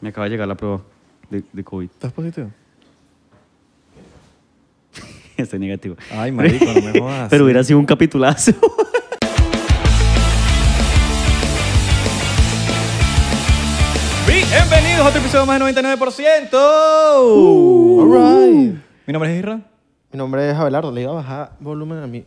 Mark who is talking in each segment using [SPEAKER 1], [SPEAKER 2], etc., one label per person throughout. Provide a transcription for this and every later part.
[SPEAKER 1] Me acaba de llegar la prueba de, de COVID.
[SPEAKER 2] ¿Estás positivo?
[SPEAKER 1] Estoy negativo.
[SPEAKER 2] Ay, marico, no me jodas.
[SPEAKER 1] Pero hubiera sido un capitulazo.
[SPEAKER 3] Bienvenidos a otro episodio más de 99%.
[SPEAKER 4] Uh.
[SPEAKER 2] Alright.
[SPEAKER 3] Mi nombre es Isra.
[SPEAKER 4] Mi nombre es Abelardo, le iba a bajar volumen a mí.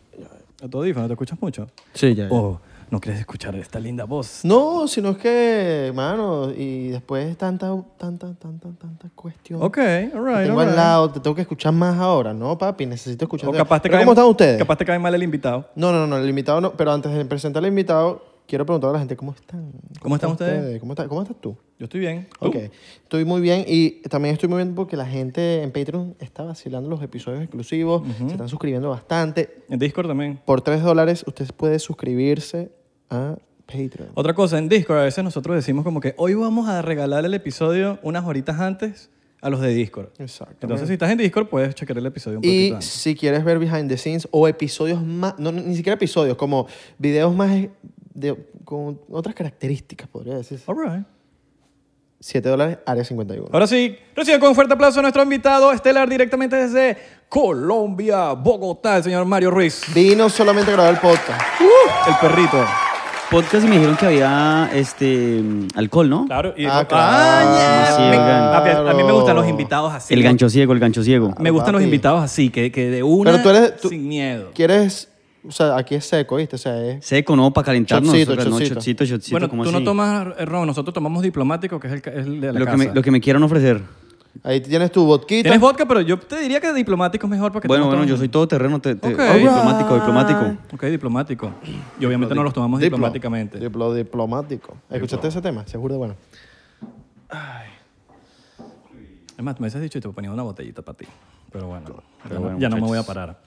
[SPEAKER 3] A tu audífono, ¿te escuchas mucho?
[SPEAKER 4] Sí, ya.
[SPEAKER 3] Oh, no quieres escuchar esta linda voz.
[SPEAKER 4] No, sino es que, mano, y después tanta, tanta, tanta, tanta cuestión.
[SPEAKER 3] Ok, alright.
[SPEAKER 4] Te
[SPEAKER 3] alright.
[SPEAKER 4] tengo al lado, te tengo que escuchar más ahora, ¿no, papi? Necesito escuchar.
[SPEAKER 3] O capaz te
[SPEAKER 4] ¿Pero
[SPEAKER 3] cae-
[SPEAKER 4] ¿Cómo están ustedes?
[SPEAKER 3] Capaz te cae mal el invitado.
[SPEAKER 4] No, no, no, el invitado no. Pero antes de presentar al invitado, quiero preguntar a la gente, ¿cómo están?
[SPEAKER 3] ¿Cómo están ustedes?
[SPEAKER 4] ¿Cómo, está- cómo estás tú?
[SPEAKER 3] Yo estoy bien. Uh, ¿Tú?
[SPEAKER 4] Ok, estoy muy bien y también estoy muy bien porque la gente en Patreon está vacilando los episodios exclusivos, se están suscribiendo bastante.
[SPEAKER 3] En Discord también.
[SPEAKER 4] Por 3 dólares usted puede suscribirse a Patreon.
[SPEAKER 3] Otra cosa, en Discord a veces nosotros decimos como que hoy vamos a regalar el episodio unas horitas antes a los de Discord.
[SPEAKER 4] Exacto.
[SPEAKER 3] Entonces, si estás en Discord, puedes chequear el episodio un
[SPEAKER 4] y
[SPEAKER 3] poquito antes.
[SPEAKER 4] si quieres ver behind the scenes o episodios más, no, no, ni siquiera episodios, como videos más eh, de- con otras características, podría decir.
[SPEAKER 3] All right.
[SPEAKER 4] 7 dólares, área 51.
[SPEAKER 3] Ahora sí, recibe con fuerte aplauso a nuestro invitado estelar directamente desde Colombia, Bogotá, el señor Mario Ruiz.
[SPEAKER 4] Vino solamente a grabar el podcast.
[SPEAKER 1] ¡Uh!
[SPEAKER 3] El perrito.
[SPEAKER 1] Podcast y me dijeron que había este mm, alcohol, ¿no?
[SPEAKER 3] Claro. Y
[SPEAKER 4] Ah,
[SPEAKER 3] Ah,
[SPEAKER 4] claro.
[SPEAKER 3] ya.
[SPEAKER 1] Sí,
[SPEAKER 3] Me-
[SPEAKER 1] oigan.
[SPEAKER 3] papi, a- A mí me gustan los invitados así.
[SPEAKER 1] el gancho ciego, el gancho ciego.
[SPEAKER 3] Me gustan los
[SPEAKER 4] Papi.
[SPEAKER 3] invitados así, que, que de una
[SPEAKER 4] Pero tú eres- tú-
[SPEAKER 3] sin miedo.
[SPEAKER 4] ¿Quieres? O sea, aquí es seco, ¿viste? O sea, es.
[SPEAKER 1] Seco, ¿no? Para calentarnos.
[SPEAKER 4] Shotcito,
[SPEAKER 1] oigan, no,
[SPEAKER 4] shotcito.
[SPEAKER 1] shotcito, shotcito,
[SPEAKER 3] Bueno, tú
[SPEAKER 1] ¿cómo
[SPEAKER 3] no
[SPEAKER 1] así?
[SPEAKER 3] tomas eh, ron, nosotros tomamos diplomático, que es el, ca- es el de
[SPEAKER 1] lo
[SPEAKER 3] la
[SPEAKER 1] que,
[SPEAKER 3] casa.
[SPEAKER 1] me, lo que me quieran ofrecer.
[SPEAKER 4] Ahí tienes tu vodquita.
[SPEAKER 3] Tienes vodka, pero yo te diría que diplomático es mejor porque
[SPEAKER 1] Bueno, bueno, yo soy todoterreno. Te, te-
[SPEAKER 3] Ok.
[SPEAKER 1] ok, Diplomático, diplomático.
[SPEAKER 3] Ok, diplomático. Y obviamente no los tomamos
[SPEAKER 4] Diplo.
[SPEAKER 3] diplomáticamente.
[SPEAKER 4] Diplo- diplomático. ¿Escuchaste ese tema? Seguro, bueno.
[SPEAKER 3] Es más, me hubieses dicho y te ponía una botellita para ti. Pero bueno, ya, no- ya no me voy a parar.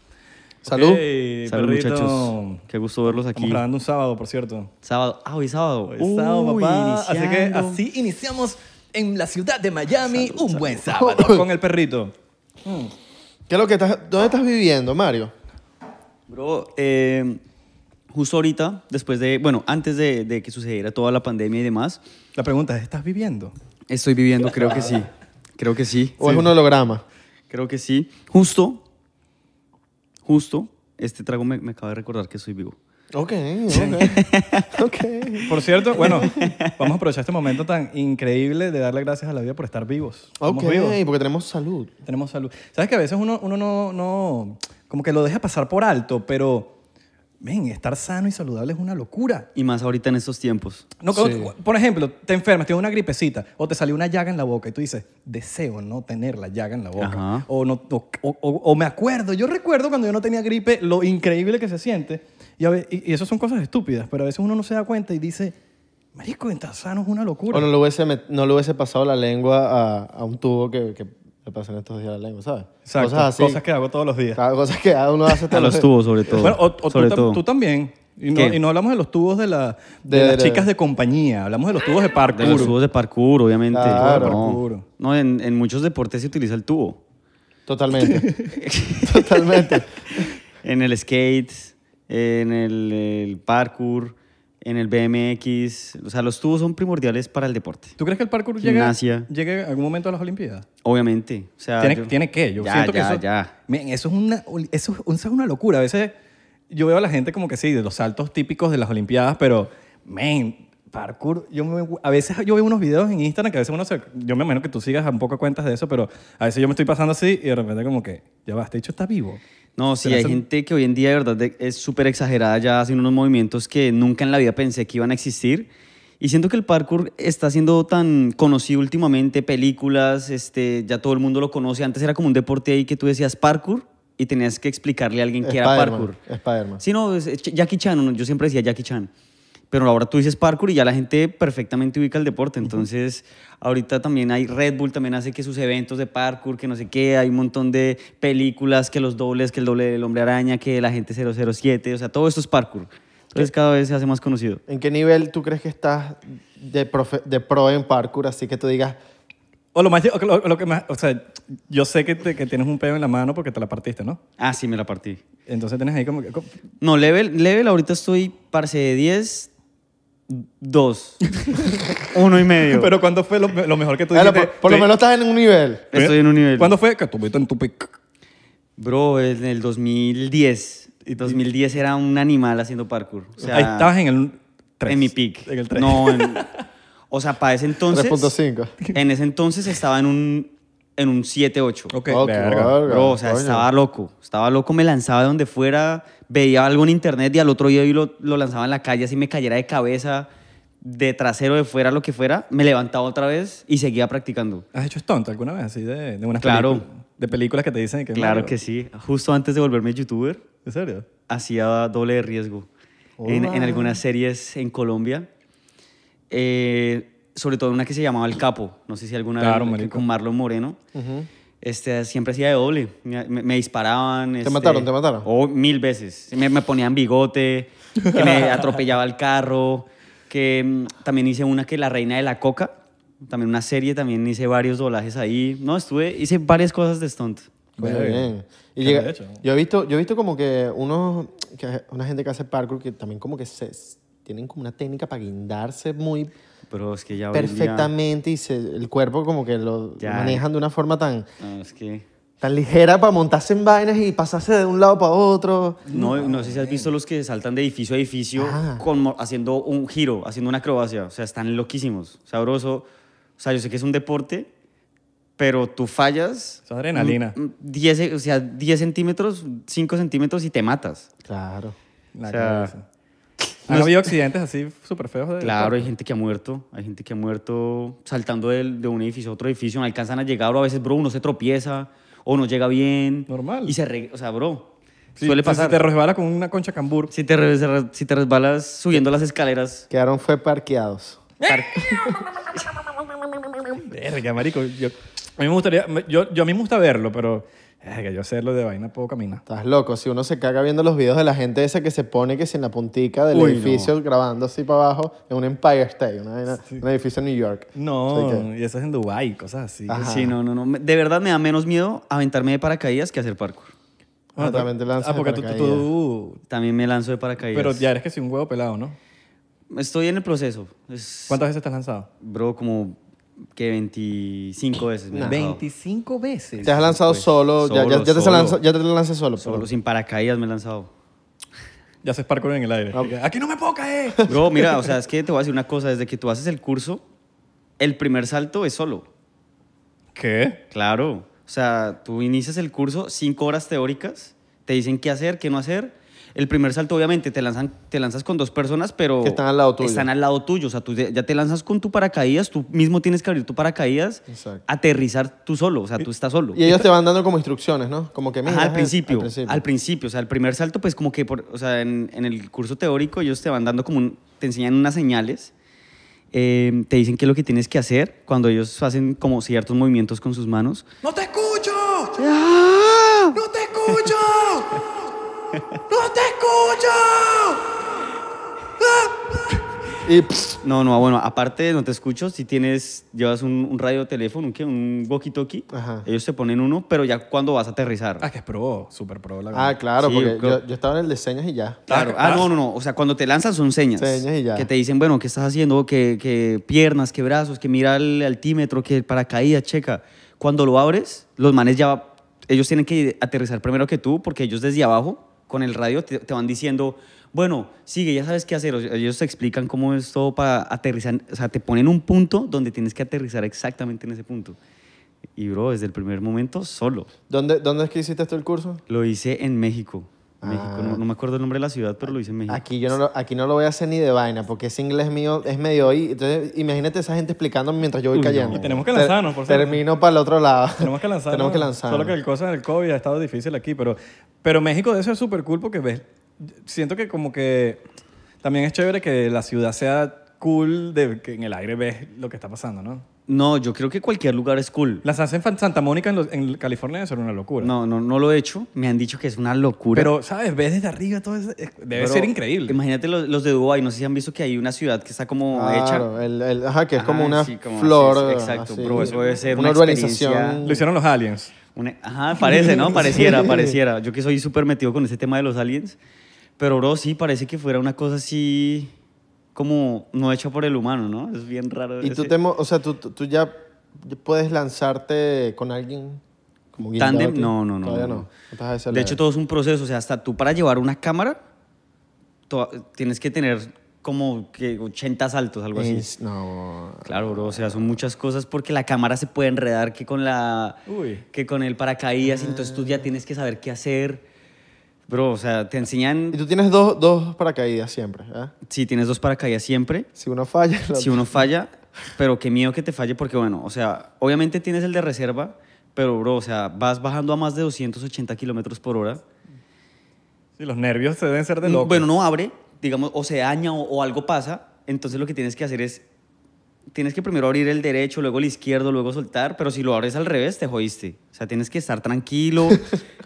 [SPEAKER 4] Salud.
[SPEAKER 3] Ok,
[SPEAKER 1] Salud,
[SPEAKER 3] perrito.
[SPEAKER 1] muchachos. Qué gusto verlos
[SPEAKER 3] Estamos
[SPEAKER 1] aquí.
[SPEAKER 3] grabando un sábado, por cierto.
[SPEAKER 1] Sábado. Ah, hoy es sábado.
[SPEAKER 3] Hoy es sábado,
[SPEAKER 1] Uy,
[SPEAKER 3] papá. Así que
[SPEAKER 1] iniciando.
[SPEAKER 3] así iniciamos en la ciudad de Miami un buen sábado con el perrito.
[SPEAKER 4] ¿Qué es lo que estás, ¿Dónde estás viviendo, Mario?
[SPEAKER 1] Bro, eh, justo ahorita, después de, bueno, antes de, de que sucediera toda la pandemia y demás,
[SPEAKER 3] La pregunta es, ¿estás viviendo?
[SPEAKER 1] estoy viviendo, creo que sí. Creo que sí.
[SPEAKER 4] ¿O es un holograma?
[SPEAKER 1] Creo que sí. Justo, justo, este trago me, me acaba de recordar que soy vivo.
[SPEAKER 4] Ok, ok. ok.
[SPEAKER 3] Por cierto, bueno, vamos a aprovechar este momento tan increíble de darle gracias a la vida por estar vivos. Estamos
[SPEAKER 4] Ok,
[SPEAKER 3] vivos.
[SPEAKER 4] porque tenemos salud.
[SPEAKER 3] Tenemos salud. ¿Sabes que a veces uno, uno no, no, como que lo deja pasar por alto, pero, ven, estar sano y saludable es una locura.
[SPEAKER 1] Y más ahorita en estos tiempos.
[SPEAKER 3] No, cuando- Por ejemplo, te enfermas, tienes una gripecita o te salió una llaga en la boca y tú dices, deseo no tener la llaga en la boca.
[SPEAKER 1] Ajá.
[SPEAKER 3] O, no, o, o- o me acuerdo, yo recuerdo cuando yo no tenía gripe lo increíble que se siente. Y, a ve- y, y eso son cosas estúpidas, pero a veces uno no se da cuenta y dice, marico, estar sano es una locura.
[SPEAKER 4] O no le hubiese, met- no le hubiese pasado la lengua a, a un tubo que, que le pasan estos días a la lengua, ¿sabes?
[SPEAKER 3] Exacto,
[SPEAKER 4] Cosas así.
[SPEAKER 3] cosas que hago todos los días.
[SPEAKER 4] Claro, cosas que uno hace
[SPEAKER 1] A
[SPEAKER 4] todos
[SPEAKER 1] los
[SPEAKER 4] días.
[SPEAKER 1] tubos, sobre todo.
[SPEAKER 3] Bueno, o, o
[SPEAKER 1] sobre
[SPEAKER 3] tú, tam-
[SPEAKER 1] todo.
[SPEAKER 3] tú también. Y no,
[SPEAKER 1] ¿Qué?
[SPEAKER 3] y no hablamos de los tubos de, la, de,
[SPEAKER 4] De-
[SPEAKER 3] las
[SPEAKER 4] de-
[SPEAKER 3] chicas de compañía, hablamos de los tubos de parkour.
[SPEAKER 1] de los tubos de parkour, obviamente.
[SPEAKER 4] Claro.
[SPEAKER 1] No.
[SPEAKER 3] Parkour.
[SPEAKER 1] No, en, en muchos deportes se utiliza el tubo.
[SPEAKER 4] Totalmente. Totalmente.
[SPEAKER 1] En el skate, en el, el parkour, en el BMX. O sea, los tubos son primordiales para el deporte.
[SPEAKER 3] ¿Tú crees que el parkour llega,
[SPEAKER 1] Gimnasia.
[SPEAKER 3] llegue en algún momento a las Olimpiadas?
[SPEAKER 1] Obviamente. O sea,
[SPEAKER 3] tiene,
[SPEAKER 1] yo-
[SPEAKER 3] tiene que, yo
[SPEAKER 1] Ya,
[SPEAKER 3] siento que
[SPEAKER 1] ya,
[SPEAKER 3] eso,
[SPEAKER 1] ya.
[SPEAKER 3] Miren, eso es una, eso, es- eso es una locura. A veces yo veo a la gente como que sí, de los saltos típicos de las Olimpiadas, pero, men, parkour, yo me- a veces yo veo unos videos en Instagram que a veces uno se, yo me imagino que tú sigas un poco cuentas de eso, pero a veces yo me estoy pasando así y de repente como que, ya va, este hecho está vivo.
[SPEAKER 1] No, sí,
[SPEAKER 3] Pero
[SPEAKER 1] hay
[SPEAKER 3] eso-
[SPEAKER 1] gente que hoy en día de verdad de- es súper exagerada ya haciendo unos movimientos que nunca en la vida pensé que iban a existir. Y siento que el parkour está siendo tan conocido últimamente, películas, este, ya todo el mundo lo conoce. Antes era como un deporte ahí que tú decías parkour y tenías que explicarle a alguien que era
[SPEAKER 4] Spider-Man,
[SPEAKER 1] parkour.
[SPEAKER 4] Spider-Man.
[SPEAKER 1] Sí, no, es- es Ch- Jackie Chan, no, yo siempre decía Jackie Chan. Pero ahora tú dices parkour y ya la gente perfectamente ubica el deporte. Entonces, ahorita también hay Red Bull, también hace que sus eventos de parkour, que no sé qué, hay un montón de películas, que los dobles, que el doble del hombre araña, que la gente 007, o sea, todo esto es parkour. Entonces, cada vez se hace más conocido.
[SPEAKER 4] ¿En qué nivel tú crees que estás de, profe- de pro en parkour? Así que tú digas,
[SPEAKER 3] O lo, más, o lo, o lo que más, o sea, yo sé que, te- que tienes un pedo en la mano porque te la partiste, ¿no?
[SPEAKER 1] Ah, sí, me la partí.
[SPEAKER 3] Entonces tienes ahí como que...
[SPEAKER 1] No, level, level ahorita estoy, parce, de 10, Dos. Uno y medio.
[SPEAKER 3] Pero ¿cuándo fue lo, lo mejor que tú
[SPEAKER 4] Bueno,
[SPEAKER 3] dijiste?
[SPEAKER 4] por, por lo
[SPEAKER 3] Sí.
[SPEAKER 4] menos estás en un nivel.
[SPEAKER 1] Estoy en un nivel.
[SPEAKER 3] ¿Cuándo fue que tuviste en tu pic?
[SPEAKER 1] Bro, en el 2010. 2010 era un animal haciendo parkour. O sea,
[SPEAKER 3] Ahí estabas en el 3.
[SPEAKER 1] en mi peak.
[SPEAKER 3] En el 3.
[SPEAKER 1] No, en- o sea, para ese entonces.
[SPEAKER 4] 3.5.
[SPEAKER 1] En ese entonces estaba en un, en un 7-8.
[SPEAKER 3] Ok,
[SPEAKER 4] Oh, qué
[SPEAKER 3] verga.
[SPEAKER 4] verga.
[SPEAKER 1] Bro, o sea,
[SPEAKER 4] coño.
[SPEAKER 1] estaba loco. Estaba loco, me lanzaba de donde fuera, veía algo en internet y al otro día yo lo, lo lanzaba en la calle, así me cayera de cabeza, de trasero, de fuera, lo que fuera. Me levantaba otra vez y seguía practicando.
[SPEAKER 3] ¿Has hecho stunt alguna vez así de, de unas
[SPEAKER 1] Claro.
[SPEAKER 3] películas? De películas que te dicen que...
[SPEAKER 1] Claro
[SPEAKER 3] Mario,
[SPEAKER 1] que sí. Justo antes de volverme youtuber,
[SPEAKER 3] ¿En serio?
[SPEAKER 1] hacía doble de riesgo en, en algunas series en Colombia. Eh, sobre todo una que se llamaba El Capo. No sé si alguna
[SPEAKER 3] Claro,
[SPEAKER 1] vez
[SPEAKER 3] marico.
[SPEAKER 1] con Marlon Moreno. este, siempre hacía de doble. Me, me- me disparaban. este,
[SPEAKER 4] mataron, te mataron?
[SPEAKER 1] Oh, mil veces. Me, me ponían bigote, que me atropellaba el carro, que mm, también hice una que La Reina de la Coca. También una serie, también hice varios doblajes ahí. No, estuve, hice varias cosas de stunt.
[SPEAKER 4] Coño,
[SPEAKER 3] Verga.
[SPEAKER 4] bien. Y
[SPEAKER 3] Qué
[SPEAKER 4] llega-
[SPEAKER 3] arrecho.
[SPEAKER 4] yo, he visto, yo he visto como que unos que una gente que hace parkour que también como que se, tienen como una técnica para guindarse muy
[SPEAKER 1] Pero es que ya hoy en día-
[SPEAKER 4] perfectamente y se- el cuerpo como que lo
[SPEAKER 1] Ya.
[SPEAKER 4] manejan de una forma tan,
[SPEAKER 1] No, es que...
[SPEAKER 4] tan ligera para montarse en vainas y pasarse de un lado para otro.
[SPEAKER 1] No, no sé si has visto los que saltan de edificio a edificio
[SPEAKER 4] Ah.
[SPEAKER 1] como haciendo un giro, haciendo una acrobacia. O sea, están loquísimos. Sabroso. O sea, yo sé que es un deporte, pero tú fallas.
[SPEAKER 3] Esa adrenalina.
[SPEAKER 1] mm, mm, 10, o sea, 10 centímetros, 5 centímetros y te matas.
[SPEAKER 4] Claro.
[SPEAKER 3] La
[SPEAKER 1] O sea,
[SPEAKER 3] cabeza. ¿Han habido accidentes así súper feos? de-
[SPEAKER 1] Claro, hay gente que ha muerto. Hay gente que ha muerto saltando del- de, un edificio a otro edificio. No alcanzan a llegar, o a veces, bro, uno se tropieza o no llega bien.
[SPEAKER 3] Normal.
[SPEAKER 1] Y se. re- o sea, bro.
[SPEAKER 3] Sí, pues,
[SPEAKER 1] suele
[SPEAKER 3] si-
[SPEAKER 1] pasar.
[SPEAKER 3] Si te resbala con una concha cambur.
[SPEAKER 1] Si te re- si te resbalas subiendo las escaleras.
[SPEAKER 4] Quedaron fue parqueados.
[SPEAKER 3] Verga, marico. Yo, a mí me gustaría... me- Yo, yo a mí me gusta verlo, pero... verga, yo hacerlo de vaina puedo caminar.
[SPEAKER 4] Estás loco, si uno se caga viendo los videos de la gente esa que se pone que si en la puntica del
[SPEAKER 1] Uy,
[SPEAKER 4] edificio grabando así para abajo en un Empire State, una vaina- un edificio en New York.
[SPEAKER 3] No,
[SPEAKER 4] Sí, que-
[SPEAKER 3] y eso es en Dubai, cosas así.
[SPEAKER 4] Ajá.
[SPEAKER 1] Sí, no, no, no. Me- De verdad me da menos miedo aventarme de paracaídas que hacer parkour.
[SPEAKER 4] Ah,
[SPEAKER 3] tú-
[SPEAKER 4] también te lanzas
[SPEAKER 3] Ah,
[SPEAKER 4] de
[SPEAKER 3] porque tú, tú-
[SPEAKER 4] paracaídas.
[SPEAKER 3] tú-
[SPEAKER 1] También me lanzo de paracaídas.
[SPEAKER 3] Pero ya eres que sí un huevo pelado, ¿no?
[SPEAKER 1] Estoy en el proceso. Es-
[SPEAKER 3] ¿Cuántas veces te has lanzado?
[SPEAKER 1] Bro, como que 25 veces. me he lanzado.
[SPEAKER 3] 25 veces.
[SPEAKER 4] Te has lanzado solo, ya- ya,
[SPEAKER 1] pues, Solo,
[SPEAKER 4] ya te se
[SPEAKER 1] solo.
[SPEAKER 4] lanza- ya te lanzas solo. pero-
[SPEAKER 1] Solo sin paracaídas me he lanzado.
[SPEAKER 3] Ya haces parkour en el aire.
[SPEAKER 4] Ah.
[SPEAKER 3] Y que, ¡Aquí no me puedo caer!
[SPEAKER 1] Bro, mira, o sea, es que te voy a decir una cosa. Desde que tú haces el curso, el primer salto es solo.
[SPEAKER 3] ¿Qué?
[SPEAKER 1] Claro. O sea, tú inicias el curso, cinco horas teóricas, te dicen qué hacer, qué no hacer. El primer salto, obviamente, te, lanzan, te lanzas con dos personas, pero...
[SPEAKER 4] Que están al lado tuyo.
[SPEAKER 1] Están al lado tuyo. O sea, tú ya te lanzas con tu paracaídas, tú mismo tienes que abrir tu paracaídas,
[SPEAKER 4] Exacto.
[SPEAKER 1] aterrizar tú solo, o sea, tú estás solo.
[SPEAKER 4] Y ellos te van dando como instrucciones, ¿no? Como que mira,
[SPEAKER 1] Ajá, al
[SPEAKER 4] haz-
[SPEAKER 1] principio,
[SPEAKER 4] Al principio.
[SPEAKER 1] al principio, o sea, el primer salto, pues como que, por, o sea, en, en el curso teórico ellos te van dando como, un- te enseñan unas señales, eh, te dicen qué es lo que tienes que hacer cuando ellos hacen como ciertos movimientos con sus manos.
[SPEAKER 2] ¡No te escucho!
[SPEAKER 1] ¡Ah!
[SPEAKER 2] ¡No te escucho! ¡No te escucho!
[SPEAKER 4] Y pss,
[SPEAKER 1] Pues, No, no, bueno, aparte no te escucho, si tienes, llevas un, un radio teléfono, un, qué, un walkie-talkie,
[SPEAKER 4] Ajá.
[SPEAKER 1] ellos te ponen uno, pero ya cuando vas a aterrizar.
[SPEAKER 3] Ah, que es pro, super pro la
[SPEAKER 4] ah,
[SPEAKER 3] vaina.
[SPEAKER 4] claro,
[SPEAKER 1] Sí,
[SPEAKER 4] porque
[SPEAKER 1] yo creo-
[SPEAKER 4] yo, yo estaba en el de señas y ya.
[SPEAKER 1] Claro. Ah, no, no, no. O sea, cuando te lanzan son señas.
[SPEAKER 4] Señas y ya.
[SPEAKER 1] Que te dicen, bueno, ¿qué estás haciendo? Que, que piernas, que brazos, que mira el altímetro, que el paracaídas, checa. Cuando lo abres, los manes ya... Ellos tienen que aterrizar primero que tú porque ellos desde abajo, con el radio, te, te van diciendo, bueno, sigue, ya sabes qué hacer. O sea, Ellos te explican cómo es todo para aterrizar. O sea, te ponen un punto donde tienes que aterrizar exactamente en ese punto. Y, bro, desde el primer momento, solo.
[SPEAKER 4] ¿Dónde, ¿Dónde es que hiciste tú el curso?
[SPEAKER 1] Lo hice en México. México,
[SPEAKER 4] Ah.
[SPEAKER 1] no, no me acuerdo el nombre de la ciudad, pero lo hice en México.
[SPEAKER 4] Aquí yo no lo, aquí no lo voy a hacer ni de vaina, porque ese inglés mío es medio ahí. Entonces, imagínate esa gente explicándome mientras yo voy cayendo.
[SPEAKER 3] Y tenemos que
[SPEAKER 4] Ter-
[SPEAKER 3] lanzarnos, por cierto.
[SPEAKER 4] Termino para el otro lado.
[SPEAKER 3] Tenemos que lanzar.
[SPEAKER 4] Tenemos
[SPEAKER 3] ¿no?
[SPEAKER 4] que lanzar.
[SPEAKER 3] Solo que el cosa del COVID ha estado difícil aquí, pero, pero México de eso es súper cool porque ves, siento que como que también es chévere que la ciudad sea cool de que en el aire ves lo que está pasando, ¿no?
[SPEAKER 1] No, yo creo que cualquier lugar es cool.
[SPEAKER 3] Lanzarse en Fan- Santa Mónica en, los- en California eso era una locura.
[SPEAKER 1] No, no, no lo he hecho. Me han dicho que es una locura.
[SPEAKER 3] Pero, ¿sabes? Ves desde arriba todo eso. es- Debe
[SPEAKER 1] Pero
[SPEAKER 3] ser increíble.
[SPEAKER 1] Imagínate los, los de Dubai. No sé si han visto que hay una ciudad que está como hecha.
[SPEAKER 4] Claro, el, el- ajá, que es como
[SPEAKER 1] Ajá,
[SPEAKER 4] una
[SPEAKER 1] sí, como
[SPEAKER 4] flor. eh,
[SPEAKER 1] así es, exacto,
[SPEAKER 4] así,
[SPEAKER 1] bro, eso debe ser una
[SPEAKER 4] urbanización.
[SPEAKER 1] experiencia.
[SPEAKER 3] Lo hicieron los aliens.
[SPEAKER 1] Una- ajá, parece, ¿no? Pareciera, pareciera. Yo que soy súper metido con ese tema de los aliens. Pero, bro, sí, parece que fuera una cosa así como no hecha por el humano, ¿no? Es bien raro.
[SPEAKER 4] Y tú,
[SPEAKER 1] ese-
[SPEAKER 4] te, mo- o sea, tú, tú- tú ya puedes lanzarte con alguien como guindado
[SPEAKER 1] Tándem,
[SPEAKER 4] a ti.
[SPEAKER 1] no, no, no,
[SPEAKER 4] Todavía
[SPEAKER 1] no,
[SPEAKER 4] no.
[SPEAKER 1] no.
[SPEAKER 4] estás a ese
[SPEAKER 1] De
[SPEAKER 4] level.
[SPEAKER 1] hecho, todo es un proceso. O sea, hasta tú para llevar una cámara, to- tienes que tener como que 80 saltos, algo así.
[SPEAKER 4] Es- no.
[SPEAKER 1] Claro, bro, o sea, son muchas cosas porque la cámara se puede enredar que con la
[SPEAKER 3] Uy.
[SPEAKER 1] que con el paracaídas, entonces
[SPEAKER 4] Ah.
[SPEAKER 1] tú ya tienes que saber qué hacer. Bro, o sea, te
[SPEAKER 4] Y
[SPEAKER 1] enseñan
[SPEAKER 4] tú tienes dos, dos paracaídas siempre, ¿eh?
[SPEAKER 1] si tienes dos paracaídas siempre,
[SPEAKER 4] Si uno falla, el
[SPEAKER 1] si
[SPEAKER 4] otro-
[SPEAKER 1] uno falla, pero qué miedo que te falle porque bueno, o sea, obviamente tienes el de reserva, pero bro, o sea, vas bajando a más de 280 kilómetros por hora.
[SPEAKER 3] Sí, los nervios se deben ser de loco.
[SPEAKER 1] Mm, Bueno, no abre, digamos, o se daña o, o algo pasa, entonces lo que tienes que hacer es, tienes que primero abrir el derecho, luego el izquierdo, luego soltar, pero si lo abres al revés, te jodiste. O sea, tienes que estar tranquilo,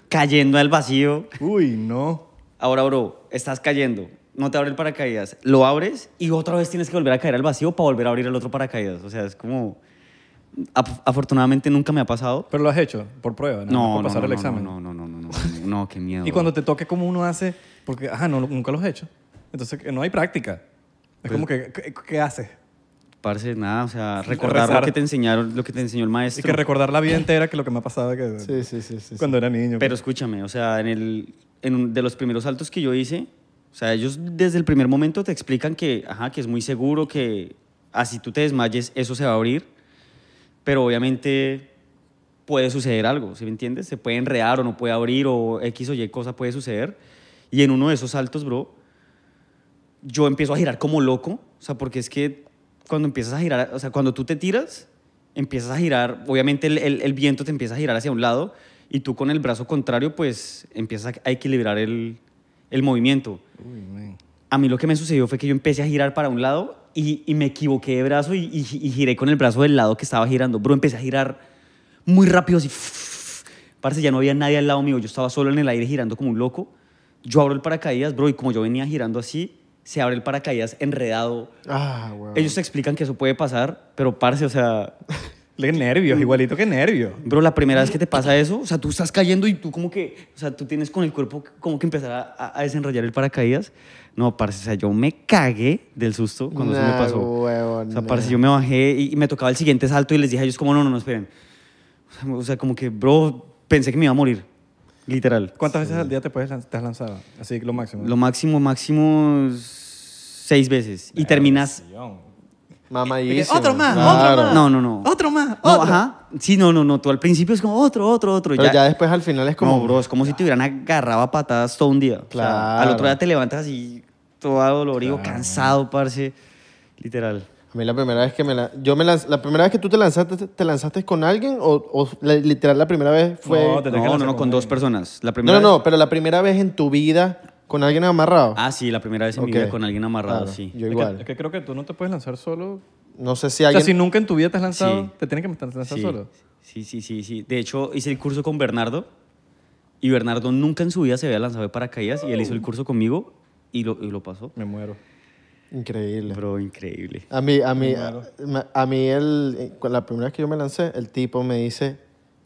[SPEAKER 1] cayendo al vacío.
[SPEAKER 3] Uy, no.
[SPEAKER 1] Ahora, bro, estás cayendo, no te abre el paracaídas, lo abres y otra vez tienes que volver a caer al vacío para volver a abrir el otro paracaídas. O sea, es como... af- afortunadamente nunca me ha pasado.
[SPEAKER 3] Pero lo has hecho por prueba, ¿no?
[SPEAKER 1] No,
[SPEAKER 3] por
[SPEAKER 1] no,
[SPEAKER 3] pasar
[SPEAKER 1] no,
[SPEAKER 3] el
[SPEAKER 1] no,
[SPEAKER 3] examen.
[SPEAKER 1] no, no, no, no, no, no, no, qué miedo.
[SPEAKER 3] Y cuando te toque como uno hace, porque, ajá, no, nunca los he hecho. Entonces eh, no hay práctica.
[SPEAKER 1] Pues
[SPEAKER 3] Es como que, ¿qué, qué haces?
[SPEAKER 1] Parce, nada, o sea, recordar lo
[SPEAKER 3] rezar.
[SPEAKER 1] que te enseñaron, lo que te enseñó el
[SPEAKER 3] Y
[SPEAKER 1] maestro.
[SPEAKER 3] que recordar la vida entera que lo que me ha pasado que,
[SPEAKER 4] Sí, sí, sí. sí, sí.
[SPEAKER 3] cuando era niño.
[SPEAKER 1] Pero escúchame, o sea, en el, en un- de los primeros saltos que yo hice, o sea, ellos desde el primer momento te explican que, ajá, que es muy seguro, que así tú te desmayes, eso se va a abrir, pero obviamente puede suceder algo, ¿sí me entiendes? Se puede enredar o no puede abrir o X o Y cosa puede suceder. Y en uno de esos saltos, bro, yo empiezo a girar como loco, o sea, porque es que cuando empiezas a girar, o sea, cuando tú te tiras, empiezas a girar, obviamente el, el- el viento te empieza a girar hacia un lado y tú con el brazo contrario, pues empiezas a, a equilibrar el, el movimiento.
[SPEAKER 3] Uy, man.
[SPEAKER 1] A mí lo que me sucedió fue que yo empecé a girar para un lado y, y me equivoqué de brazo y, y- y giré con el brazo del lado que estaba girando. Bro, empecé a girar muy rápido así. Parece ya no había nadie al lado mío. Yo estaba solo en el aire girando como un loco. Yo abro el paracaídas, bro, y como yo venía girando así, se abre el paracaídas enredado.
[SPEAKER 4] Ah, weón.
[SPEAKER 1] Ellos te explican que eso puede pasar, pero parce, o sea,
[SPEAKER 3] Le nervios, igualito que nervios.
[SPEAKER 1] Bro, la primera vez que te pasa eso, o sea, tú estás cayendo y tú como que, o sea, tú tienes con el cuerpo como que empezar a- a, a desenrollar el paracaídas. No, parce, o sea, yo me cagué del susto cuando eso me
[SPEAKER 4] Nah,
[SPEAKER 1] pasó.
[SPEAKER 4] huevón,
[SPEAKER 1] o sea,
[SPEAKER 4] nah.
[SPEAKER 1] parce, yo me bajé y, y me tocaba el siguiente salto y les dije a ellos como, no, no, no, esperen. O sea, o sea, como que, bro, pensé que me iba a morir, literal.
[SPEAKER 3] ¿Cuántas veces al día te, puedes, lan- te has lanzado? Así, lo máximo.
[SPEAKER 1] Lo máximo, máximo, seis veces. Y terminas...
[SPEAKER 4] Mamadísimo.
[SPEAKER 3] Ah, Otro más,
[SPEAKER 4] Claro.
[SPEAKER 3] otro más.
[SPEAKER 1] No, no, no.
[SPEAKER 3] Otro más,
[SPEAKER 1] No,
[SPEAKER 3] otro.
[SPEAKER 1] ajá. Sí, no, no, no. Tú al principio es como otro, otro, otro. y
[SPEAKER 4] Pero ya, después al final es como.
[SPEAKER 1] no, bro, es como si te hubieran agarrado a patadas todo un día. O sea,
[SPEAKER 4] Claro.
[SPEAKER 1] al otro día te levantas así, todo dolorido, cansado, parce. Literal.
[SPEAKER 4] A mí la primera vez que me la. Yo me lanz- La primera vez que tú te lanzaste, te- ¿te lanzaste con alguien? ¿O, o la- literal la primera vez fue.?
[SPEAKER 3] No,
[SPEAKER 4] No,
[SPEAKER 3] te- tenés que
[SPEAKER 1] No, no,
[SPEAKER 3] lanzar
[SPEAKER 1] no, con
[SPEAKER 3] con
[SPEAKER 1] dos
[SPEAKER 3] alguien.
[SPEAKER 1] personas. La primera
[SPEAKER 4] no, no,
[SPEAKER 1] vez-
[SPEAKER 4] pero la primera vez en tu vida con alguien amarrado.
[SPEAKER 1] Ah, sí, la primera vez en
[SPEAKER 4] Ok.
[SPEAKER 1] mi vida con alguien amarrado,
[SPEAKER 4] Claro,
[SPEAKER 1] sí.
[SPEAKER 4] Yo
[SPEAKER 3] Es que-
[SPEAKER 4] igual.
[SPEAKER 3] Es que, creo que tú no te puedes lanzar solo.
[SPEAKER 4] No sé si
[SPEAKER 3] O sea,
[SPEAKER 4] alguien.
[SPEAKER 3] si nunca en tu vida te has lanzado,
[SPEAKER 1] Sí.
[SPEAKER 3] te tienes que lanzar
[SPEAKER 1] Sí.
[SPEAKER 3] solo.
[SPEAKER 1] Sí, sí, sí, sí. De hecho, hice el curso con Bernardo y Bernardo nunca en su vida se había lanzado de paracaídas y él hizo el curso conmigo y lo, y lo pasó.
[SPEAKER 3] Me muero.
[SPEAKER 4] Increíble.
[SPEAKER 1] Bro, increíble.
[SPEAKER 4] A mí, a mí, a, a mí el, eh, con la primera vez que yo me lancé, el tipo me dice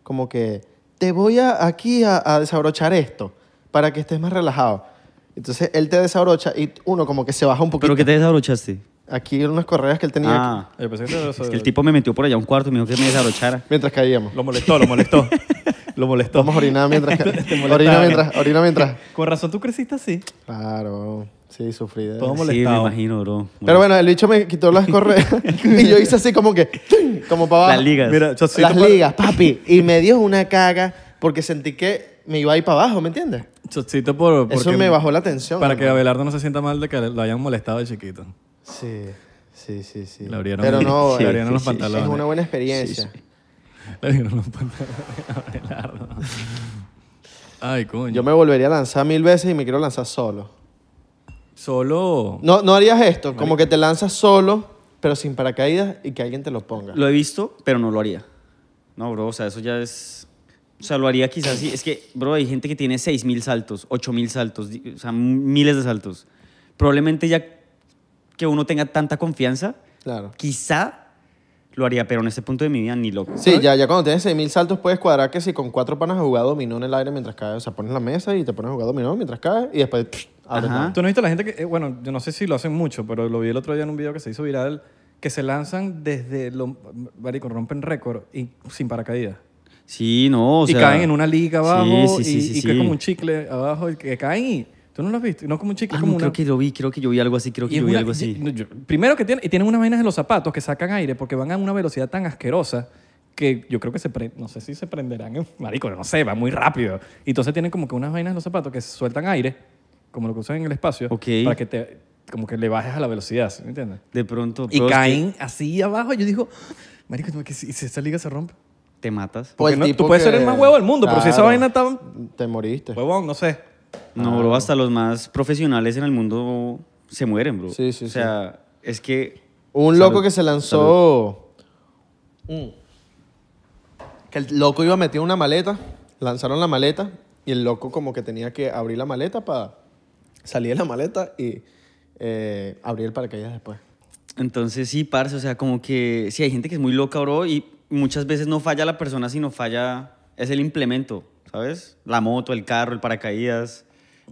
[SPEAKER 4] como que te voy a, aquí a, a desabrochar esto para que estés más relajado. Entonces él te desabrocha y uno como que se baja un poquito.
[SPEAKER 1] ¿Pero qué te desabrochaste?
[SPEAKER 4] Aquí eran unas correas que él tenía
[SPEAKER 1] Ah,
[SPEAKER 3] Yo pensé que,
[SPEAKER 1] es que el tipo me metió por allá a un cuarto y me dijo que me desabrochara.
[SPEAKER 4] aquí mientras caíamos.
[SPEAKER 3] eh, Lo molestó, lo molestó. lo molestó.
[SPEAKER 4] Vamos a orinar mientras ca-
[SPEAKER 3] molestaba.
[SPEAKER 4] Orina mientras, orina mientras.
[SPEAKER 3] Con razón tú creciste así.
[SPEAKER 4] Claro, sí, sufrí de
[SPEAKER 3] Todo
[SPEAKER 1] Sí, me
[SPEAKER 3] molestado.
[SPEAKER 1] imagino, bro.
[SPEAKER 4] Pero bueno, el bicho me quitó las correas y yo hice así como que, ¡ting! como para abajo.
[SPEAKER 1] Las ligas.
[SPEAKER 3] Mira, yo soy
[SPEAKER 4] las
[SPEAKER 3] tu par-
[SPEAKER 4] ligas, papi. Y me dio una caga porque sentí que me iba a ir para abajo, ¿me entiendes?
[SPEAKER 3] Chocito por...
[SPEAKER 4] Eso
[SPEAKER 3] porque-
[SPEAKER 4] me bajó la tensión.
[SPEAKER 3] Para que
[SPEAKER 4] hermano.
[SPEAKER 3] Abelardo no se sienta mal de que lo hayan molestado de chiquito.
[SPEAKER 4] Sí, sí, sí, sí.
[SPEAKER 3] Le abrieron,
[SPEAKER 4] Pero no,
[SPEAKER 3] le
[SPEAKER 4] eh,
[SPEAKER 3] abrieron los
[SPEAKER 1] sí, sí, sí,
[SPEAKER 4] es
[SPEAKER 3] pantalones.
[SPEAKER 4] una buena experiencia.
[SPEAKER 3] Le abrieron los pantalones a Abelardo. Ay, coño.
[SPEAKER 4] Yo me volvería a lanzar mil veces y me quiero lanzar solo.
[SPEAKER 3] Solo...
[SPEAKER 4] No, no harías esto, como que te lanzas solo, pero sin paracaídas y que alguien te lo ponga.
[SPEAKER 1] Lo he visto, pero no lo haría. No, bro, o sea, eso ya es... O sea, lo haría quizás sí. Es que, bro, hay gente que tiene 6.000 saltos, 8.000 saltos, di- o sea, miles de saltos. Probablemente ya que uno tenga tanta confianza,
[SPEAKER 4] Claro.
[SPEAKER 1] quizá lo haría, pero en este punto de mi vida ni loco.
[SPEAKER 4] Sí, ya, ya cuando tienes 6.000 saltos puedes cuadrar que si con cuatro panas a jugar dominó en el aire mientras cae. O sea, pones la mesa y te pones a jugar dominó mientras cae y después psh,
[SPEAKER 3] Ah,
[SPEAKER 4] abres
[SPEAKER 1] Ajá.
[SPEAKER 4] la-
[SPEAKER 3] ¿Tú no has visto la gente que, eh, bueno, yo no sé si lo hacen mucho, pero lo vi el otro día en un video que se hizo viral, que se lanzan desde, lo, marico, rompen récord y sin paracaídas.
[SPEAKER 1] Sí, no, o sea...
[SPEAKER 3] y caen en una liga abajo
[SPEAKER 1] Sí, sí, sí,
[SPEAKER 3] y,
[SPEAKER 1] sí,
[SPEAKER 3] y que es
[SPEAKER 1] sí.
[SPEAKER 3] como un chicle abajo y que caen y... ¿Tú no lo has visto? No como un chicle,
[SPEAKER 1] Ah,
[SPEAKER 3] es como
[SPEAKER 1] no,
[SPEAKER 3] una...
[SPEAKER 1] creo que lo vi, creo que yo vi algo así, creo que
[SPEAKER 3] y es
[SPEAKER 1] yo vi
[SPEAKER 3] una-
[SPEAKER 1] algo así.
[SPEAKER 3] y- yo- primero que tienen, y tienen unas vainas en los zapatos que sacan aire porque van a una velocidad tan asquerosa que yo creo que se pre- no sé si se prenderán en- marico, no sé, va muy rápido. Y entonces tienen como que unas vainas en los zapatos que sueltan aire, como lo que usan en el espacio,
[SPEAKER 1] Ok.
[SPEAKER 3] para que te como que le bajes a la velocidad, ¿sí ¿me entiendes?
[SPEAKER 1] De pronto...
[SPEAKER 3] Y
[SPEAKER 1] bro, es que
[SPEAKER 3] caen así abajo. Yo digo, marico, ¿no? que si si esa liga se rompe.
[SPEAKER 1] Te matas.
[SPEAKER 4] O Pues
[SPEAKER 3] Porque
[SPEAKER 4] el
[SPEAKER 3] no- tú
[SPEAKER 4] tipo
[SPEAKER 3] puedes ser
[SPEAKER 4] que-
[SPEAKER 3] el más huevo del mundo, pero si esa
[SPEAKER 4] Claro,
[SPEAKER 3] vaina está-
[SPEAKER 4] Te moriste.
[SPEAKER 3] Huevón, no sé.
[SPEAKER 1] No, bro, hasta los más profesionales en el mundo se mueren, bro.
[SPEAKER 4] Sí, sí,
[SPEAKER 1] O sea, es que...
[SPEAKER 4] Un
[SPEAKER 1] Salud,
[SPEAKER 4] loco que se lanzó... Mm. Que el loco iba metido en una maleta, lanzaron la maleta y el loco como que tenía que abrir la maleta para salir de la maleta y eh, abrir el paracaídas después.
[SPEAKER 1] Entonces sí, parce, o sea, como que sí, hay gente que es muy loca, bro, y muchas veces no falla la persona, sino falla es el implemento, ¿sabes? La moto, el carro, el paracaídas,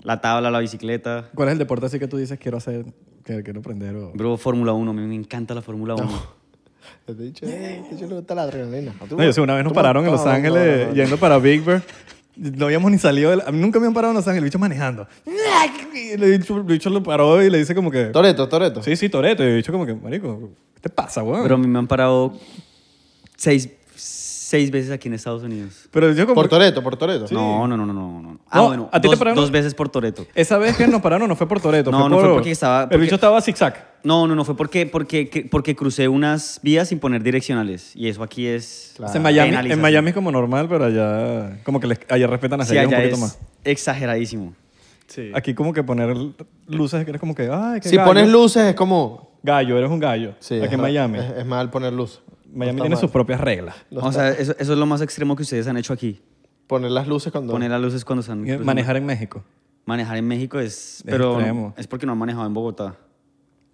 [SPEAKER 1] la tabla, la bicicleta.
[SPEAKER 3] ¿Cuál es el deporte así que tú dices quiero hacer, que quiero aprender? o-
[SPEAKER 1] Bro, Fórmula 1, a mí me encanta la Fórmula 1.
[SPEAKER 4] Te he dicho, "Eh, yo le gusta la adrenalina. ¿A tú?
[SPEAKER 3] No, yo sé, una vez nos
[SPEAKER 4] Tú-
[SPEAKER 3] pararon en
[SPEAKER 4] no,
[SPEAKER 3] Los
[SPEAKER 4] no, no,
[SPEAKER 3] Ángeles
[SPEAKER 4] no, no.
[SPEAKER 3] yendo para Big Bear. No habíamos ni salido. de la- nunca me han parado en Los Ángeles, el bicho manejando. Y el bicho, el bicho lo paró y le dice como que.
[SPEAKER 4] Toreto, Toreto.
[SPEAKER 3] Sí, sí, Toreto. Y el bicho como que, marico, ¿qué te pasa, weón?
[SPEAKER 1] Bro, a mí me han parado seis, seis veces aquí en Estados Unidos.
[SPEAKER 3] Pero yo como.
[SPEAKER 4] Por Toreto, por Toreto.
[SPEAKER 1] No, no, no, no, no, no. Ah,
[SPEAKER 3] No,
[SPEAKER 1] bueno,
[SPEAKER 3] ¿a ti te
[SPEAKER 1] dos,
[SPEAKER 3] pararon?
[SPEAKER 1] dos veces por Toreto.
[SPEAKER 3] Esa vez que nos pararon no fue por Toreto.
[SPEAKER 1] No, no fue
[SPEAKER 3] por-
[SPEAKER 1] porque estaba- porque-
[SPEAKER 3] El bicho estaba zigzag.
[SPEAKER 1] No, no, no, fue porque, porque, que- porque crucé unas vías sin poner direccionales. Y eso aquí es.
[SPEAKER 4] Claro.
[SPEAKER 3] en, Miami, en
[SPEAKER 1] penalización.
[SPEAKER 3] Miami es como normal, pero allá. Como que les- allá respetan las
[SPEAKER 1] Sí,
[SPEAKER 3] reglas un
[SPEAKER 1] allá
[SPEAKER 3] poquito
[SPEAKER 1] es
[SPEAKER 3] más.
[SPEAKER 1] exageradísimo. Sí.
[SPEAKER 3] Aquí como que poner luces que eres como que. Ay, qué
[SPEAKER 4] Si
[SPEAKER 3] gallo.
[SPEAKER 4] pones luces es como...
[SPEAKER 3] Gallo, eres un gallo.
[SPEAKER 4] Sí,
[SPEAKER 3] Aquí
[SPEAKER 4] es
[SPEAKER 3] en
[SPEAKER 4] ra-
[SPEAKER 3] Miami.
[SPEAKER 4] Es, es mal poner luz.
[SPEAKER 3] Miami
[SPEAKER 4] No está
[SPEAKER 3] tiene
[SPEAKER 4] mal.
[SPEAKER 3] sus propias reglas.
[SPEAKER 1] o sea, eso, eso es lo más extremo que ustedes han hecho aquí.
[SPEAKER 4] Poner las luces cuando...
[SPEAKER 1] Poner las luces cuando están. cruzando.
[SPEAKER 3] Eh, Manejar en México.
[SPEAKER 1] Manejar en México es.
[SPEAKER 3] Es
[SPEAKER 1] pero
[SPEAKER 3] extremo.
[SPEAKER 1] es porque no han manejado en Bogotá.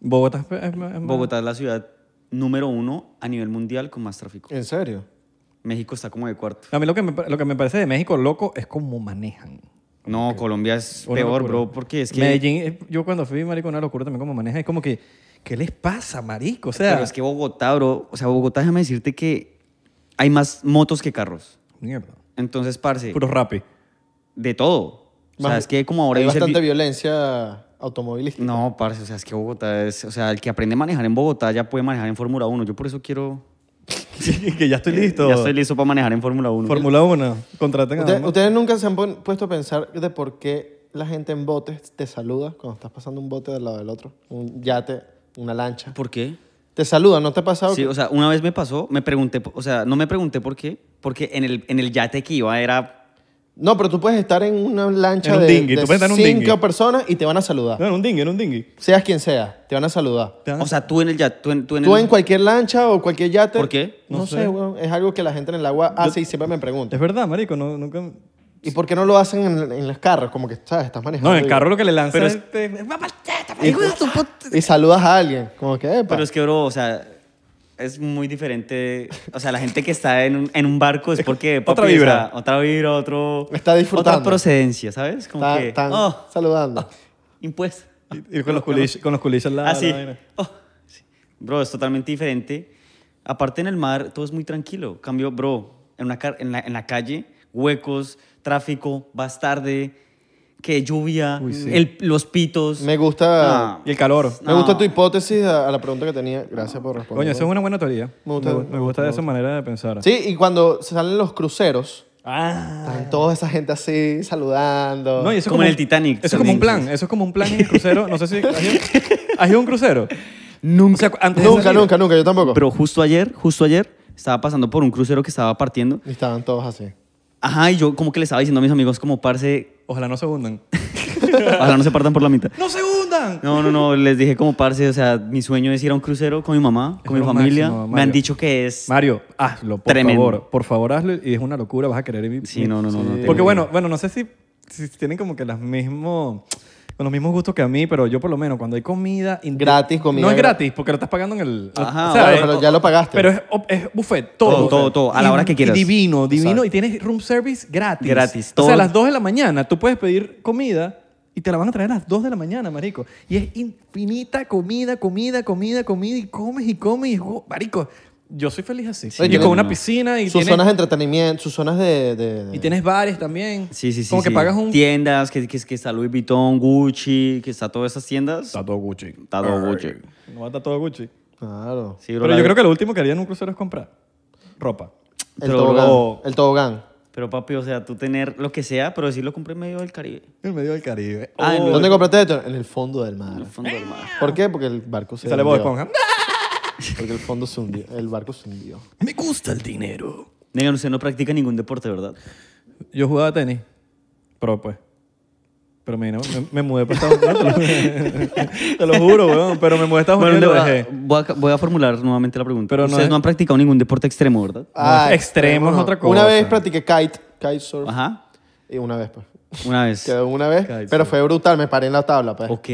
[SPEAKER 3] Bogotá es- es- es más-
[SPEAKER 1] Bogotá es la ciudad número uno a nivel mundial con más tráfico.
[SPEAKER 4] ¿En serio?
[SPEAKER 1] México está como de cuarto.
[SPEAKER 3] A mí lo que, me, pa- lo que me parece de México loco es cómo manejan.
[SPEAKER 1] No, Colombia es
[SPEAKER 3] Una
[SPEAKER 1] peor,
[SPEAKER 3] locura.
[SPEAKER 1] bro, porque es que.
[SPEAKER 3] Medellín, eh, yo cuando fui, marico, una locura también cómo manejan. Es como que, ¿qué les pasa, marico? O sea,
[SPEAKER 1] Pero es que Bogotá, bro. O sea, Bogotá, déjame decirte que hay más motos que carros.
[SPEAKER 3] mierda.
[SPEAKER 1] Entonces, parce,
[SPEAKER 3] Puro rapi.
[SPEAKER 1] de todo. O sea,
[SPEAKER 4] Más-
[SPEAKER 1] es que como ahora
[SPEAKER 4] Hay
[SPEAKER 1] hay un
[SPEAKER 4] bastante
[SPEAKER 1] servi-
[SPEAKER 4] violencia automovilística.
[SPEAKER 3] Mm.
[SPEAKER 1] No, parce, o sea, es que Bogotá es... O sea, el que aprende a manejar en Bogotá ya puede manejar en Fórmula 1. Yo por eso quiero...
[SPEAKER 3] que ya estoy listo.
[SPEAKER 1] Eh, Ya estoy listo para manejar en Fórmula 1.
[SPEAKER 3] Fórmula 1, contraten a...
[SPEAKER 4] Usted- ¿Ustedes nunca se han pon- puesto a pensar de por qué la gente en botes te saluda cuando estás pasando un bote del lado del otro? Un yate, una lancha.
[SPEAKER 1] ¿Por qué?
[SPEAKER 4] Te saluda, ¿no te ha pasado?
[SPEAKER 1] Sí,
[SPEAKER 4] que-
[SPEAKER 1] o sea, una vez me pasó, me pregunté... O sea, no me pregunté por qué, porque en el, en el yate que iba era...
[SPEAKER 4] No, pero tú puedes estar en una lancha
[SPEAKER 3] En un
[SPEAKER 4] de,
[SPEAKER 3] dinghy,
[SPEAKER 4] de
[SPEAKER 3] tú puedes estar en un
[SPEAKER 4] cinco
[SPEAKER 3] dinghy.
[SPEAKER 4] personas y te van a saludar.
[SPEAKER 3] No, en un dinghy, en un dinghy.
[SPEAKER 4] Seas quien sea, te van a saludar.
[SPEAKER 3] Te van a-
[SPEAKER 1] O sea, tú en el yate... Tú en, tú en
[SPEAKER 4] Tú
[SPEAKER 1] el-
[SPEAKER 4] en cualquier lancha o cualquier yate.
[SPEAKER 1] ¿Por qué?
[SPEAKER 4] No,
[SPEAKER 3] No
[SPEAKER 4] sé,
[SPEAKER 3] sé.
[SPEAKER 4] weón. Es algo que la gente en el agua hace y siempre me pregunta.
[SPEAKER 3] es verdad, marico, no, nunca...
[SPEAKER 4] ¿Y por qué no lo hacen en, en los carros? Como que, ¿sabes? Estás manejando.
[SPEAKER 3] No, en el
[SPEAKER 4] y-
[SPEAKER 3] carro lo que le lanzan
[SPEAKER 1] Pero
[SPEAKER 3] es...
[SPEAKER 1] es-
[SPEAKER 4] Y saludas a alguien. Como que, epa.
[SPEAKER 1] Pero es que, bro, o sea... Es muy diferente. O sea, la gente que está en un, en un barco es porque.
[SPEAKER 3] Otra
[SPEAKER 1] o sea,
[SPEAKER 3] vibra.
[SPEAKER 1] otra vibra, otro.
[SPEAKER 4] Está disfrutando.
[SPEAKER 1] Otra procedencia, ¿sabes? Como
[SPEAKER 4] Están-
[SPEAKER 1] que.
[SPEAKER 4] están
[SPEAKER 1] oh,
[SPEAKER 4] saludando.
[SPEAKER 1] impuesto.
[SPEAKER 3] Y, y con los culiches, con los culiches la...
[SPEAKER 1] Así.
[SPEAKER 3] la vaina.
[SPEAKER 1] Oh, Bro, es totalmente diferente. Aparte en el mar todo es muy tranquilo. Cambio, bro, en, una car- en, la, en la calle, huecos, tráfico, vas tarde, que lluvia, el- los pitos.
[SPEAKER 4] Me gusta.
[SPEAKER 1] No.
[SPEAKER 3] Y el calor.
[SPEAKER 4] Me
[SPEAKER 1] No.
[SPEAKER 4] gusta tu hipótesis a, a la pregunta que tenía. Gracias por responder.
[SPEAKER 3] Coño, eso es una buena teoría.
[SPEAKER 4] Me gusta-
[SPEAKER 3] me, me gusta esa manera de pensar.
[SPEAKER 4] Sí, y cuando salen los cruceros,
[SPEAKER 3] Ah.
[SPEAKER 4] están toda esa gente así saludando.
[SPEAKER 3] No, y eso
[SPEAKER 1] Como
[SPEAKER 3] es
[SPEAKER 1] en el Titanic,
[SPEAKER 3] Eso es como
[SPEAKER 1] salen
[SPEAKER 3] un plan.
[SPEAKER 1] esos.
[SPEAKER 3] Eso es como un plan en el crucero. No sé si. ¿Has ido, has ido a un crucero?
[SPEAKER 1] Nunca.
[SPEAKER 3] O sea, antes de
[SPEAKER 4] nunca,
[SPEAKER 3] salir.
[SPEAKER 4] nunca, nunca, yo tampoco.
[SPEAKER 1] Pero justo ayer, justo ayer, estaba pasando por un crucero que estaba partiendo.
[SPEAKER 4] Y estaban todos así.
[SPEAKER 1] Ajá, y yo como que le estaba diciendo a mis amigos como, parce,
[SPEAKER 3] Ojalá no se hundan.
[SPEAKER 1] ojalá no se partan por la mitad.
[SPEAKER 3] ¡No se hundan!
[SPEAKER 1] No, no, no, les dije como, parce, o sea, mi sueño es ir a un crucero con mi mamá, con
[SPEAKER 3] Es
[SPEAKER 1] mi
[SPEAKER 3] lo
[SPEAKER 1] familia.
[SPEAKER 3] máximo,
[SPEAKER 1] Me han
[SPEAKER 3] Mario.
[SPEAKER 1] dicho que es...
[SPEAKER 3] Mario, hazlo, por
[SPEAKER 1] Tremendo.
[SPEAKER 3] favor. Por favor, hazlo y es una locura. Vas a querer ir.
[SPEAKER 1] Sí, no, no, no. no,
[SPEAKER 3] Porque
[SPEAKER 1] terrible.
[SPEAKER 3] bueno, bueno, no sé si, si tienen como que las mismos. con los mismos gustos que a mí, pero yo por lo menos cuando hay comida... inte-
[SPEAKER 4] Gratis, comida
[SPEAKER 3] No es
[SPEAKER 4] gra-
[SPEAKER 3] gratis, porque lo estás pagando en el...
[SPEAKER 1] Ajá,
[SPEAKER 4] Claro,
[SPEAKER 3] es-
[SPEAKER 4] pero ya lo
[SPEAKER 3] eh,
[SPEAKER 4] pagaste.
[SPEAKER 3] Pero es, op- es buffet, todo.
[SPEAKER 1] Todo, todo, todo, a la
[SPEAKER 3] Y-
[SPEAKER 1] hora que
[SPEAKER 3] y
[SPEAKER 1] quieras.
[SPEAKER 3] divino, divino.
[SPEAKER 4] Exacto.
[SPEAKER 3] Y tienes room service gratis.
[SPEAKER 1] Gratis,
[SPEAKER 3] O
[SPEAKER 1] todo.
[SPEAKER 3] sea, a las 2 de la mañana tú puedes pedir comida y te la van a traer a las 2 de la mañana, marico. Y es infinita comida, comida, comida, comida. Y comes y comes y... oh, marico, yo soy feliz así.
[SPEAKER 1] Sí,
[SPEAKER 3] y
[SPEAKER 4] tiene-
[SPEAKER 3] con una piscina y
[SPEAKER 4] sus
[SPEAKER 3] tienes,
[SPEAKER 4] zonas de entretenimiento, sus zonas de... de- de-
[SPEAKER 3] y tienes bares también.
[SPEAKER 1] Sí, sí, sí.
[SPEAKER 3] Como que
[SPEAKER 1] sí.
[SPEAKER 3] pagas un...
[SPEAKER 1] Tiendas, que, que, que está Louis Vuitton, Gucci, que está todas esas tiendas.
[SPEAKER 3] Está todo Gucci.
[SPEAKER 1] Está todo Gucci.
[SPEAKER 3] No va a estar todo Gucci.
[SPEAKER 4] Claro.
[SPEAKER 1] Sí, bro,
[SPEAKER 3] Pero
[SPEAKER 1] la-
[SPEAKER 3] yo creo que lo último que haría en un crucero es comprar ropa.
[SPEAKER 4] El
[SPEAKER 1] Pero
[SPEAKER 4] tobogán.
[SPEAKER 1] luego-
[SPEAKER 4] El tobogán.
[SPEAKER 1] Pero papi, o sea, tú tener lo que sea, pero decirlo compré en medio del Caribe.
[SPEAKER 3] En medio del Caribe.
[SPEAKER 1] Ah, en
[SPEAKER 3] Oh.
[SPEAKER 1] medio-
[SPEAKER 4] ¿Dónde compraste esto? En el fondo del
[SPEAKER 3] Ah.
[SPEAKER 1] En el
[SPEAKER 4] mar.
[SPEAKER 1] fondo del mar.
[SPEAKER 4] ¿Por qué? Porque el barco se
[SPEAKER 3] Sale Bob
[SPEAKER 4] hundió.
[SPEAKER 3] Esponja.
[SPEAKER 4] Porque el fondo se hundió. El barco se hundió.
[SPEAKER 3] ¡Ah! Me gusta el dinero.
[SPEAKER 1] Negan, usted no practica ningún deporte, ¿verdad?
[SPEAKER 3] Yo jugaba tenis. Pro, pues. Pero me, me, me mudé para Estados Unidos. te, lo, te lo juro, weón. Pero me mudé a Estados
[SPEAKER 1] Bueno,
[SPEAKER 3] Unidos y lo
[SPEAKER 1] le va-
[SPEAKER 3] dejé.
[SPEAKER 1] voy, a, voy a formular nuevamente la pregunta.
[SPEAKER 3] Pero no
[SPEAKER 1] Ustedes no,
[SPEAKER 3] es-
[SPEAKER 1] han practicado ningún deporte extremo, ¿verdad?
[SPEAKER 3] Ah, extremo es
[SPEAKER 4] no.
[SPEAKER 3] otra cosa.
[SPEAKER 4] Una vez practiqué kite, kite surf.
[SPEAKER 1] Ajá.
[SPEAKER 4] Y una vez, pues.
[SPEAKER 1] Una vez.
[SPEAKER 4] Quedó una vez,
[SPEAKER 3] Kite
[SPEAKER 4] pero
[SPEAKER 3] surf.
[SPEAKER 4] fue brutal. Me paré en la tabla, pues.
[SPEAKER 1] Ok.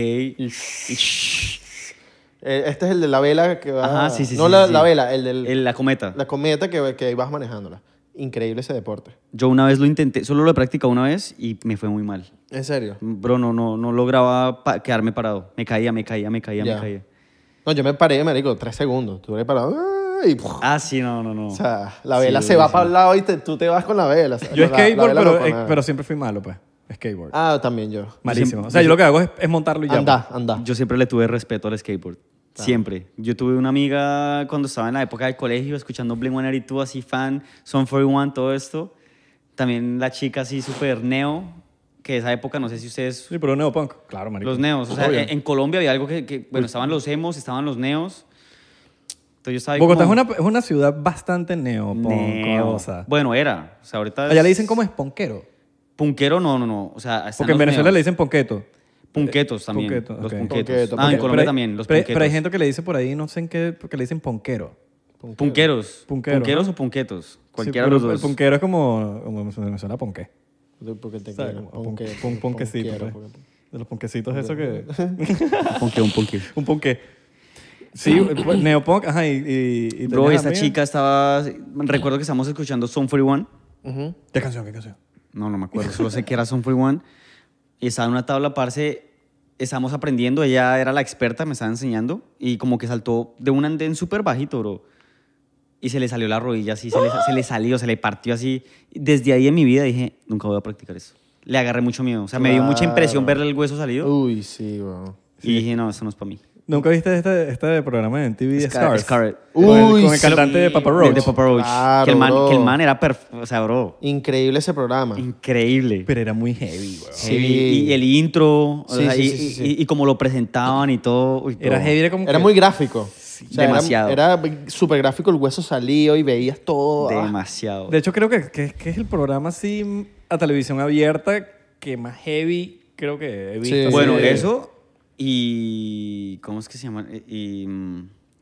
[SPEAKER 1] Shh.
[SPEAKER 4] Eh, Este es el de la vela que va...
[SPEAKER 1] Ajá, sí, sí,
[SPEAKER 4] No
[SPEAKER 1] sí,
[SPEAKER 4] la,
[SPEAKER 1] sí.
[SPEAKER 4] la vela, el del...
[SPEAKER 1] El- la cometa.
[SPEAKER 4] La cometa que, que vas manejándola. Increíble ese deporte.
[SPEAKER 1] Yo una vez lo intenté, solo lo he practicado una vez y me fue muy mal.
[SPEAKER 4] ¿En serio?
[SPEAKER 1] Bro, no, no, no lograba pa- quedarme parado. Me caía, me caía, me caía,
[SPEAKER 4] Ya.
[SPEAKER 1] me caía.
[SPEAKER 4] No, yo me paré, marico, tres segundos. Estuve parado ¡ah! y... ¡puf!
[SPEAKER 1] Ah, sí, no, no, no.
[SPEAKER 4] O sea, la vela se va para el lado y te- tú te vas con la vela. o sea,
[SPEAKER 3] Yo
[SPEAKER 4] la- la
[SPEAKER 3] skateboard,
[SPEAKER 4] vela no
[SPEAKER 3] pero,
[SPEAKER 4] con
[SPEAKER 3] eh,
[SPEAKER 4] nada.
[SPEAKER 3] pero siempre fui malo, pues. Skateboard.
[SPEAKER 4] Ah, también yo.
[SPEAKER 3] Malísimo. O sea, yo lo que hago es, es montarlo y ya. pues.
[SPEAKER 4] Anda, anda.
[SPEAKER 1] Yo siempre le tuve respeto al skateboard. Siempre. Yo tuve una amiga cuando estaba en la época del colegio, escuchando Blink-182, así fan, Son 41, todo esto. También la chica así súper neo, que esa época, no sé si ustedes...
[SPEAKER 3] Sí, pero neopunk. Claro, marico.
[SPEAKER 1] Los neos. O sea,
[SPEAKER 3] Obvio.
[SPEAKER 1] en, en Colombia había algo que, que, bueno, estaban los emos, estaban los neos. Entonces yo estaba ahí
[SPEAKER 3] Bogotá
[SPEAKER 1] como-
[SPEAKER 3] es, una, es una ciudad bastante neopunk.
[SPEAKER 1] Neo.
[SPEAKER 3] cosa.
[SPEAKER 1] Bueno, era. O sea, ahorita...
[SPEAKER 3] Allá
[SPEAKER 1] es-
[SPEAKER 3] le dicen como esponquero.
[SPEAKER 1] Punquero, no, no, no. O sea, están
[SPEAKER 3] Porque en
[SPEAKER 1] los
[SPEAKER 3] Venezuela
[SPEAKER 1] neos.
[SPEAKER 3] le dicen ponqueto.
[SPEAKER 1] Punquetos también.
[SPEAKER 3] Punqueto,
[SPEAKER 1] Los
[SPEAKER 3] ok.
[SPEAKER 1] punquetos.
[SPEAKER 4] Punqueto,
[SPEAKER 1] Ah, en Colombia
[SPEAKER 4] punqueto.
[SPEAKER 3] Pero hay-
[SPEAKER 1] también, los
[SPEAKER 3] pero, hay-
[SPEAKER 1] punquetos.
[SPEAKER 3] Pero hay gente que le dice por ahí, no sé en qué, porque le dicen ponquero.
[SPEAKER 1] Punqueros.
[SPEAKER 3] Punquero.
[SPEAKER 1] Punqueros o punquetos. Cualquiera
[SPEAKER 3] Sí,
[SPEAKER 1] de los
[SPEAKER 3] pero
[SPEAKER 1] dos.
[SPEAKER 3] El punquero es como, como en Venezuela, ponqué.
[SPEAKER 4] Porque te
[SPEAKER 3] ¿Sabes?
[SPEAKER 4] quiero.
[SPEAKER 3] Como
[SPEAKER 4] Ponque-
[SPEAKER 3] ponque- un ponquecito.
[SPEAKER 4] ponquero,
[SPEAKER 3] pues.
[SPEAKER 4] porque-
[SPEAKER 3] De los ponquecitos eso que...
[SPEAKER 1] Un ponqueo, un ponqueo.
[SPEAKER 3] un ponqué. Sí, pues, neopunk, ajá, y... y, y
[SPEAKER 1] Bro,
[SPEAKER 3] tenías
[SPEAKER 1] esta
[SPEAKER 3] amigas.
[SPEAKER 1] chica estaba... Recuerdo que estábamos escuchando Son 41.
[SPEAKER 4] Ujú.
[SPEAKER 3] ¿Qué canción, qué canción?
[SPEAKER 1] No, no me acuerdo. Solo sé que era Son 41. Y estaba en una tabla, parce. Estábamos aprendiendo. Ella era la experta, me estaba enseñando. Y como que saltó de un andén súper bajito, bro. Y se le salió la rodilla así. Se le, se le salió, se le partió así. Y Desde ahí en mi vida dije, nunca voy a practicar eso. Le agarré mucho miedo. O sea, me dio mucha impresión
[SPEAKER 4] Claro.
[SPEAKER 1] verle el hueso salido.
[SPEAKER 4] Uy, sí, weón.
[SPEAKER 1] Y dije, no, eso no es para mí.
[SPEAKER 3] ¿Nunca viste este, este programa en TV
[SPEAKER 1] Scar-
[SPEAKER 3] de Scars?
[SPEAKER 1] Scarlet.
[SPEAKER 3] Con el-
[SPEAKER 4] Uy,
[SPEAKER 3] con el
[SPEAKER 4] sí.
[SPEAKER 3] cantante de Papa Roach.
[SPEAKER 1] De, de Papa Roach.
[SPEAKER 4] Claro,
[SPEAKER 1] que, el man,
[SPEAKER 4] bro. Ah.
[SPEAKER 1] que el man era perf- O sea, bro,
[SPEAKER 4] Increíble ese programa.
[SPEAKER 1] increíble.
[SPEAKER 3] Pero era muy heavy, güey.
[SPEAKER 4] Sí.
[SPEAKER 1] Heavy. Y, y el intro, o
[SPEAKER 4] Sí,
[SPEAKER 1] sea,
[SPEAKER 4] sí,
[SPEAKER 1] y,
[SPEAKER 4] sí, sí,
[SPEAKER 1] y-
[SPEAKER 4] sí.
[SPEAKER 1] y como lo presentaban y todo. uy,
[SPEAKER 3] Era
[SPEAKER 1] bro.
[SPEAKER 3] heavy, era como
[SPEAKER 4] Era
[SPEAKER 3] que-
[SPEAKER 4] muy gráfico. O sea, era-
[SPEAKER 1] Demasiado.
[SPEAKER 4] Era, súper gráfico, el hueso salió y veías todo. ah.
[SPEAKER 1] Demasiado.
[SPEAKER 3] De hecho, creo que, que- que es el programa así a televisión abierta que más heavy creo que he visto.
[SPEAKER 4] Sí.
[SPEAKER 3] así
[SPEAKER 1] bueno,
[SPEAKER 3] de-
[SPEAKER 1] eso y... ¿Cómo es que se llama? E, Y...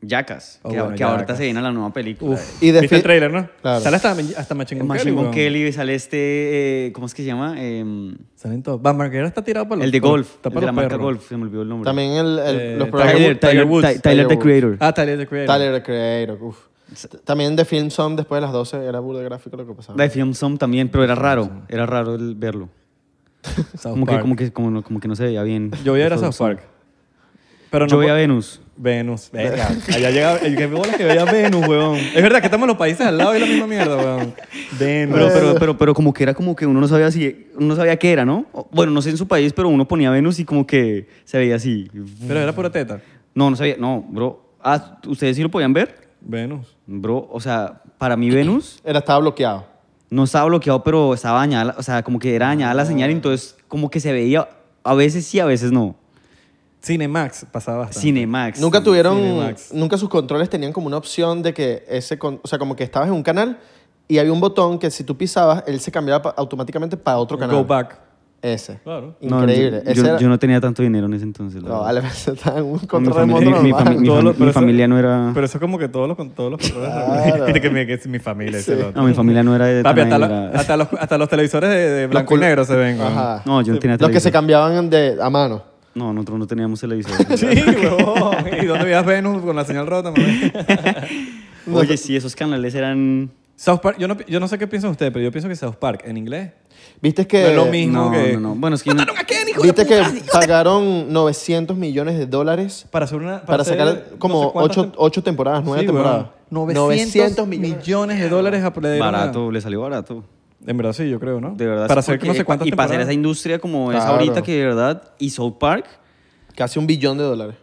[SPEAKER 1] Yacas,
[SPEAKER 3] Oh,
[SPEAKER 1] que,
[SPEAKER 3] bueno,
[SPEAKER 1] que ahorita
[SPEAKER 3] Jackass.
[SPEAKER 1] se viene la nueva película. Eh,
[SPEAKER 3] Uf.
[SPEAKER 4] Y de
[SPEAKER 3] ¿Viste
[SPEAKER 4] fi-
[SPEAKER 3] el trailer, no?
[SPEAKER 4] Claro.
[SPEAKER 3] Sale hasta, hasta Machine Gun
[SPEAKER 1] Machine Gun
[SPEAKER 3] weón.
[SPEAKER 1] Kelly, y sale este... eh, ¿Cómo es que se llama? Em,
[SPEAKER 3] Salen todos. Van Marguera está tirado para los
[SPEAKER 1] el de
[SPEAKER 3] para-
[SPEAKER 1] golf,
[SPEAKER 3] está
[SPEAKER 1] el
[SPEAKER 3] para
[SPEAKER 1] de la
[SPEAKER 3] los
[SPEAKER 1] marca
[SPEAKER 3] perros.
[SPEAKER 1] golf, se me olvidó el nombre.
[SPEAKER 4] También el- el-
[SPEAKER 3] Eh,
[SPEAKER 4] los programas.
[SPEAKER 1] Tyler, Tyler,
[SPEAKER 3] Tyler Woods.
[SPEAKER 1] Ty- Tyler
[SPEAKER 4] Tyler
[SPEAKER 1] the
[SPEAKER 4] Woods.
[SPEAKER 1] Creator.
[SPEAKER 3] Ah, Tyler the Creator.
[SPEAKER 4] Tyler the Creator, uf. T- También de Film Song después de las 12 era burda de gráfico lo que pasaba.
[SPEAKER 1] La de Film Song también, pero era raro, era raro el verlo.
[SPEAKER 3] South
[SPEAKER 1] Como que,
[SPEAKER 3] Park.
[SPEAKER 1] como, que, como, no, como que no se veía bien.
[SPEAKER 3] Yo voy a ir a
[SPEAKER 1] Film
[SPEAKER 3] South
[SPEAKER 1] Song.
[SPEAKER 3] Park. Pero no
[SPEAKER 1] Yo voy
[SPEAKER 3] po-
[SPEAKER 1] a Venus.
[SPEAKER 3] Venus. Verga. Allá llega. El que bolas que veía Venus, weón. Es verdad que estamos en los países al lado y es la misma mierda, weón. Venus.
[SPEAKER 1] Pero, pero, pero, pero como que era como que uno no sabía si, uno no sabía qué era, ¿no? O- Bueno, no sé en su país, pero uno ponía Venus y como que se veía así.
[SPEAKER 3] Pero era pura teta.
[SPEAKER 1] No, no sabía, no, bro. Ah, ¿ustedes sí lo podían ver?
[SPEAKER 3] Venus.
[SPEAKER 1] Bro, o sea, para mí Venus
[SPEAKER 4] Era, estaba bloqueado.
[SPEAKER 1] no estaba bloqueado, pero estaba dañada, la- o sea, como que era dañada la señal, entonces como que se veía a veces sí, a veces no.
[SPEAKER 3] Cinemax pasaba bastante.
[SPEAKER 1] Cinemax.
[SPEAKER 4] Nunca tuvieron,
[SPEAKER 3] Cinemax.
[SPEAKER 4] nunca sus controles tenían como una opción de que ese, con- o sea, como que estabas en un canal y había un botón que si tú pisabas, él se cambiaba pa- automáticamente para otro canal.
[SPEAKER 3] Go back.
[SPEAKER 4] Ese.
[SPEAKER 3] Claro.
[SPEAKER 1] No,
[SPEAKER 4] Increíble.
[SPEAKER 1] yo-
[SPEAKER 4] ese
[SPEAKER 1] yo,
[SPEAKER 4] era-
[SPEAKER 1] yo no tenía tanto dinero en ese entonces. la
[SPEAKER 4] No,
[SPEAKER 1] verdad.
[SPEAKER 4] a la vez estaba en un
[SPEAKER 1] Mi
[SPEAKER 4] control
[SPEAKER 1] familia-
[SPEAKER 4] remoto
[SPEAKER 1] mi- mi
[SPEAKER 4] normal.
[SPEAKER 1] fami-
[SPEAKER 3] Todos los-
[SPEAKER 1] mi
[SPEAKER 3] pero eso-
[SPEAKER 1] familia no era-
[SPEAKER 3] Pero eso es como que todos los, con todos los
[SPEAKER 4] Claro.
[SPEAKER 3] Tiene que mi, que es mi familia. ese
[SPEAKER 4] Sí.
[SPEAKER 3] loco.
[SPEAKER 1] No, mi familia no era de
[SPEAKER 3] Papi,
[SPEAKER 1] tan
[SPEAKER 3] hasta,
[SPEAKER 1] ahí,
[SPEAKER 3] lo-
[SPEAKER 1] era-
[SPEAKER 3] hasta los, hasta los televisores de, de blanco y
[SPEAKER 4] col-
[SPEAKER 3] negro se ven. weón.
[SPEAKER 4] Ajá.
[SPEAKER 1] No, yo no tenía
[SPEAKER 4] Los que se
[SPEAKER 1] televisor.
[SPEAKER 4] cambiaban de, a mano.
[SPEAKER 1] No, nosotros no teníamos televisor.
[SPEAKER 3] Sí, huevón. ¿Y dónde veías Venus con la señal rota? mamá?
[SPEAKER 1] Oye, sí, esos canales eran...
[SPEAKER 3] South Park, yo no, pi- yo no sé qué piensan ustedes, pero yo pienso que South Park en inglés.
[SPEAKER 4] ¿Viste que,
[SPEAKER 3] No es lo mismo
[SPEAKER 1] No,
[SPEAKER 3] que.
[SPEAKER 1] no, no. Bueno, es que... no-
[SPEAKER 4] ¿viste que pagaron 900 millones de dólares
[SPEAKER 3] Para hacer una.
[SPEAKER 4] para
[SPEAKER 3] hacer
[SPEAKER 4] sacar como
[SPEAKER 3] no sé cuántas
[SPEAKER 4] 8,
[SPEAKER 3] tem-
[SPEAKER 4] temporadas, 9
[SPEAKER 3] Sí, huevón.
[SPEAKER 4] temporadas?
[SPEAKER 3] 900 millones, de dólares a le dieron a-
[SPEAKER 1] Barato, le salió barato.
[SPEAKER 3] En verdad sí, yo creo, ¿no?
[SPEAKER 1] De verdad.
[SPEAKER 3] Para
[SPEAKER 1] sí,
[SPEAKER 3] hacer no
[SPEAKER 1] porque-
[SPEAKER 3] sé cuántas
[SPEAKER 1] Y para hacer esa
[SPEAKER 3] temporadas.
[SPEAKER 1] industria como es
[SPEAKER 4] Claro.
[SPEAKER 1] ahorita, que de verdad, y South Park,
[SPEAKER 4] Casi un billón de dólares.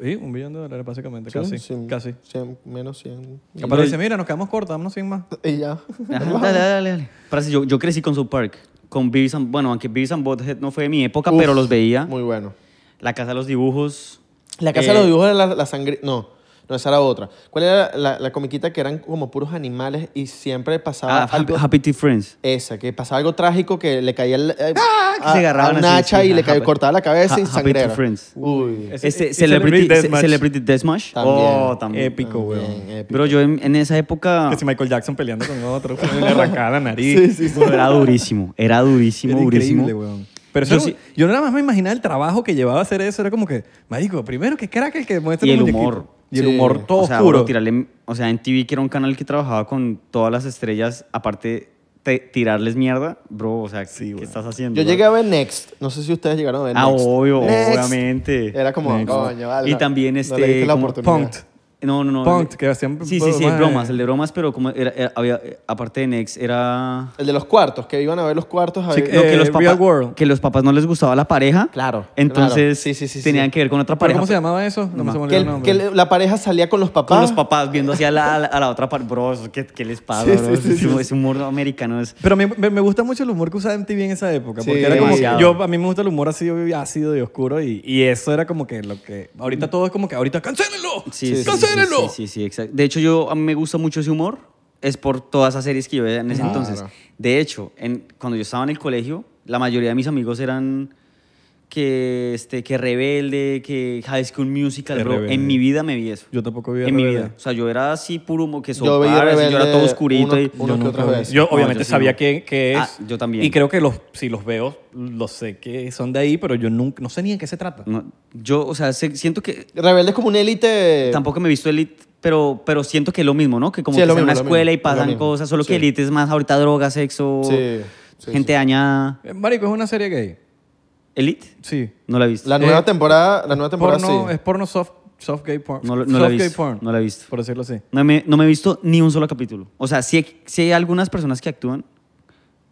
[SPEAKER 3] Sí, un billón de dólares básicamente,
[SPEAKER 4] Sí,
[SPEAKER 3] casi.
[SPEAKER 4] cien-
[SPEAKER 3] casi.
[SPEAKER 4] cien- menos 100.
[SPEAKER 3] Capaz le dice, mira, nos quedamos cortos, vámonos sin más.
[SPEAKER 4] Y ya.
[SPEAKER 1] Ajá, dale, dale, dale. Parce, yo, yo crecí con South Park. Con Beavis and, bueno, aunque Beavis and Butthead no fue de mi época, pero
[SPEAKER 4] Uf,
[SPEAKER 1] los veía.
[SPEAKER 4] Muy bueno. Eh,
[SPEAKER 1] La Casa de los Dibujos.
[SPEAKER 4] La casa de los dibujos era la, la sangre. No, no, esa era otra. ¿Cuál era la, la comiquita que eran como puros animales y siempre
[SPEAKER 1] Ah,
[SPEAKER 4] pasaba
[SPEAKER 1] Happy,
[SPEAKER 4] algo?
[SPEAKER 1] Happy Tea Friends.
[SPEAKER 4] Esa, que pasaba algo trágico que le caía el, eh,
[SPEAKER 1] Ah, que
[SPEAKER 4] a,
[SPEAKER 1] se agarraban
[SPEAKER 4] a un
[SPEAKER 1] así,
[SPEAKER 4] hacha
[SPEAKER 1] sí,
[SPEAKER 4] y le
[SPEAKER 1] ajá,
[SPEAKER 4] caía,
[SPEAKER 1] Happy-
[SPEAKER 4] cortaba la cabeza
[SPEAKER 1] Ha-
[SPEAKER 4] y
[SPEAKER 1] Happy Tea
[SPEAKER 4] sangrera.
[SPEAKER 1] Friends.
[SPEAKER 4] Uy.
[SPEAKER 3] Ese-
[SPEAKER 1] Este,
[SPEAKER 3] y
[SPEAKER 1] Celebrity,
[SPEAKER 3] Celebrity
[SPEAKER 1] Ce-
[SPEAKER 3] Deathmatch.
[SPEAKER 1] Celebrity Deathmatch.
[SPEAKER 4] También.
[SPEAKER 1] Oh, también.
[SPEAKER 3] Épico, weón.
[SPEAKER 4] Bien, épico.
[SPEAKER 1] Pero yo en, en esa época
[SPEAKER 3] Que si Michael Jackson peleando con otro, le arrancaba la nariz.
[SPEAKER 1] bueno, era durísimo. Era durísimo,
[SPEAKER 3] Era
[SPEAKER 1] durísimo.
[SPEAKER 3] increíble, weón. Pero eso
[SPEAKER 1] Yo
[SPEAKER 3] era- yo,
[SPEAKER 1] sí-
[SPEAKER 3] nada más me imaginaba el trabajo que llevaba hacer eso. Era como que, marico, primero que crack el que muestra
[SPEAKER 1] Y el
[SPEAKER 3] Este muñequito.
[SPEAKER 1] humor.
[SPEAKER 3] Y el
[SPEAKER 4] Sí.
[SPEAKER 3] humor todo
[SPEAKER 1] o sea,
[SPEAKER 3] oscuro.
[SPEAKER 1] bro, tirarle- o sea, en TV, que era un canal que trabajaba con todas las estrellas, aparte te- tirarles mierda, bro, o sea, ¿qué
[SPEAKER 3] weón.
[SPEAKER 1] estás haciendo?
[SPEAKER 4] Yo
[SPEAKER 1] bro?
[SPEAKER 4] llegué a ver Next. No sé si ustedes llegaron a ver
[SPEAKER 1] Ah,
[SPEAKER 4] Next.
[SPEAKER 1] obvio,
[SPEAKER 4] Next.
[SPEAKER 1] obviamente.
[SPEAKER 4] Era como,
[SPEAKER 3] Next.
[SPEAKER 4] coño, vale.
[SPEAKER 1] Y
[SPEAKER 4] no-
[SPEAKER 1] también
[SPEAKER 4] no
[SPEAKER 1] este,
[SPEAKER 4] le diste la
[SPEAKER 1] como
[SPEAKER 4] oportunidad.
[SPEAKER 3] Punked.
[SPEAKER 1] No, no, no.
[SPEAKER 3] Punked, que hacían pues,
[SPEAKER 1] Sí, sí, sí,
[SPEAKER 3] bromas de-
[SPEAKER 1] bromas, el de bromas, pero como era, era- había, aparte de Next, era...
[SPEAKER 4] El de los cuartos, que iban a ver los cuartos. a
[SPEAKER 3] Sí,
[SPEAKER 4] ver-
[SPEAKER 1] No, que,
[SPEAKER 3] Eh,
[SPEAKER 1] los
[SPEAKER 3] Real
[SPEAKER 1] papás,
[SPEAKER 3] World.
[SPEAKER 1] que los papás no les gustaba la pareja.
[SPEAKER 4] Claro,
[SPEAKER 1] Entonces
[SPEAKER 4] claro. Sí, sí, sí,
[SPEAKER 1] tenían
[SPEAKER 4] sí.
[SPEAKER 1] que ver con otra
[SPEAKER 3] ¿Pero
[SPEAKER 1] pareja.
[SPEAKER 3] ¿Cómo se llamaba eso? No, me se me
[SPEAKER 4] que
[SPEAKER 3] olvidó
[SPEAKER 4] el-
[SPEAKER 3] el nombre.
[SPEAKER 4] que le- la pareja salía con los papás.
[SPEAKER 1] Con los papás viendo hacia la, a la, a la otra parte. Bro, eso, ¿qué, qué les pasa,
[SPEAKER 4] Sí,
[SPEAKER 1] bro?
[SPEAKER 4] sí, sí,
[SPEAKER 1] Ese
[SPEAKER 4] sí,
[SPEAKER 1] ese humor americano es...
[SPEAKER 3] Pero me, me, me gusta mucho el humor que usaba MTV en esa época. Porque
[SPEAKER 4] Sí,
[SPEAKER 3] era como que
[SPEAKER 1] demasiado.
[SPEAKER 3] yo, a mí me gusta el humor así ácido y oscuro. Y, y eso era como que lo que. Ahorita todo es como que ahorita ¡cancélenlo! ¡Cancélenlo!
[SPEAKER 1] Sí, sí, sí, exacto. De hecho, yo a mí me gusta mucho ese humor. Es por todas esas series que yo veía en ese
[SPEAKER 4] Claro.
[SPEAKER 1] entonces. De hecho, en, cuando yo estaba en el colegio, la mayoría de mis amigos eran que, este, que Rebelde, que High School Musical,
[SPEAKER 3] Que
[SPEAKER 1] bro.
[SPEAKER 3] Rebelde.
[SPEAKER 1] En mi vida me vi eso.
[SPEAKER 3] Yo tampoco vi
[SPEAKER 1] En mi
[SPEAKER 3] Rebelde.
[SPEAKER 1] vida. O sea, yo era así puro humo que
[SPEAKER 4] Yo veía
[SPEAKER 1] sopara, así, yo era
[SPEAKER 4] Rebelde
[SPEAKER 1] todo oscurito.
[SPEAKER 4] uno-
[SPEAKER 1] y,
[SPEAKER 4] uno que
[SPEAKER 3] nunca
[SPEAKER 4] otra
[SPEAKER 3] vi.
[SPEAKER 4] vez.
[SPEAKER 3] Yo
[SPEAKER 1] No,
[SPEAKER 3] obviamente
[SPEAKER 1] yo sí
[SPEAKER 3] sabía
[SPEAKER 1] no.
[SPEAKER 3] quién qué es.
[SPEAKER 1] Ah, yo también.
[SPEAKER 3] Y creo que los, si los veo, los sé que son de ahí, pero yo nunca, no sé ni de qué se trata.
[SPEAKER 1] No, yo, o sea, se- siento que
[SPEAKER 4] Rebelde es como una élite.
[SPEAKER 1] Tampoco me he visto Elite, pero, pero siento que es lo mismo, ¿no? Que como
[SPEAKER 4] Eh. Sí,
[SPEAKER 1] que
[SPEAKER 4] es lo
[SPEAKER 1] está en una
[SPEAKER 4] mismo, lo
[SPEAKER 1] escuela y
[SPEAKER 4] mismo, es lo
[SPEAKER 1] pasan
[SPEAKER 4] mismo.
[SPEAKER 1] cosas, solo
[SPEAKER 4] Sí.
[SPEAKER 1] que Elite es más ahorita droga, sexo,
[SPEAKER 4] Sí, sí,
[SPEAKER 1] gente
[SPEAKER 4] sí.
[SPEAKER 1] dañada.
[SPEAKER 3] Eh, Marico, es una serie gay.
[SPEAKER 1] ¿Elite?
[SPEAKER 3] Sí.
[SPEAKER 1] No la he visto.
[SPEAKER 4] La nueva
[SPEAKER 3] Eh,
[SPEAKER 4] temporada, la nueva temporada
[SPEAKER 3] Porno-
[SPEAKER 4] sí.
[SPEAKER 3] Es porno soft, soft gay porn.
[SPEAKER 1] No lo- no la he
[SPEAKER 3] Soft gay
[SPEAKER 1] visto, no la he visto.
[SPEAKER 3] Por decirlo así.
[SPEAKER 1] No, me, no me he visto ni un solo capítulo. O sea, sí, hay- sí hay algunas personas que actúan,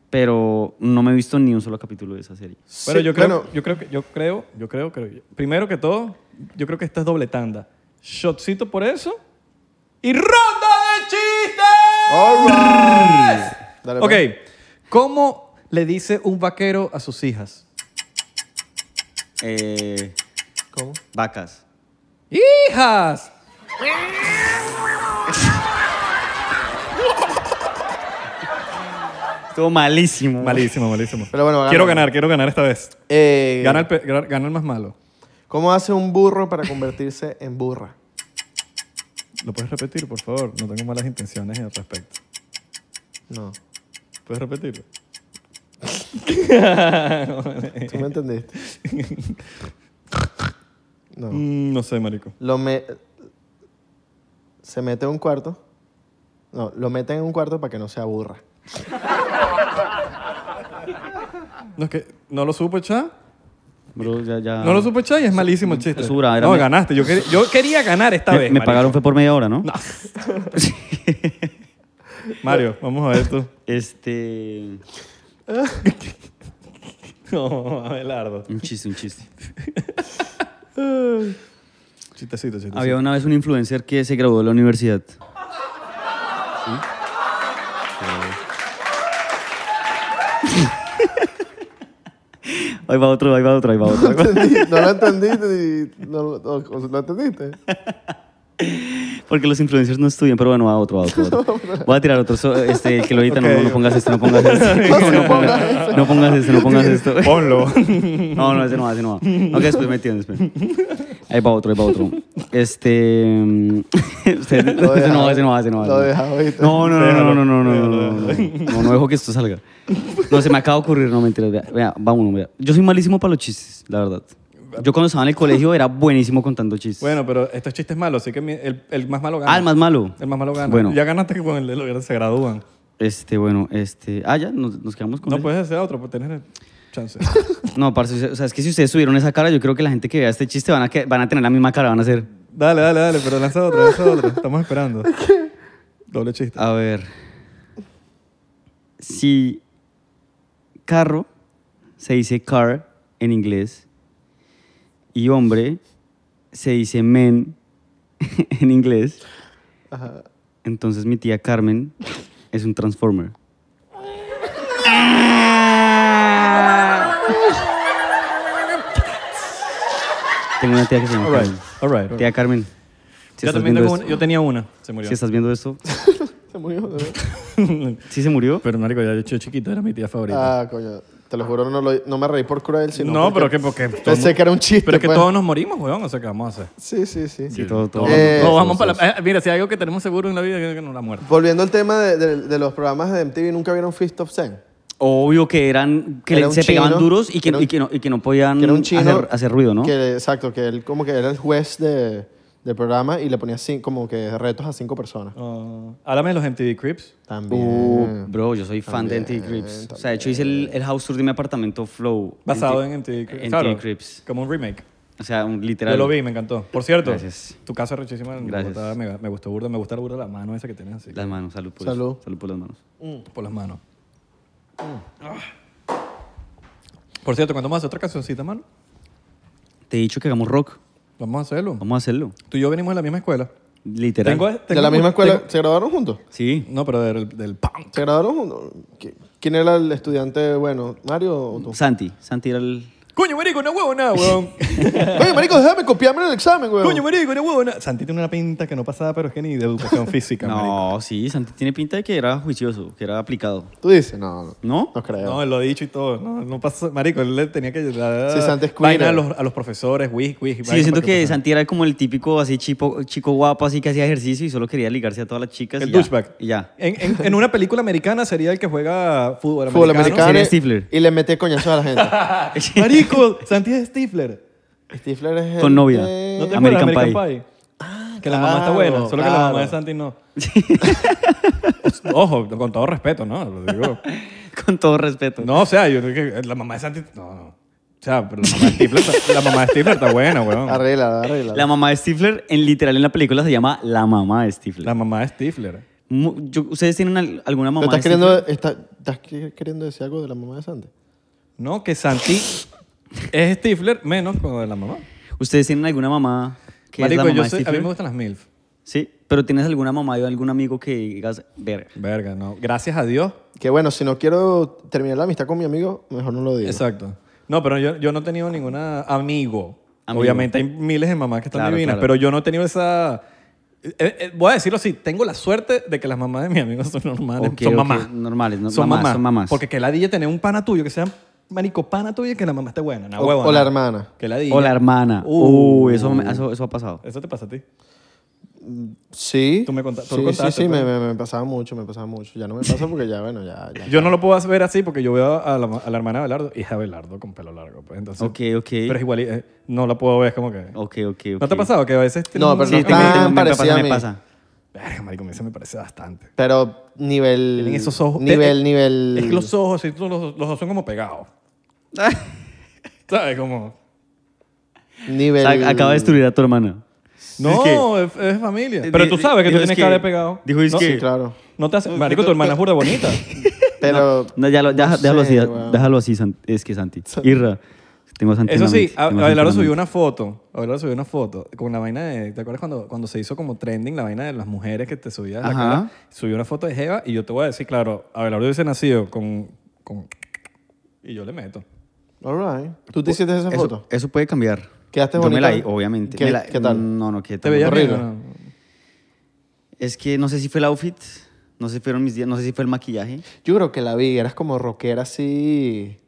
[SPEAKER 1] pero no me he visto ni un solo capítulo de esa serie.
[SPEAKER 3] Pero
[SPEAKER 4] Sí,
[SPEAKER 3] yo creo,
[SPEAKER 4] bueno.
[SPEAKER 3] yo creo que, yo creo, yo creo, creo- primero que todo, yo creo que esta es doble tanda. Shotcito por eso y ronda de chistes.
[SPEAKER 4] All right. Oh, Dale,
[SPEAKER 3] ok,
[SPEAKER 4] pues.
[SPEAKER 3] ¿cómo le dice un vaquero a sus hijas?
[SPEAKER 1] Eh,
[SPEAKER 4] ¿Cómo?
[SPEAKER 1] vacas.
[SPEAKER 3] ¡Hijas!
[SPEAKER 1] Estuvo malísimo.
[SPEAKER 3] Malísimo, malísimo.
[SPEAKER 4] Pero bueno, gana.
[SPEAKER 3] quiero ganar, quiero ganar esta vez.
[SPEAKER 4] Eh,
[SPEAKER 3] Gana el, pe- gana- gana el más malo.
[SPEAKER 4] ¿Cómo hace un burro para convertirse en burra?
[SPEAKER 3] ¿Lo puedes repetir, por favor? No tengo malas intenciones al respecto.
[SPEAKER 4] No.
[SPEAKER 3] ¿Puedes repetirlo?
[SPEAKER 4] ¿Tú me entendiste? No.
[SPEAKER 3] Mm, no sé, marico.
[SPEAKER 4] Lo me... Se mete en un cuarto. No, lo meten en un cuarto para que no sea burra.
[SPEAKER 3] No, es que no lo supo echar.
[SPEAKER 1] Bro, ya, ya.
[SPEAKER 3] No lo supo echar y es malísimo el chiste.
[SPEAKER 1] Ah. Es dura, era
[SPEAKER 3] no,
[SPEAKER 1] mi-
[SPEAKER 3] ganaste. Yo, quer- yo quería ganar esta
[SPEAKER 1] Me,
[SPEAKER 3] vez.
[SPEAKER 1] me
[SPEAKER 3] marico.
[SPEAKER 1] pagaron fue por media hora, ¿no?
[SPEAKER 3] Mario, vamos a ver tú.
[SPEAKER 1] Este...
[SPEAKER 3] No, Abelardo.
[SPEAKER 1] Un chiste, un chiste.
[SPEAKER 3] Chistecito, chistecito.
[SPEAKER 1] Había una vez un influencer que se graduó de la universidad. Ahí va otro, ahí va otro, ahí va otro. ahí va-
[SPEAKER 4] no lo entendiste ni- no, lo- o- o ¿Lo entendiste?
[SPEAKER 1] Porque los influencers no estudian, pero bueno, va otro, va otro. va otro. Voy a tirar otro, so- este, el que lo edita, no,
[SPEAKER 3] Ok.
[SPEAKER 1] no, no pongas esto, no pongas esto. No, no pongas, este. no pongas esto, no pongas esto.
[SPEAKER 3] Ponlo.
[SPEAKER 1] No, no, ese no va, ese no va. Ok, después me entiendes. después. Ahí va otro, ahí va otro. Este. mm, ese
[SPEAKER 4] Lo
[SPEAKER 1] ese no
[SPEAKER 4] dejas,
[SPEAKER 1] va, ese no va, ese no va.
[SPEAKER 4] lo
[SPEAKER 1] ese
[SPEAKER 4] dejas, oíste.
[SPEAKER 1] No, no, no, no,
[SPEAKER 3] Déjalo,
[SPEAKER 1] no, no, no, no,
[SPEAKER 3] déjalo,
[SPEAKER 1] no, no, no, no, no dejo que esto salga. No, se me acaba de ocurrir, no, mentira. Vea, vea, vámonos, vea. Yo soy malísimo para los chistes, la verdad. Yo cuando estaba en el colegio era buenísimo contando chistes.
[SPEAKER 3] Bueno, pero estos chistes malos, así que mi- el, el más malo gana.
[SPEAKER 1] ah, el más malo.
[SPEAKER 3] El más malo gana.
[SPEAKER 1] Bueno.
[SPEAKER 3] Ya ganaste que con el de los que se gradúan.
[SPEAKER 1] Este, bueno, este. Ah, ya, nos, nos quedamos con
[SPEAKER 3] No
[SPEAKER 1] ese.
[SPEAKER 3] puedes hacer otro por tener el chance.
[SPEAKER 1] No, parce, o sea, es que si ustedes subieron esa cara, yo creo que la gente que vea este chiste van a, que- van a tener la misma cara, van a hacer.
[SPEAKER 3] dale, dale, dale, pero lanza otro, lanza otro. Estamos esperando. Doble chiste.
[SPEAKER 1] A ver. Si carro se dice car en inglés y hombre se dice men en inglés, entonces mi tía Carmen es un transformer. Tengo una tía que se llama
[SPEAKER 3] All right,
[SPEAKER 1] Carmen.
[SPEAKER 3] all right. all right.
[SPEAKER 1] Tía Carmen, si
[SPEAKER 3] yo,
[SPEAKER 1] estás
[SPEAKER 3] también
[SPEAKER 1] viendo
[SPEAKER 3] tengo
[SPEAKER 1] esto-
[SPEAKER 3] una- yo tenía una, se murió.
[SPEAKER 1] si estás viendo esto,
[SPEAKER 4] Se murió. de verdad.
[SPEAKER 1] ¿sí se murió?
[SPEAKER 3] Pero marico, ya yo era chiquito, era mi tía favorita.
[SPEAKER 4] Ah, coño. Te lo juro, no, lo- no me reí por cruel, sino
[SPEAKER 3] no, pero
[SPEAKER 4] porque
[SPEAKER 3] que porque todo
[SPEAKER 4] pensé
[SPEAKER 3] mu-
[SPEAKER 4] que era un chiste.
[SPEAKER 3] Pero es que
[SPEAKER 4] pues. Eh,
[SPEAKER 3] todos nos morimos, weón. O sea, ¿qué vamos a hacer?
[SPEAKER 4] Sí, sí, sí.
[SPEAKER 1] Sí, todo- todo-
[SPEAKER 3] Todos
[SPEAKER 4] Eh,
[SPEAKER 3] todos vamos para la... eh, mira, si hay algo que tenemos seguro en la vida es que no la muerte.
[SPEAKER 4] Volviendo al tema de, de- de los programas de MTV, ¿nunca vieron Fist of Zen?
[SPEAKER 1] Obvio que eran que
[SPEAKER 4] Era
[SPEAKER 1] le-
[SPEAKER 4] un
[SPEAKER 1] se pegaban
[SPEAKER 4] chino,
[SPEAKER 1] duros y que,
[SPEAKER 4] era un-
[SPEAKER 1] y que no, y que no podían
[SPEAKER 4] Que
[SPEAKER 3] Mm,
[SPEAKER 4] era un chino.
[SPEAKER 1] hacer, hacer ruido, ¿no?
[SPEAKER 4] Que, exacto, que él como que era el juez de- del programa y le ponía cin- como que retos a cinco personas.
[SPEAKER 3] Ah, háblame de los MTV Crips.
[SPEAKER 4] También.
[SPEAKER 1] Uh, bro, yo soy fan de
[SPEAKER 4] Eh, También,
[SPEAKER 1] MTV Crips. O sea, de hecho hice el, el house tour de mi apartamento Flow.
[SPEAKER 3] Basado
[SPEAKER 1] MTV
[SPEAKER 3] en MTV Crips.
[SPEAKER 1] MTV
[SPEAKER 3] Claro,
[SPEAKER 1] Cribs.
[SPEAKER 3] Como un remake.
[SPEAKER 1] O sea, un literal.
[SPEAKER 3] Yo lo vi, me encantó. Por cierto,
[SPEAKER 1] Gracias.
[SPEAKER 3] tu casa es rechísima. en
[SPEAKER 1] Gracias.
[SPEAKER 3] Bogotá, Me, me gustó burda. Me gusta burda la mano esa que tienes así.
[SPEAKER 1] Las manos, salud por
[SPEAKER 4] Salud.
[SPEAKER 1] eso. Salud por las manos.
[SPEAKER 3] Por las manos. Ah. Por cierto, cuando vamos a hacer otra cancioncita, mano?
[SPEAKER 1] Te he dicho que hagamos rock.
[SPEAKER 3] Vamos a hacerlo.
[SPEAKER 1] Vamos a hacerlo.
[SPEAKER 3] Tú y yo venimos de la misma escuela.
[SPEAKER 1] Literal.
[SPEAKER 4] ¿De la misma escuela?
[SPEAKER 3] tengo-
[SPEAKER 4] ¿Se graduaron juntos?
[SPEAKER 1] Sí.
[SPEAKER 3] no, pero del, del punk.
[SPEAKER 4] ¿Se graduaron juntos? ¿Qui- ¿Quién era el estudiante bueno? ¿Mario o tú?
[SPEAKER 1] Santi. Santi era el.
[SPEAKER 3] Coño, marico, no huevo nada, weón.
[SPEAKER 4] Oye, marico, déjame copiarme en el examen, güey.
[SPEAKER 3] Coño, marico, no huevo nada. Santi tiene una pinta que no pasaba, pero es que ni de educación física, marico.
[SPEAKER 1] No, sí, Santi tiene pinta de que era juicioso, que era aplicado.
[SPEAKER 4] Tú dices, no, no,
[SPEAKER 1] ¿No?
[SPEAKER 4] no creo.
[SPEAKER 3] No, él lo ha dicho y todo. No, no pasa, marico, él le tenía que...
[SPEAKER 4] Sí, Santi es queer.
[SPEAKER 3] Vaina a los, a los profesores, whisk, whisk.
[SPEAKER 1] Sí,
[SPEAKER 3] vaina
[SPEAKER 1] yo siento
[SPEAKER 3] para
[SPEAKER 1] que
[SPEAKER 3] pasaran.
[SPEAKER 1] Santi era como el típico así chico, chico guapo, así que hacía ejercicio y solo quería ligarse a todas las chicas.
[SPEAKER 3] El
[SPEAKER 1] y ya.
[SPEAKER 3] douchebag.
[SPEAKER 1] Y ya.
[SPEAKER 3] En, en- en una película americana sería el que juega fútbol,
[SPEAKER 4] Fútbol
[SPEAKER 3] americano.
[SPEAKER 4] americano.
[SPEAKER 1] Sería Stifler.
[SPEAKER 4] Y le metí coñazo a la gente.
[SPEAKER 3] Marico, Santi es Stifler.
[SPEAKER 4] Stifler es el
[SPEAKER 1] Con novia.
[SPEAKER 4] de-
[SPEAKER 3] ¿No te
[SPEAKER 1] American
[SPEAKER 3] acuerdas de
[SPEAKER 1] Pie.
[SPEAKER 3] que la mamá está buena,
[SPEAKER 4] claro,
[SPEAKER 3] solo que la mamá
[SPEAKER 4] claro.
[SPEAKER 3] de Santi no. Ojo, con todo respeto, ¿no? Lo digo.
[SPEAKER 1] Con todo respeto.
[SPEAKER 3] No, o sea, yo creo que la mamá de Santi... No, no. O sea, pero la mamá de Stifler, está- la mamá de Stifler está buena, weón.
[SPEAKER 4] Arréglala, arréglala.
[SPEAKER 1] La mamá de Stifler, en literal en la película se llama la mamá de Stifler.
[SPEAKER 3] La mamá de Stifler.
[SPEAKER 1] Mu- yo- ¿Ustedes tienen al- alguna
[SPEAKER 4] ¿No
[SPEAKER 1] mamá
[SPEAKER 4] estás
[SPEAKER 1] de Stifler?
[SPEAKER 4] queriendo, está- estás que- queriendo decir algo de la mamá de Santi?
[SPEAKER 3] No, que Santi es Stifler menos con lo de la mamá.
[SPEAKER 1] ¿Ustedes tienen alguna mamá que
[SPEAKER 3] Marico,
[SPEAKER 1] es la mamá
[SPEAKER 3] yo
[SPEAKER 1] de
[SPEAKER 3] soy- a mí
[SPEAKER 1] Stifler?
[SPEAKER 3] me gustan las MILF.
[SPEAKER 1] Sí, pero ¿tienes alguna mamá de algún amigo que digas, ver,
[SPEAKER 3] Verga, no. Gracias a Dios.
[SPEAKER 4] Que bueno, si no quiero terminar la amistad con mi amigo, mejor no lo digo.
[SPEAKER 3] Exacto. No, pero yo, yo no he tenido ninguna amigo.
[SPEAKER 1] Amigo.
[SPEAKER 3] Obviamente hay miles de mamás que están
[SPEAKER 1] Claro,
[SPEAKER 3] divinas,
[SPEAKER 1] claro.
[SPEAKER 3] pero yo no he tenido esa... eh, eh, voy a decirlo así, tengo la suerte de que las mamás de mis amigos son normales.
[SPEAKER 1] Ok,
[SPEAKER 3] son
[SPEAKER 1] ok,
[SPEAKER 3] mamás.
[SPEAKER 1] normales, no-
[SPEAKER 3] son
[SPEAKER 1] mamás,
[SPEAKER 3] mamás,
[SPEAKER 1] son mamás.
[SPEAKER 3] Porque que la DJ tener un pana tuyo que sea marico pana tuyo y que la mamá esté buena. na
[SPEAKER 4] O-
[SPEAKER 3] huevona.
[SPEAKER 4] o la hermana.
[SPEAKER 3] Que la DJ.
[SPEAKER 1] O la hermana.
[SPEAKER 3] Uh.
[SPEAKER 1] Uy, eso, me- eso, eso ha pasado.
[SPEAKER 3] Eso te pasa a ti.
[SPEAKER 4] Sí.
[SPEAKER 3] Tú me conta- tú
[SPEAKER 4] sí,
[SPEAKER 3] contaste,
[SPEAKER 4] Sí, sí, me,
[SPEAKER 3] pues.
[SPEAKER 4] me- me pasaba mucho, me pasaba mucho. Ya no me pasa porque ya, bueno, ya. ya.
[SPEAKER 3] Yo no lo puedo ver así porque yo veo a la, a la hermana de Belardo, hija de Belardo con pelo largo. Pues, entonces,
[SPEAKER 1] Ok, ok.
[SPEAKER 3] Pero es igual, eh, no la puedo ver, es como que...
[SPEAKER 1] Ok, ok, ok.
[SPEAKER 3] ¿No te ha pasado que a veces...
[SPEAKER 4] No, pero
[SPEAKER 1] Sí,
[SPEAKER 4] no
[SPEAKER 1] tengo- tengo-
[SPEAKER 4] tan
[SPEAKER 1] me
[SPEAKER 4] parecida
[SPEAKER 1] pasa,
[SPEAKER 4] ah, a
[SPEAKER 1] me
[SPEAKER 4] mí.
[SPEAKER 1] pasa.
[SPEAKER 3] Verga, marico, a mí se me parece bastante.
[SPEAKER 4] Pero nivel.
[SPEAKER 3] Tienen esos ojos.
[SPEAKER 4] Nivel,
[SPEAKER 3] eh, eh,
[SPEAKER 4] nivel.
[SPEAKER 3] Es que los ojos, sí, tú- los, los dos son como pegados. ¿Sabes? Como...
[SPEAKER 4] Nivel.
[SPEAKER 1] Ac- Acaba de destruir a tu hermana.
[SPEAKER 3] No,
[SPEAKER 1] que-
[SPEAKER 3] es, es familia. Pero tú sabes que tú
[SPEAKER 1] Dijo, Eh, es
[SPEAKER 3] tienes cara de pegado.
[SPEAKER 1] Dijo, es
[SPEAKER 3] ¿no?
[SPEAKER 1] que-
[SPEAKER 4] Sí, claro.
[SPEAKER 3] No te hace... Marico, tu hermana es burda bonita.
[SPEAKER 4] Pero.
[SPEAKER 1] No, ya lo- deja-
[SPEAKER 4] sé,
[SPEAKER 1] déjalo, así,
[SPEAKER 4] weón.
[SPEAKER 1] déjalo así, San- es que Santi. Irra, tengo a Santi en
[SPEAKER 3] Eso
[SPEAKER 1] la
[SPEAKER 3] sí,
[SPEAKER 1] mente, tengo a
[SPEAKER 3] a-
[SPEAKER 1] Santi en la
[SPEAKER 3] Abelardo subió
[SPEAKER 1] mente.
[SPEAKER 3] una foto. Abelardo subió una foto con la vaina de... ¿Te acuerdas cuando, cuando se hizo como trending la vaina de las mujeres que te subías la
[SPEAKER 1] Ajá.
[SPEAKER 3] cara? Subió una foto de Jeva y yo te voy a decir, claro, Abelardo hubiese nacido con... con... Y yo le meto.
[SPEAKER 4] All right. ¿Tú te hiciste esa
[SPEAKER 1] eso,
[SPEAKER 4] foto?
[SPEAKER 1] Eso puede cambiar.
[SPEAKER 4] ¿Quedaste
[SPEAKER 1] Yo me la
[SPEAKER 4] bonita?
[SPEAKER 1] di, obviamente.
[SPEAKER 4] ¿Qué-
[SPEAKER 1] Me la- Mm,
[SPEAKER 4] qué tal?
[SPEAKER 1] No, no, qué
[SPEAKER 3] ¿Te
[SPEAKER 1] tal.
[SPEAKER 3] veía bien?
[SPEAKER 4] horrible.
[SPEAKER 3] o no?
[SPEAKER 1] Es que no sé si fue el outfit, no sé si fueron mis días, no sé si fue el maquillaje.
[SPEAKER 4] Yo creo que la vi, eras como rockera así.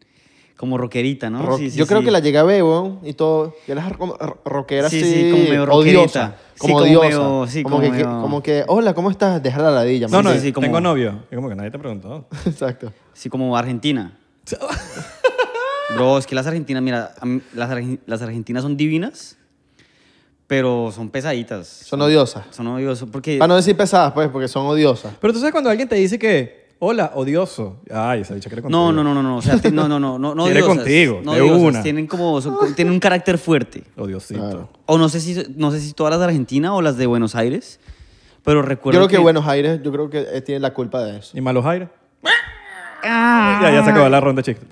[SPEAKER 1] Como rockerita, ¿no?
[SPEAKER 4] Rock-
[SPEAKER 1] Sí, sí,
[SPEAKER 4] yo creo
[SPEAKER 1] sí.
[SPEAKER 4] que la llegué a ver, weón, y todo. Y eras como ro- rockera
[SPEAKER 1] Sí,
[SPEAKER 4] así,
[SPEAKER 1] sí, como medio rockerita.
[SPEAKER 4] odiosa.
[SPEAKER 1] Sí,
[SPEAKER 4] Como
[SPEAKER 1] como
[SPEAKER 4] odiosa.
[SPEAKER 1] medio- sí,
[SPEAKER 4] como,
[SPEAKER 1] como
[SPEAKER 4] que, que-
[SPEAKER 1] medio-
[SPEAKER 4] como que, hola, ¿cómo estás? Dejar la ladilla.
[SPEAKER 3] No,
[SPEAKER 4] man.
[SPEAKER 3] no,
[SPEAKER 1] Sí, sí, como-
[SPEAKER 3] tengo novio. Es como que nadie te preguntó.
[SPEAKER 4] Exacto.
[SPEAKER 1] Sí, como argentina. Bro, es que las argentinas, mira, a mí- las, argen- las argentinas son divinas, pero son pesaditas.
[SPEAKER 4] Son odiosas.
[SPEAKER 1] Son odiosas porque...
[SPEAKER 4] Para no decir pesadas, pues, porque son odiosas.
[SPEAKER 3] Pero tú sabes cuando alguien te dice que, hola, odioso. Ay, esa bicha quiere contigo.
[SPEAKER 1] No, no, no, no, no, o sea, ti- no, no, no, no, no
[SPEAKER 3] Quiere
[SPEAKER 1] odiosas,
[SPEAKER 3] contigo,
[SPEAKER 1] no
[SPEAKER 3] de
[SPEAKER 1] odiosas,
[SPEAKER 3] una.
[SPEAKER 1] Tienen como, son co- tienen un carácter fuerte.
[SPEAKER 3] Odiosito.
[SPEAKER 4] Claro.
[SPEAKER 1] O no sé si, no sé si todas las de Argentina o las de Buenos Aires, pero
[SPEAKER 4] Yo
[SPEAKER 1] recuerdo
[SPEAKER 4] creo que Buenos Aires, yo creo que eh, tiene la culpa de eso.
[SPEAKER 3] ¿Y malos aires? Ya, ya se acabó la ronda, chicos.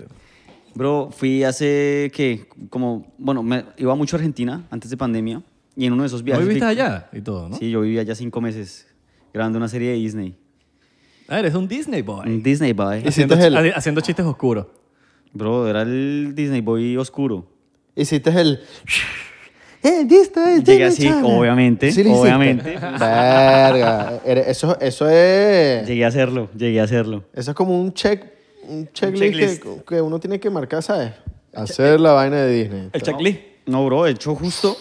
[SPEAKER 1] Bro, fui hace que, como, bueno, me, iba mucho a Argentina antes de pandemia y en uno de esos
[SPEAKER 3] Hoy
[SPEAKER 1] viajes...
[SPEAKER 3] viviste
[SPEAKER 1] vi-
[SPEAKER 3] allá y todo, ¿no?
[SPEAKER 1] Sí, yo vivía allá cinco meses grabando una serie de Disney.
[SPEAKER 3] Ah, eres un Disney boy.
[SPEAKER 1] Un Disney Boy.
[SPEAKER 4] Y si-
[SPEAKER 3] Haciendo,
[SPEAKER 4] Hiciste el-
[SPEAKER 3] ha- haciendo chistes oscuros.
[SPEAKER 1] Bro, era el Disney Boy oscuro.
[SPEAKER 4] Hiciste el... Eh, ¿viste? el
[SPEAKER 1] Llegué así,
[SPEAKER 4] Disney Channel?
[SPEAKER 1] obviamente,
[SPEAKER 4] lo hiciste.
[SPEAKER 1] obviamente.
[SPEAKER 4] Verga. Eres- Eso, eso es...
[SPEAKER 1] Llegué a hacerlo, llegué a hacerlo.
[SPEAKER 4] Eso es como un check... Un checklist
[SPEAKER 1] checklist.
[SPEAKER 4] que, que uno tiene que marcar, ¿sabes? Hacer la vaina de Disney.
[SPEAKER 3] El checklist.
[SPEAKER 1] No, bro, de hecho justo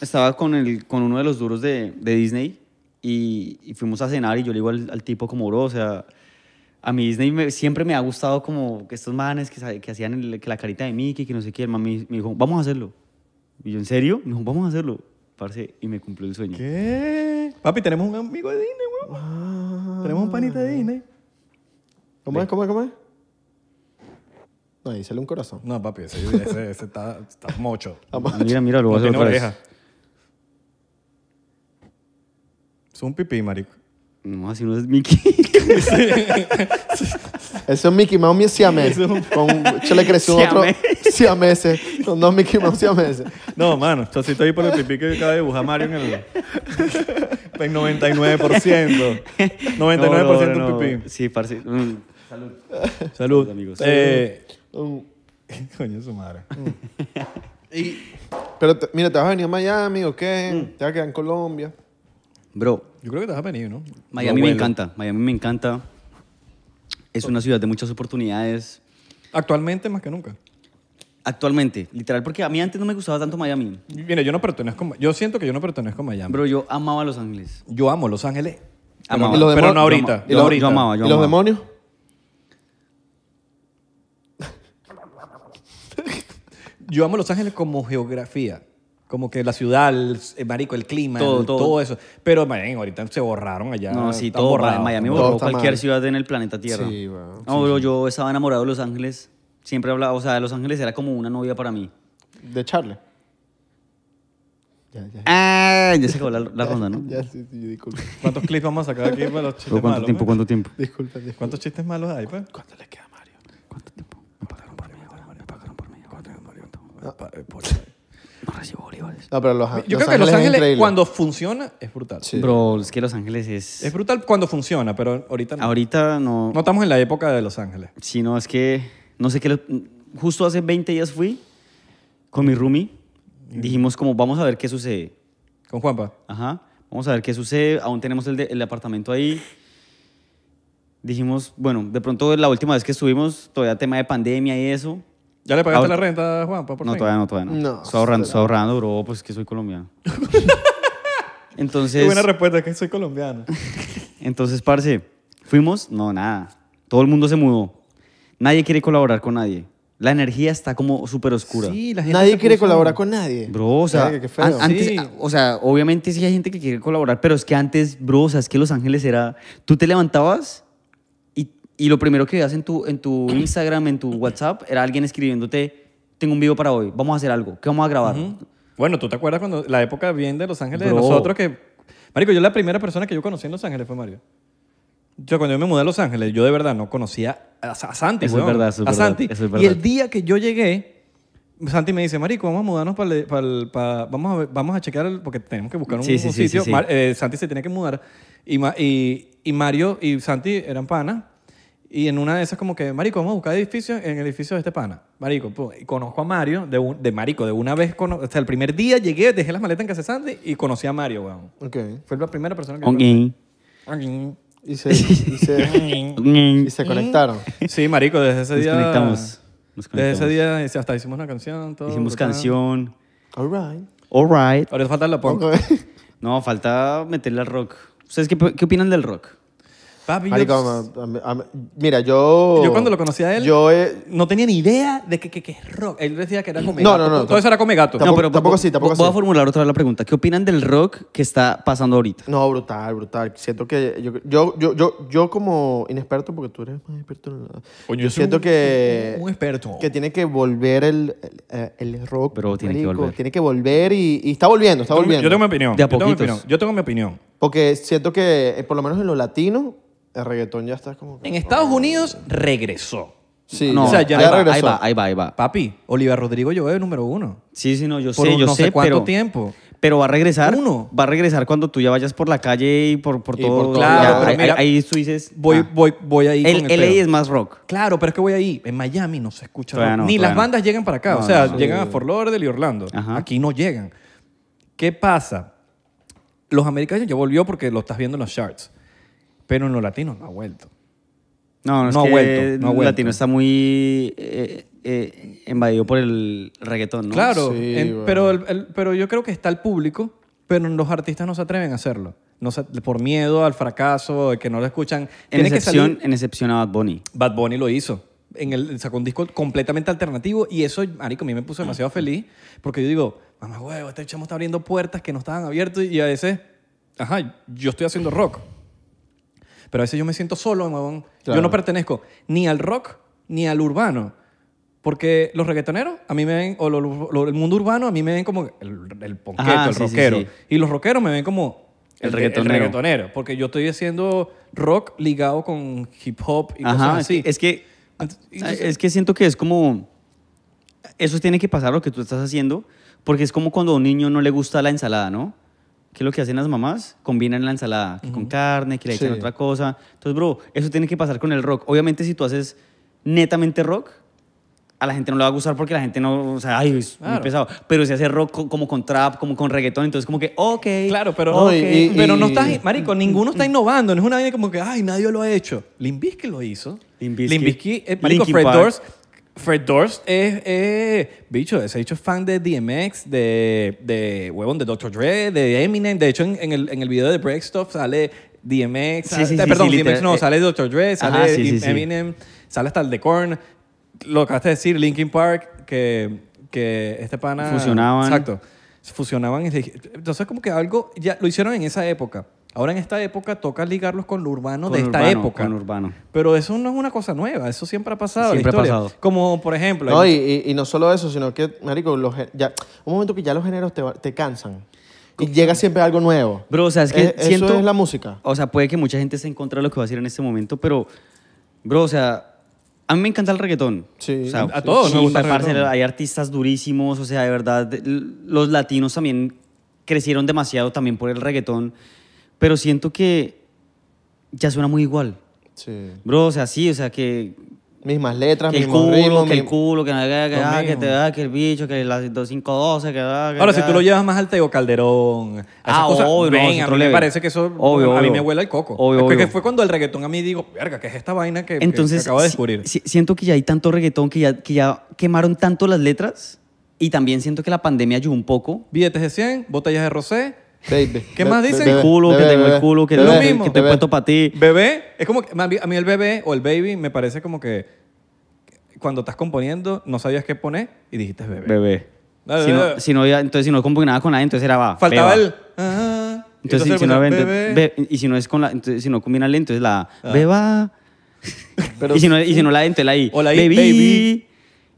[SPEAKER 1] estaba con, el, con uno de los duros de, de Disney y, y fuimos a cenar y yo le digo al, al tipo como, bro, o sea, a mí Disney me- siempre me ha gustado como que estos manes que, sa- que hacían el- que la carita de Mickey, que no sé qué, el man me, me dijo, vamos a hacerlo. Y yo, ¿en serio? Me dijo, vamos a hacerlo, parce, y me cumplió el sueño.
[SPEAKER 3] ¿Qué? Papi, tenemos un amigo de Disney, weón. Tenemos un panita de Disney.
[SPEAKER 4] Ah. ¿Cómo es? ¿Cómo es? ¿Cómo es? No, ahí sale un corazón.
[SPEAKER 3] No, papi, ese, ese, ese está, está mocho.
[SPEAKER 1] Ah, Mira, mira, lo voy a
[SPEAKER 3] No
[SPEAKER 1] hacer
[SPEAKER 3] tiene
[SPEAKER 1] otra vez.
[SPEAKER 3] oreja. Es un pipí, marico.
[SPEAKER 1] No, así no es Mickey.
[SPEAKER 4] Ese es un Mickey Mouse mi siamés. Con, yo le creció otro
[SPEAKER 1] Siamés.
[SPEAKER 4] siameses. Son dos Mickey Mouse siameses.
[SPEAKER 3] No, mano, yo sí estoy por el pipí que acaba de dibujar Mario en el... En 99%. 99%
[SPEAKER 1] No, no, no.
[SPEAKER 3] pipí.
[SPEAKER 1] Sí, parce. Mm. Salud.
[SPEAKER 3] Salud.
[SPEAKER 1] amigos.
[SPEAKER 3] Eh,
[SPEAKER 4] Mm.
[SPEAKER 3] coño, su madre.
[SPEAKER 4] Pero te- mira, te vas a venir a Miami o qué?
[SPEAKER 3] Mm.
[SPEAKER 4] Te vas a quedar en Colombia.
[SPEAKER 1] Bro,
[SPEAKER 3] Yo creo que te vas a venir, ¿no?
[SPEAKER 1] Miami
[SPEAKER 3] Lo
[SPEAKER 1] me
[SPEAKER 3] huelo.
[SPEAKER 1] encanta, Miami me encanta. Es una ciudad de muchas oportunidades.
[SPEAKER 3] Actualmente más que nunca.
[SPEAKER 1] Actualmente, literal, porque a mí antes no me gustaba tanto Miami.
[SPEAKER 3] Mira, yo no pertenezco... Yo siento que yo no pertenezco a Miami.
[SPEAKER 1] Bro, yo amaba Los Ángeles.
[SPEAKER 3] Yo amo Los Ángeles.
[SPEAKER 1] Amaba.
[SPEAKER 3] Pero, no- pero
[SPEAKER 4] Los
[SPEAKER 3] no
[SPEAKER 4] demo-
[SPEAKER 3] ahorita.
[SPEAKER 1] yo
[SPEAKER 3] no
[SPEAKER 1] ama-
[SPEAKER 3] ahorita.
[SPEAKER 1] yo amaba.
[SPEAKER 4] ¿Y los
[SPEAKER 1] amaba.
[SPEAKER 4] demonios?
[SPEAKER 3] Yo amo Los Ángeles como geografía. Como que la ciudad, el, el marico, el clima,
[SPEAKER 1] Todo,
[SPEAKER 3] el-
[SPEAKER 1] todo.
[SPEAKER 3] eso. Pero man, ahorita se borraron allá.
[SPEAKER 1] No, sí,
[SPEAKER 3] están
[SPEAKER 1] todo.
[SPEAKER 3] borrados.
[SPEAKER 1] Miami
[SPEAKER 4] todo
[SPEAKER 1] borró
[SPEAKER 4] está mal.
[SPEAKER 1] cualquier ciudad en el planeta Tierra.
[SPEAKER 4] Sí, weón.
[SPEAKER 1] No, bro, yo estaba enamorado de Los Ángeles. Siempre hablaba, o sea, Los Ángeles era como una novia para mí.
[SPEAKER 4] De Charlie. Ya, ya.
[SPEAKER 1] Ah, ya se acabó la, la ronda, ¿no?
[SPEAKER 4] Ya, sí, sí, disculpa.
[SPEAKER 3] ¿Cuántos clips vamos a sacar aquí para los chistes
[SPEAKER 1] Bro, ¿Cuánto
[SPEAKER 3] malos?
[SPEAKER 1] tiempo?
[SPEAKER 3] man?
[SPEAKER 1] ¿Cuánto tiempo?
[SPEAKER 4] Disculpa, disculpa.
[SPEAKER 3] ¿Cuántos chistes malos hay, pues?
[SPEAKER 4] ¿Cuánto le queda a Mario?
[SPEAKER 1] ¿Cuánto tiempo? Me pagaron por mí, me pagaron por mí. No recibo bolívares.
[SPEAKER 4] No, pero los,
[SPEAKER 3] Ah, Yo creo que Los Ángeles, cuando funciona, es brutal.
[SPEAKER 4] Sí.
[SPEAKER 1] Bro, es que Los Ángeles es...
[SPEAKER 3] Es brutal cuando funciona, pero ahorita
[SPEAKER 1] Ah,
[SPEAKER 3] no.
[SPEAKER 1] Ahorita no...
[SPEAKER 3] No estamos en la época de Los Ángeles.
[SPEAKER 1] Sí, no, es que no sé qué. lo- Justo hace 20 días fui con mi roomie.
[SPEAKER 4] Mm.
[SPEAKER 1] Dijimos como, vamos a ver qué sucede.
[SPEAKER 3] Con Juanpa.
[SPEAKER 1] Ajá, vamos a ver qué sucede. Aún tenemos el, de- el apartamento ahí. Dijimos, bueno, de pronto la última vez que estuvimos, todavía tema de pandemia y eso.
[SPEAKER 3] ¿Ya le pagaste
[SPEAKER 1] Ahora-
[SPEAKER 3] la renta a Juanpa?
[SPEAKER 1] Ah,
[SPEAKER 3] Por
[SPEAKER 1] no,
[SPEAKER 3] fin?
[SPEAKER 1] todavía no, todavía no.
[SPEAKER 4] No,
[SPEAKER 1] estoy ahorrando,
[SPEAKER 4] espera.
[SPEAKER 1] estoy ahorrando, bro, pues que soy colombiano.
[SPEAKER 3] Qué
[SPEAKER 1] Entonces...
[SPEAKER 3] buena respuesta, es que soy colombiano.
[SPEAKER 1] Entonces, parce, fuimos, no, nada. Todo el mundo se mudó. Nadie quiere colaborar con nadie. La energía está como súper oscura.
[SPEAKER 3] Sí, la gente
[SPEAKER 4] Nadie
[SPEAKER 3] se
[SPEAKER 4] quiere
[SPEAKER 3] puso-
[SPEAKER 4] colaborar con nadie.
[SPEAKER 1] Bro, o sea,
[SPEAKER 4] Verga, qué feo.
[SPEAKER 1] an- antes,
[SPEAKER 3] Sí.
[SPEAKER 1] o sea, obviamente sí hay gente que quiere colaborar, pero es que antes, bro, o sea, es que Los Ángeles era, tú te levantabas y, y lo primero que veías en tu, en tu Instagram, en tu WhatsApp, era alguien escribiéndote, tengo un video para hoy, vamos a hacer algo, ¿qué vamos a grabar?
[SPEAKER 3] Bueno, ¿tú te acuerdas cuando la época bien de Los Ángeles
[SPEAKER 1] Bro.
[SPEAKER 3] de nosotros que... Marico, yo la primera persona que yo conocí en Los Ángeles fue Mario. Yo cuando yo me mudé a Los Ángeles, yo de verdad no conocía a, a Santi,
[SPEAKER 1] Eso es
[SPEAKER 3] weón.
[SPEAKER 1] verdad, eso es
[SPEAKER 3] a
[SPEAKER 1] verdad,
[SPEAKER 3] Santi.
[SPEAKER 1] eso es
[SPEAKER 3] Y
[SPEAKER 1] verdad.
[SPEAKER 3] el día que yo llegué, Santi me dice, Marico, vamos a mudarnos para... vamos, a ver- vamos a checar, el- porque tenemos que buscar un,
[SPEAKER 1] Sí, sí,
[SPEAKER 3] un
[SPEAKER 1] sí, sí,
[SPEAKER 3] sitio.
[SPEAKER 1] sí.
[SPEAKER 3] Mar- eh, Santi se tenía que mudar. Y, Ma- y, y Mario y Santi eran panas. Y en una de esas como que, marico, vamos a buscar edificios en el edificio de este pana. Marico, pum, y conozco a Mario, de, un- de marico, de una vez, cono- hasta el primer día llegué, dejé las maletas en casa de Santi y conocí a Mario, weón.
[SPEAKER 4] Ok.
[SPEAKER 3] Fue la primera persona que...
[SPEAKER 1] Ok.
[SPEAKER 3] Ongin.
[SPEAKER 4] Y se, y se, y
[SPEAKER 3] Mm.
[SPEAKER 4] se conectaron.
[SPEAKER 3] Sí, marico, desde ese
[SPEAKER 1] Nos
[SPEAKER 3] día...
[SPEAKER 1] conectamos, nos
[SPEAKER 3] Desde ese
[SPEAKER 1] conectamos.
[SPEAKER 3] día hice- hasta hicimos una canción, todo.
[SPEAKER 1] Hicimos
[SPEAKER 3] brutal.
[SPEAKER 1] canción.
[SPEAKER 4] All right.
[SPEAKER 1] All right.
[SPEAKER 3] Ahora falta la punk.
[SPEAKER 4] Ok.
[SPEAKER 1] No, falta meterle al rock. ¿Ustedes qué, qué opinan del rock?
[SPEAKER 3] Papi, yo-
[SPEAKER 4] Marico, a mí- a mí- mira, yo...
[SPEAKER 3] pues- Yo cuando lo conocí a él,
[SPEAKER 4] Yo... eh,
[SPEAKER 3] no tenía ni idea de que, que, que es rock. Él decía que era come
[SPEAKER 4] No,
[SPEAKER 3] gato.
[SPEAKER 4] no, no,
[SPEAKER 3] Todo eso era come gato.
[SPEAKER 4] Tampoco- tampoco sí, tampoco
[SPEAKER 1] Voy a
[SPEAKER 4] sí.
[SPEAKER 1] formular otra vez la pregunta. ¿Qué opinan del rock que está pasando ahorita?
[SPEAKER 4] No, brutal, brutal. Siento que yo, yo, yo, yo, yo como inexperto, porque tú eres más experto en la-
[SPEAKER 3] Coño,
[SPEAKER 4] yo
[SPEAKER 3] soy
[SPEAKER 4] siento
[SPEAKER 3] un-
[SPEAKER 4] que...
[SPEAKER 3] un experto.
[SPEAKER 4] Que tiene que volver el, el, el rock.
[SPEAKER 1] Bro, tiene que volver.
[SPEAKER 4] Tiene que volver y, y está volviendo, está
[SPEAKER 3] Yo tengo-
[SPEAKER 4] volviendo.
[SPEAKER 3] Yo tengo mi opinión.
[SPEAKER 1] De a
[SPEAKER 3] yo tengo mi
[SPEAKER 1] poquitos.
[SPEAKER 3] opinión. Yo tengo mi opinión.
[SPEAKER 4] Porque siento que, eh, por lo menos en lo latino, el reggaetón ya está como... que-
[SPEAKER 3] En Estados Unidos regresó.
[SPEAKER 4] Sí,
[SPEAKER 1] este- no,
[SPEAKER 4] o sea,
[SPEAKER 3] ya
[SPEAKER 4] ya,
[SPEAKER 1] ahí, va,
[SPEAKER 4] regresó.
[SPEAKER 1] ahí va, ahí va, ahí va.
[SPEAKER 3] Papi, Oliver Rodrigo yo es número uno.
[SPEAKER 1] Sí, sí, no, yo
[SPEAKER 3] Por
[SPEAKER 1] sé,
[SPEAKER 3] un
[SPEAKER 1] yo
[SPEAKER 3] no sé
[SPEAKER 1] sé,
[SPEAKER 3] cuánto
[SPEAKER 1] pero-
[SPEAKER 3] tiempo.
[SPEAKER 1] Pero va a regresar.
[SPEAKER 3] Uno.
[SPEAKER 1] Va a regresar cuando tú ya vayas por la calle y por, por
[SPEAKER 4] Y
[SPEAKER 1] todo.
[SPEAKER 4] por- claro,
[SPEAKER 1] ya,
[SPEAKER 4] pero
[SPEAKER 1] ahí,
[SPEAKER 3] mira,
[SPEAKER 1] ahí tú dices.
[SPEAKER 3] Voy,
[SPEAKER 1] ah.
[SPEAKER 3] voy, voy ahí
[SPEAKER 1] el,
[SPEAKER 3] con el
[SPEAKER 1] LA
[SPEAKER 3] pedo.
[SPEAKER 1] es más rock.
[SPEAKER 3] Claro, pero es que voy ahí. En Miami no se escucha
[SPEAKER 1] Todavía
[SPEAKER 3] rock.
[SPEAKER 1] no,
[SPEAKER 3] Ni
[SPEAKER 1] todavía
[SPEAKER 3] las
[SPEAKER 1] no.
[SPEAKER 3] bandas llegan para acá.
[SPEAKER 1] No,
[SPEAKER 3] o sea,
[SPEAKER 1] no, no.
[SPEAKER 3] llegan a Fort Lauderdale y Orlando.
[SPEAKER 1] Ajá.
[SPEAKER 3] Aquí no llegan. ¿Qué pasa? Los americanos ya volvió porque lo estás viendo en los charts. Pero en los latinos no ha vuelto.
[SPEAKER 1] No, no,
[SPEAKER 3] No ha
[SPEAKER 1] es que
[SPEAKER 3] vuelto, no ha
[SPEAKER 1] el
[SPEAKER 3] vuelto.
[SPEAKER 1] latino está muy eh, eh, invadido por el reggaetón, ¿no?
[SPEAKER 3] Claro,
[SPEAKER 4] Sí,
[SPEAKER 3] en-
[SPEAKER 4] bueno.
[SPEAKER 3] pero, el- el- pero yo creo que está el público, pero los artistas no se atreven a hacerlo. No se- por miedo al fracaso, de que no lo escuchan.
[SPEAKER 1] En
[SPEAKER 3] Tiene que
[SPEAKER 1] excepción,
[SPEAKER 3] salir-
[SPEAKER 1] en excepción a Bad Bunny.
[SPEAKER 3] Bad Bunny lo hizo. En el, sacó un disco completamente alternativo y eso, marico, a mí me puso
[SPEAKER 1] Mm.
[SPEAKER 3] demasiado feliz porque yo digo, mamá huevo, este chamo está abriendo puertas que no estaban abiertas y a veces, ajá, yo estoy haciendo rock. Pero a veces yo me siento solo, huevón. Yo
[SPEAKER 4] Claro.
[SPEAKER 3] no pertenezco ni al rock ni al urbano. Porque los reggaetoneros a mí me ven, o lo- lo- lo- el mundo urbano a mí me ven como el, el ponqueto,
[SPEAKER 1] Ajá,
[SPEAKER 3] el
[SPEAKER 1] sí, sí,
[SPEAKER 3] rockero.
[SPEAKER 1] sí.
[SPEAKER 3] Y los rockeros me ven como
[SPEAKER 1] El
[SPEAKER 3] que-
[SPEAKER 1] reggaetonero.
[SPEAKER 3] reggaetonero, Porque yo estoy haciendo rock ligado con hip hop y
[SPEAKER 1] Ajá,
[SPEAKER 3] cosas así.
[SPEAKER 1] es que
[SPEAKER 3] Ent- y
[SPEAKER 1] Ah,
[SPEAKER 3] entonces-
[SPEAKER 1] Es que siento que es como... Eso tiene que pasar lo que tú estás haciendo, porque es como cuando a un niño no le gusta la ensalada, ¿no? Que es lo que hacen las mamás, combinan la ensalada que con carne, que le echan
[SPEAKER 4] Sí.
[SPEAKER 1] otra cosa. Entonces, bro, eso tiene que pasar con el rock. Obviamente, si tú haces netamente rock, a la gente no le va a gustar porque la gente no, o sea, ay, es muy
[SPEAKER 3] Claro.
[SPEAKER 1] pesado. Pero si hace rock co- como con trap, como con reggaetón, entonces como que, ok.
[SPEAKER 3] Claro, pero,
[SPEAKER 4] No, y-
[SPEAKER 3] ok,
[SPEAKER 4] y-
[SPEAKER 3] pero no
[SPEAKER 4] y-
[SPEAKER 3] estás,
[SPEAKER 1] Mm,
[SPEAKER 3] marico, ninguno está innovando. No es una vaina como que, ay, nadie lo ha hecho. Limbisky lo hizo.
[SPEAKER 1] Limp Bizkit.
[SPEAKER 3] Limbisky, marico,
[SPEAKER 1] Linkin
[SPEAKER 3] Fred
[SPEAKER 1] Park.
[SPEAKER 3] Durst. Fred Durst es, es- bicho, se ha hecho fan de DMX, de, de huevón, de Dr. Dre, de Eminem. De hecho, en, en el, en el video de Break Stuff sale DMX,
[SPEAKER 1] Sí, sí,
[SPEAKER 3] ah,
[SPEAKER 1] sí,
[SPEAKER 3] perdón,
[SPEAKER 1] sí,
[SPEAKER 3] DMX no,
[SPEAKER 1] literal. eh,
[SPEAKER 3] sale Dr. Dre, sale Em,
[SPEAKER 1] Ajá, sí, sí, sí.
[SPEAKER 3] Eminem, sale hasta el de Korn. Lo acabaste de decir, Linkin Park, que, que este pana...
[SPEAKER 1] Fusionaban.
[SPEAKER 3] Exacto. Fusionaban. y- Entonces, como que algo. Ya lo hicieron en esa época. Ahora, en esta época, toca ligarlos con lo urbano
[SPEAKER 1] Con
[SPEAKER 3] de esta
[SPEAKER 1] urbano,
[SPEAKER 3] época.
[SPEAKER 1] con urbano.
[SPEAKER 3] Pero eso no es una cosa nueva. Eso siempre ha pasado. en la
[SPEAKER 1] Siempre ha
[SPEAKER 3] historia.
[SPEAKER 1] pasado.
[SPEAKER 3] Como, por ejemplo.
[SPEAKER 4] No,
[SPEAKER 3] hay-
[SPEAKER 4] y, y- y no solo eso, sino que, marico, los, gé- ya, un momento que ya los géneros te, va- te cansan. Y llega siempre algo nuevo.
[SPEAKER 1] Bro, o sea, es que
[SPEAKER 4] Eh,
[SPEAKER 1] siento...
[SPEAKER 4] Eso es la música.
[SPEAKER 1] O sea, puede que mucha gente se en contra de lo que va a decir en este momento, pero, bro, o sea, a mí me encanta el reggaetón.
[SPEAKER 4] Sí.
[SPEAKER 1] O sea,
[SPEAKER 3] A todos nos
[SPEAKER 1] chimba,
[SPEAKER 3] gusta el
[SPEAKER 1] parce,
[SPEAKER 3] reggaetón.
[SPEAKER 1] Hay artistas durísimos, o sea, de verdad, l- los latinos también crecieron demasiado también por el reggaetón, pero siento que ya suena muy igual.
[SPEAKER 4] Sí.
[SPEAKER 1] Bro, o sea, sí, o sea, que,
[SPEAKER 4] Mismas letras,
[SPEAKER 1] que el
[SPEAKER 4] mismos
[SPEAKER 1] culo,
[SPEAKER 4] ritmos.
[SPEAKER 1] que el
[SPEAKER 4] mi-
[SPEAKER 1] culo, que, la- que,
[SPEAKER 3] Lo
[SPEAKER 1] ah, que
[SPEAKER 3] mismo.
[SPEAKER 1] te da, que el bicho, que las 2512, que da, que
[SPEAKER 3] Ahora, si
[SPEAKER 1] da.
[SPEAKER 3] tú lo llevas más al Teo Calderón. a esas
[SPEAKER 1] Ah,
[SPEAKER 3] cosas,
[SPEAKER 1] obvio, no,
[SPEAKER 3] ven,
[SPEAKER 1] es
[SPEAKER 3] a
[SPEAKER 1] otro
[SPEAKER 3] mí me
[SPEAKER 1] level.
[SPEAKER 3] parece que eso.
[SPEAKER 1] Obvio,
[SPEAKER 3] a mí
[SPEAKER 1] obvio.
[SPEAKER 3] me huele el coco.
[SPEAKER 1] Obvio,
[SPEAKER 3] Porque
[SPEAKER 1] obvio.
[SPEAKER 3] fue cuando el reggaetón a mí digo, verga, ¿qué es esta vaina que, que- que
[SPEAKER 1] Entonces,
[SPEAKER 3] acabo de
[SPEAKER 1] si-
[SPEAKER 3] descubrir?
[SPEAKER 1] si- siento que ya hay tanto reggaetón que ya, que ya quemaron tanto las letras y también siento que la pandemia ayudó un poco.
[SPEAKER 3] Billetes de 100, botellas de rosé.
[SPEAKER 4] Baby,
[SPEAKER 3] ¿Qué
[SPEAKER 4] be-
[SPEAKER 3] más
[SPEAKER 4] be-
[SPEAKER 3] dicen?
[SPEAKER 4] bebé,
[SPEAKER 1] El culo,
[SPEAKER 4] bebé,
[SPEAKER 1] que tengo
[SPEAKER 4] bebé,
[SPEAKER 1] el culo, que,
[SPEAKER 3] Lo
[SPEAKER 1] tengo-
[SPEAKER 4] bebé,
[SPEAKER 3] mismo.
[SPEAKER 1] que te he
[SPEAKER 4] bebé.
[SPEAKER 1] puesto para ti.
[SPEAKER 3] Bebé, es como que a mí, a mí el bebé o el baby me parece como que cuando estás componiendo no sabías qué poner y dijiste bebé.
[SPEAKER 1] Bebé.
[SPEAKER 3] Dale,
[SPEAKER 1] Si
[SPEAKER 3] dale, dale.
[SPEAKER 1] no, si no había- entonces, si no combinaba con nadie, entonces era va.
[SPEAKER 3] Faltaba
[SPEAKER 1] beba.
[SPEAKER 3] el. ah, y
[SPEAKER 1] Entonces, si, si
[SPEAKER 3] le
[SPEAKER 1] no,
[SPEAKER 3] pusieron,
[SPEAKER 1] había-
[SPEAKER 3] bebé.
[SPEAKER 1] be- y si no es con la, entonces, si no combina la, entonces la beba.
[SPEAKER 4] Pero-
[SPEAKER 1] y, si no, y si no la, entonces la i.
[SPEAKER 3] O la i,
[SPEAKER 1] Baby.
[SPEAKER 3] baby.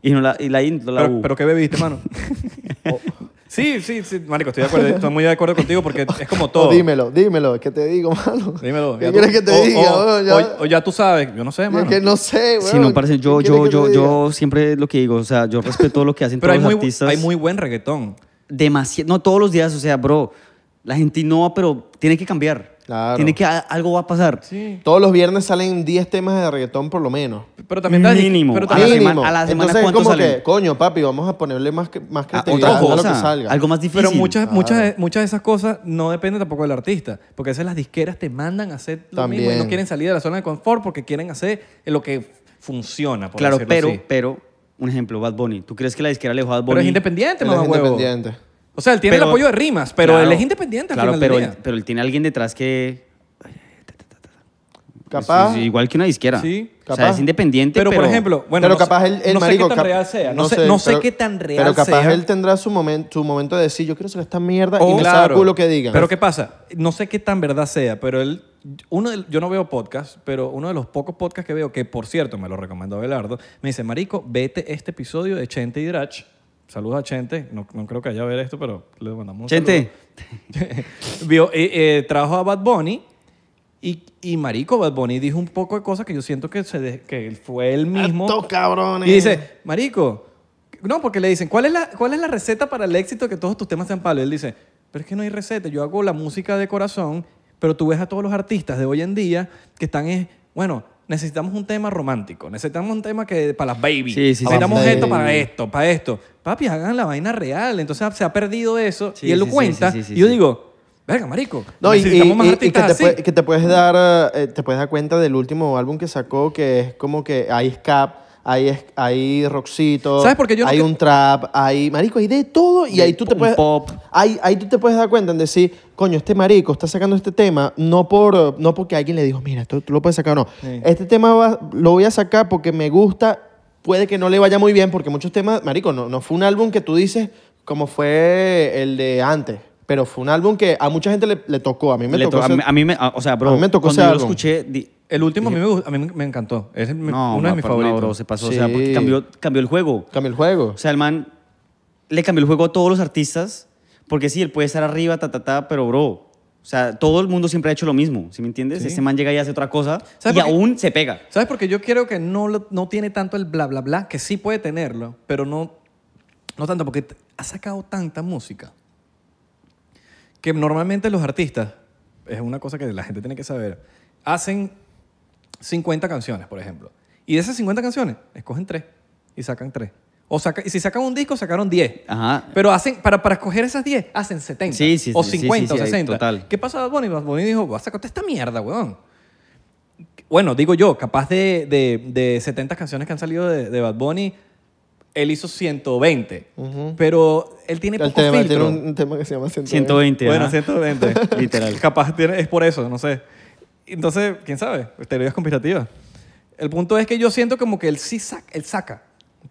[SPEAKER 1] Y, no la, y la i, entonces la
[SPEAKER 3] pero,
[SPEAKER 1] u.
[SPEAKER 3] pero ¿qué bebiste, mano? Oh. sí, sí, sí, Marico, estoy de acuerdo. Estoy muy de acuerdo contigo porque es como todo.
[SPEAKER 4] Oh, dímelo, dímelo, ¿qué te digo, mano?
[SPEAKER 3] Dímelo.
[SPEAKER 4] ¿Qué
[SPEAKER 3] ya
[SPEAKER 4] quieres
[SPEAKER 3] tú-
[SPEAKER 4] que te
[SPEAKER 1] Oh,
[SPEAKER 3] o-
[SPEAKER 4] diga?
[SPEAKER 3] O,
[SPEAKER 4] weón? Ya-
[SPEAKER 3] o- o ya tú sabes. Yo no sé,
[SPEAKER 4] es
[SPEAKER 3] mano.
[SPEAKER 4] que no sé, weón.
[SPEAKER 1] si no, parece, yo,
[SPEAKER 4] ¿Qué quieres
[SPEAKER 1] yo,
[SPEAKER 4] que te
[SPEAKER 1] yo,
[SPEAKER 4] diga?
[SPEAKER 1] yo siempre lo que digo, o sea, yo respeto lo que hacen
[SPEAKER 3] pero
[SPEAKER 1] todos
[SPEAKER 3] hay
[SPEAKER 1] los
[SPEAKER 3] muy,
[SPEAKER 1] artistas.
[SPEAKER 3] hay muy buen reggaetón.
[SPEAKER 1] demasiado, no todos los días, o sea, bro, la gente innova, pero tiene que cambiar.
[SPEAKER 4] Claro.
[SPEAKER 1] Tiene que, a- algo va a pasar.
[SPEAKER 3] Sí.
[SPEAKER 4] Todos los viernes salen 10 temas de reggaetón por lo menos.
[SPEAKER 3] Pero también está-
[SPEAKER 1] Mínimo.
[SPEAKER 3] Pero
[SPEAKER 1] A
[SPEAKER 3] también-
[SPEAKER 1] la semana- a la semana,
[SPEAKER 4] Entonces es
[SPEAKER 1] ¿cuántos
[SPEAKER 4] como
[SPEAKER 1] salen?
[SPEAKER 4] que, coño, papi, vamos a ponerle más, que- más
[SPEAKER 1] Ah,
[SPEAKER 4] creatividad
[SPEAKER 1] otra
[SPEAKER 4] a lo
[SPEAKER 1] cosa,
[SPEAKER 4] que salga.
[SPEAKER 1] algo más difícil.
[SPEAKER 3] Pero muchas,
[SPEAKER 4] Claro.
[SPEAKER 3] muchas, de- muchas de esas cosas no dependen tampoco del artista, porque a veces las disqueras te mandan a hacer lo mismo y no
[SPEAKER 4] También.
[SPEAKER 3] quieren salir de la zona de confort porque quieren hacer lo que funciona, por
[SPEAKER 1] claro,
[SPEAKER 3] decirlo
[SPEAKER 1] pero,
[SPEAKER 3] así.
[SPEAKER 1] pero, un ejemplo, Bad Bunny. ¿Tú crees que la disquera le dejó a Bad Bunny?
[SPEAKER 3] Pero es independiente,
[SPEAKER 4] Él es
[SPEAKER 3] mamá huevo.
[SPEAKER 4] independiente.
[SPEAKER 3] O sea, él tiene el
[SPEAKER 1] Pero-
[SPEAKER 3] apoyo de rimas, pero
[SPEAKER 1] Claro.
[SPEAKER 3] él es independiente al
[SPEAKER 1] Claro,
[SPEAKER 3] final
[SPEAKER 1] pero,
[SPEAKER 3] del
[SPEAKER 1] él,
[SPEAKER 3] día.
[SPEAKER 1] pero él tiene alguien detrás que...
[SPEAKER 4] Capaz.
[SPEAKER 1] Es- es igual que una disquera.
[SPEAKER 3] Sí,
[SPEAKER 1] O sea,
[SPEAKER 4] capaz.
[SPEAKER 1] es independiente,
[SPEAKER 3] Pero,
[SPEAKER 1] pero...
[SPEAKER 3] por ejemplo, bueno,
[SPEAKER 4] pero
[SPEAKER 3] no sé-
[SPEAKER 4] capaz el, el
[SPEAKER 3] no sé
[SPEAKER 4] marico,
[SPEAKER 3] qué tan
[SPEAKER 4] cap-
[SPEAKER 3] real sea. No, sé, no sé
[SPEAKER 4] pero-
[SPEAKER 3] qué tan real
[SPEAKER 4] Pero capaz
[SPEAKER 3] sea.
[SPEAKER 4] él tendrá su momento, su momento de decir, yo quiero hacer esta mierda y
[SPEAKER 3] O-
[SPEAKER 4] me sabe a culo que digan.
[SPEAKER 3] Pero ¿qué pasa? No sé qué tan verdad sea, pero él, uno del- yo no veo podcast, pero uno de los pocos podcasts que veo, que por cierto me lo recomendó Belardo, me dice, Marico, vete este episodio de Chente y Drach. Saludos a Chente, no, no creo que haya ver esto, pero le mandamos un
[SPEAKER 1] Chente.
[SPEAKER 3] saludo. Vio, eh, eh, trajo a Bad Bunny y, y Marico, Bad Bunny dijo un poco de cosas que yo siento que, se de- que él fue él mismo.
[SPEAKER 4] Estos cabrones.
[SPEAKER 3] Y dice, marico, no, porque le dicen, ¿cuál es, la, ¿cuál es la receta para el éxito que todos tus temas sean palos? Él dice, pero es que no hay receta, yo hago la música de corazón, pero tú ves a todos los artistas de hoy en día que están, es, bueno, necesitamos un tema romántico, necesitamos un tema que para las baby,
[SPEAKER 1] Sí, sí, sí.
[SPEAKER 3] necesitamos
[SPEAKER 4] Para las
[SPEAKER 3] esto para
[SPEAKER 4] baby.
[SPEAKER 3] esto, para esto. Papi, hagan la vaina real. Entonces se ha perdido eso
[SPEAKER 1] Sí,
[SPEAKER 3] y él lo
[SPEAKER 1] sí, sí,
[SPEAKER 3] cuenta.
[SPEAKER 1] sí, sí, sí,
[SPEAKER 3] y yo
[SPEAKER 1] sí.
[SPEAKER 3] digo, verga, marico,
[SPEAKER 4] No, y,
[SPEAKER 3] necesitamos
[SPEAKER 4] y-
[SPEAKER 3] más
[SPEAKER 4] y- y que,
[SPEAKER 3] artistas
[SPEAKER 4] te
[SPEAKER 3] así.
[SPEAKER 4] puede- que te puedes dar eh, te puedes dar cuenta del último álbum que sacó que es como que hay scap hay, es- hay rockcito
[SPEAKER 3] ¿Sabes por qué yo no
[SPEAKER 4] hay
[SPEAKER 3] que-
[SPEAKER 4] un trap hay marico hay de todo y
[SPEAKER 1] Y
[SPEAKER 4] ahí
[SPEAKER 1] hay
[SPEAKER 4] tú
[SPEAKER 1] po-
[SPEAKER 4] te
[SPEAKER 1] un
[SPEAKER 4] puedes
[SPEAKER 1] pop.
[SPEAKER 4] ahí, ahí tú te puedes dar cuenta en decir coño este marico está sacando este tema no por no porque alguien le dijo mira esto tú lo puedes sacar o no
[SPEAKER 3] Sí.
[SPEAKER 4] este tema va- lo voy a sacar porque me gusta puede que no le vaya muy bien porque muchos temas marico no, no fue un álbum que tú dices como fue el de antes pero fue un álbum que a mucha gente le, le tocó a mí me
[SPEAKER 1] le
[SPEAKER 4] tocó
[SPEAKER 1] to- a,
[SPEAKER 4] ese-
[SPEAKER 1] mí- a mí me... a- o sea, bro,
[SPEAKER 4] a mí me tocó
[SPEAKER 1] cuando
[SPEAKER 4] ese
[SPEAKER 1] yo lo
[SPEAKER 4] álbum.
[SPEAKER 1] escuché... di-
[SPEAKER 3] El último a mí, me, gustó- a mí me encantó. Es mi-
[SPEAKER 1] no,
[SPEAKER 3] uno de mis
[SPEAKER 1] pero no,
[SPEAKER 3] favoritos.
[SPEAKER 1] bro, se pasó. O sea,
[SPEAKER 4] Sí.
[SPEAKER 1] porque cambió, cambió el juego.
[SPEAKER 4] Cambia el juego.
[SPEAKER 1] O sea, el man le cambió el juego a todos los artistas, porque sí, él puede estar arriba, ta, ta, ta, pero bro, o sea, todo el mundo siempre ha hecho lo mismo, ¿sí me entiendes?
[SPEAKER 3] Sí.
[SPEAKER 1] Ese man llega y hace otra cosa y
[SPEAKER 3] ¿Sabes por qué?
[SPEAKER 1] aún se pega.
[SPEAKER 3] ¿Sabes? Porque yo creo que no, lo- no tiene tanto el bla, bla, bla, que sí puede tenerlo, pero no, no tanto, porque t- ha sacado tanta música que normalmente los artistas, es una cosa que la gente tiene que saber, hacen 50 canciones, por ejemplo. Y de esas 50 canciones, escogen tres y sacan tres. O saca, y si sacan un disco, sacaron 10.
[SPEAKER 1] Ajá.
[SPEAKER 3] Pero hacen, para, para escoger esas 10, hacen 70.
[SPEAKER 1] Sí, sí,
[SPEAKER 3] o
[SPEAKER 1] sí, sí,
[SPEAKER 3] 50
[SPEAKER 1] sí,
[SPEAKER 3] o
[SPEAKER 1] ahí,
[SPEAKER 3] 60.
[SPEAKER 1] total.
[SPEAKER 3] ¿Qué pasa, Bad Bunny? Bad Bunny dijo, voy a sacar toda esta mierda, weón. Bueno, digo yo, capaz de, de, de 70 canciones que han salido de, de Bad Bunny, él hizo 120. Pero él tiene
[SPEAKER 4] el
[SPEAKER 3] poco
[SPEAKER 4] tema, tiene
[SPEAKER 3] filtro.
[SPEAKER 4] un, un tema que se llama 120.
[SPEAKER 1] 120.
[SPEAKER 3] Bueno,
[SPEAKER 1] ajá.
[SPEAKER 3] 120.
[SPEAKER 1] Literal.
[SPEAKER 3] Capaz tiene- es por eso, no sé. Entonces, quién sabe, teorías conspirativas. El punto es que yo siento como que él sí saca, él saca,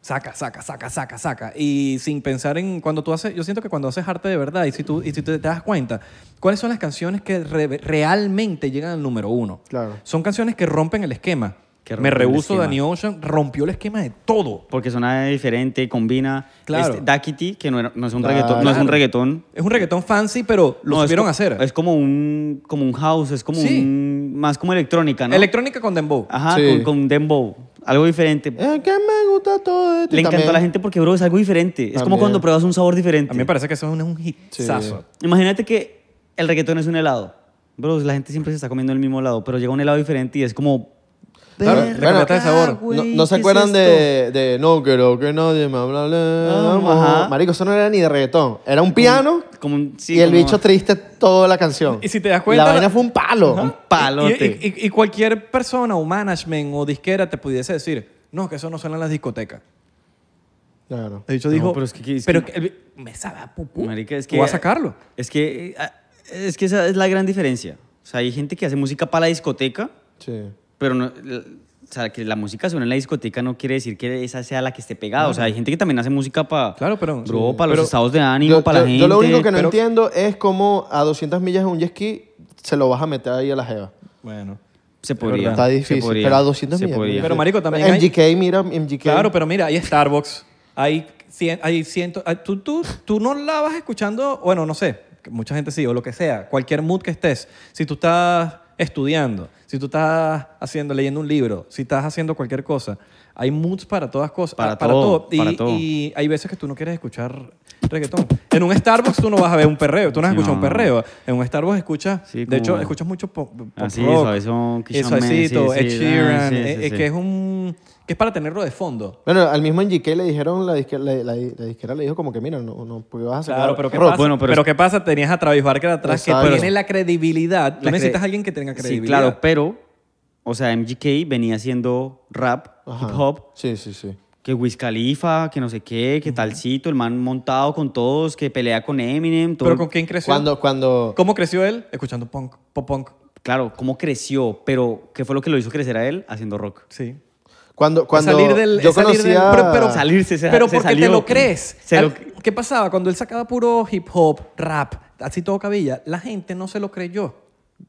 [SPEAKER 3] saca, saca, saca, saca, saca. Y sin pensar en cuando tú haces, yo siento que cuando haces arte de verdad y si tú, y si te, te das cuenta, ¿cuáles son las canciones que re- realmente llegan al número uno?
[SPEAKER 4] Claro.
[SPEAKER 3] Son canciones que rompen el esquema.
[SPEAKER 1] Que
[SPEAKER 3] Me
[SPEAKER 1] rompen el
[SPEAKER 3] rehuso,
[SPEAKER 1] esquema.
[SPEAKER 3] Danny Ocean rompió el esquema de todo.
[SPEAKER 1] Porque suena diferente, combina.
[SPEAKER 3] Claro.
[SPEAKER 1] Este, Daquiti, que no, era- no es un
[SPEAKER 4] Claro.
[SPEAKER 1] reggaetón, no es un reggaetón.
[SPEAKER 3] Es un reggaetón fancy, pero lo
[SPEAKER 1] no, es
[SPEAKER 3] supieron
[SPEAKER 1] co-
[SPEAKER 3] hacer.
[SPEAKER 1] Es como un, como un house, es como
[SPEAKER 3] Sí.
[SPEAKER 1] un, más como electrónica, ¿no?
[SPEAKER 3] Electrónica con dembow.
[SPEAKER 1] Ajá,
[SPEAKER 4] Sí.
[SPEAKER 1] con, con dembow. Algo diferente.
[SPEAKER 3] Eh,
[SPEAKER 4] Es que me gusta todo esto.
[SPEAKER 1] Le
[SPEAKER 4] Y
[SPEAKER 1] encantó
[SPEAKER 4] también-
[SPEAKER 1] a la gente porque, bro, es algo diferente. Es como
[SPEAKER 4] También.
[SPEAKER 1] cuando pruebas un sabor diferente.
[SPEAKER 3] A mí me parece que eso es un, un hitazo.
[SPEAKER 1] Imagínate que el reggaetón es un helado. Bro, la gente siempre se está comiendo el mismo helado, pero llega un helado diferente y es como...
[SPEAKER 4] Claro,
[SPEAKER 1] "Verga,
[SPEAKER 4] bueno,
[SPEAKER 3] de sabor.
[SPEAKER 4] No,
[SPEAKER 1] güey,
[SPEAKER 4] no se
[SPEAKER 1] ¿qué es
[SPEAKER 4] acuerdan
[SPEAKER 1] esto?".
[SPEAKER 4] de, de No quiero que nadie me hable
[SPEAKER 1] Ah,
[SPEAKER 4] amor"?
[SPEAKER 1] ajá.
[SPEAKER 4] Marico, eso no era ni de reggaetón. Era un piano
[SPEAKER 1] Como un... sí,
[SPEAKER 4] y el
[SPEAKER 1] como-
[SPEAKER 4] bicho triste toda la canción.
[SPEAKER 3] Y si te das cuenta-
[SPEAKER 4] La vaina fue un palo.
[SPEAKER 1] Un palote.
[SPEAKER 3] Y, y- y- y cualquier persona o management o disquera te pudiese decir, no, que eso no suena en las discotecas.
[SPEAKER 4] Claro.
[SPEAKER 3] De hecho,
[SPEAKER 1] No,
[SPEAKER 3] dijo,
[SPEAKER 1] pero es que- que- es
[SPEAKER 3] pero
[SPEAKER 1] que-
[SPEAKER 3] que- me sabe a pupú.
[SPEAKER 1] Marica, es
[SPEAKER 3] Tú
[SPEAKER 1] que-
[SPEAKER 3] vas a sacarlo.
[SPEAKER 1] Es que, eh, ah, es que esa es la gran diferencia. O sea, hay gente que hace música para la discoteca,
[SPEAKER 4] Sí.
[SPEAKER 1] pero no... l- O sea, que la música suene en la discoteca no quiere decir que esa sea la que esté pegada. O sea, hay gente que también hace música para...
[SPEAKER 3] Claro, pero-
[SPEAKER 1] Bro,
[SPEAKER 3] sí.
[SPEAKER 1] para
[SPEAKER 3] Pero-
[SPEAKER 1] los estados de ánimo, para la gente.
[SPEAKER 4] yo lo único que no
[SPEAKER 1] pero-
[SPEAKER 4] entiendo es cómo a 200 millas en un jet ski se lo vas a meter ahí a la jeva.
[SPEAKER 3] Bueno.
[SPEAKER 1] Se podría.
[SPEAKER 4] Está
[SPEAKER 1] se
[SPEAKER 4] difícil,
[SPEAKER 1] podría,
[SPEAKER 4] pero a 200
[SPEAKER 1] se
[SPEAKER 4] millas.
[SPEAKER 1] podría.
[SPEAKER 3] Pero, marico, también hay-
[SPEAKER 4] MGK, mira, MGK.
[SPEAKER 3] Claro, pero mira, hay Starbucks, hay, cien- hay cientos... hay- tú, tú, tú no la vas escuchando, bueno, no sé, que mucha gente sí, o lo que sea, cualquier mood que estés. Si tú estás estudiando, si tú estás haciendo, leyendo un libro, si estás haciendo cualquier cosa, hay moods para todas cosas.
[SPEAKER 1] Para todo,
[SPEAKER 3] Y,
[SPEAKER 1] para todo.
[SPEAKER 3] y hay veces que tú no quieres escuchar reggaetón. En un Starbucks tú no vas a ver un perreo, tú no has
[SPEAKER 1] Sí,
[SPEAKER 3] escuchado un
[SPEAKER 1] no.
[SPEAKER 3] perreo. En un Starbucks escuchas,
[SPEAKER 1] Sí,
[SPEAKER 3] de
[SPEAKER 1] como-
[SPEAKER 3] hecho, escuchas mucho pop, pop
[SPEAKER 1] Así,
[SPEAKER 3] rock,
[SPEAKER 1] suavezón,
[SPEAKER 3] eh,
[SPEAKER 1] Kishan Man, sí,
[SPEAKER 3] suavecito,
[SPEAKER 1] sí,
[SPEAKER 3] Ed
[SPEAKER 1] ah,
[SPEAKER 3] Sheeran,
[SPEAKER 1] sí, sí,
[SPEAKER 3] eh, eh,
[SPEAKER 1] sí.
[SPEAKER 3] que es un... que es para tenerlo de fondo.
[SPEAKER 4] Bueno, al mismo NGK le dijeron, la disquera, la, la- la disquera le dijo como que, mira, no, no porque vas a sacar
[SPEAKER 3] Claro, pero ¿qué
[SPEAKER 1] Rob,
[SPEAKER 3] pasa?
[SPEAKER 1] bueno,
[SPEAKER 3] pero,
[SPEAKER 1] pero-
[SPEAKER 3] ¿qué pasa? Tenías a Travis Barker atrás que
[SPEAKER 4] Exacto.
[SPEAKER 3] tiene la credibilidad. Tú
[SPEAKER 1] La cre-
[SPEAKER 3] necesitas a alguien que tenga
[SPEAKER 1] Sí,
[SPEAKER 3] credibilidad.
[SPEAKER 1] claro, pero, o sea, MGK venía haciendo rap,
[SPEAKER 4] Ajá.
[SPEAKER 1] hip hop,
[SPEAKER 4] Sí, sí, sí.
[SPEAKER 1] que Wiz Khalifa, que no sé qué, que talcito, el man montado con todos, que pelea con Eminem, todo.
[SPEAKER 3] ¿Pero con quién creció?
[SPEAKER 4] Cuando, cuando...
[SPEAKER 3] ¿Cómo creció él? Escuchando punk, pop punk.
[SPEAKER 1] claro, cómo creció, pero ¿qué fue lo que lo hizo crecer a él haciendo rock?
[SPEAKER 3] Sí.
[SPEAKER 4] Cuando, cuando
[SPEAKER 3] salir del-
[SPEAKER 4] yo
[SPEAKER 3] es salir del-
[SPEAKER 4] conocía...
[SPEAKER 3] pero- pero-
[SPEAKER 1] Salirse, se-
[SPEAKER 3] Pero
[SPEAKER 1] se
[SPEAKER 3] porque te
[SPEAKER 1] salió.
[SPEAKER 3] lo crees.
[SPEAKER 1] Se lo-
[SPEAKER 3] Al- ¿Qué pasaba? Cuando él sacaba puro hip hop, rap, así todo cabilla, la gente no se lo creyó.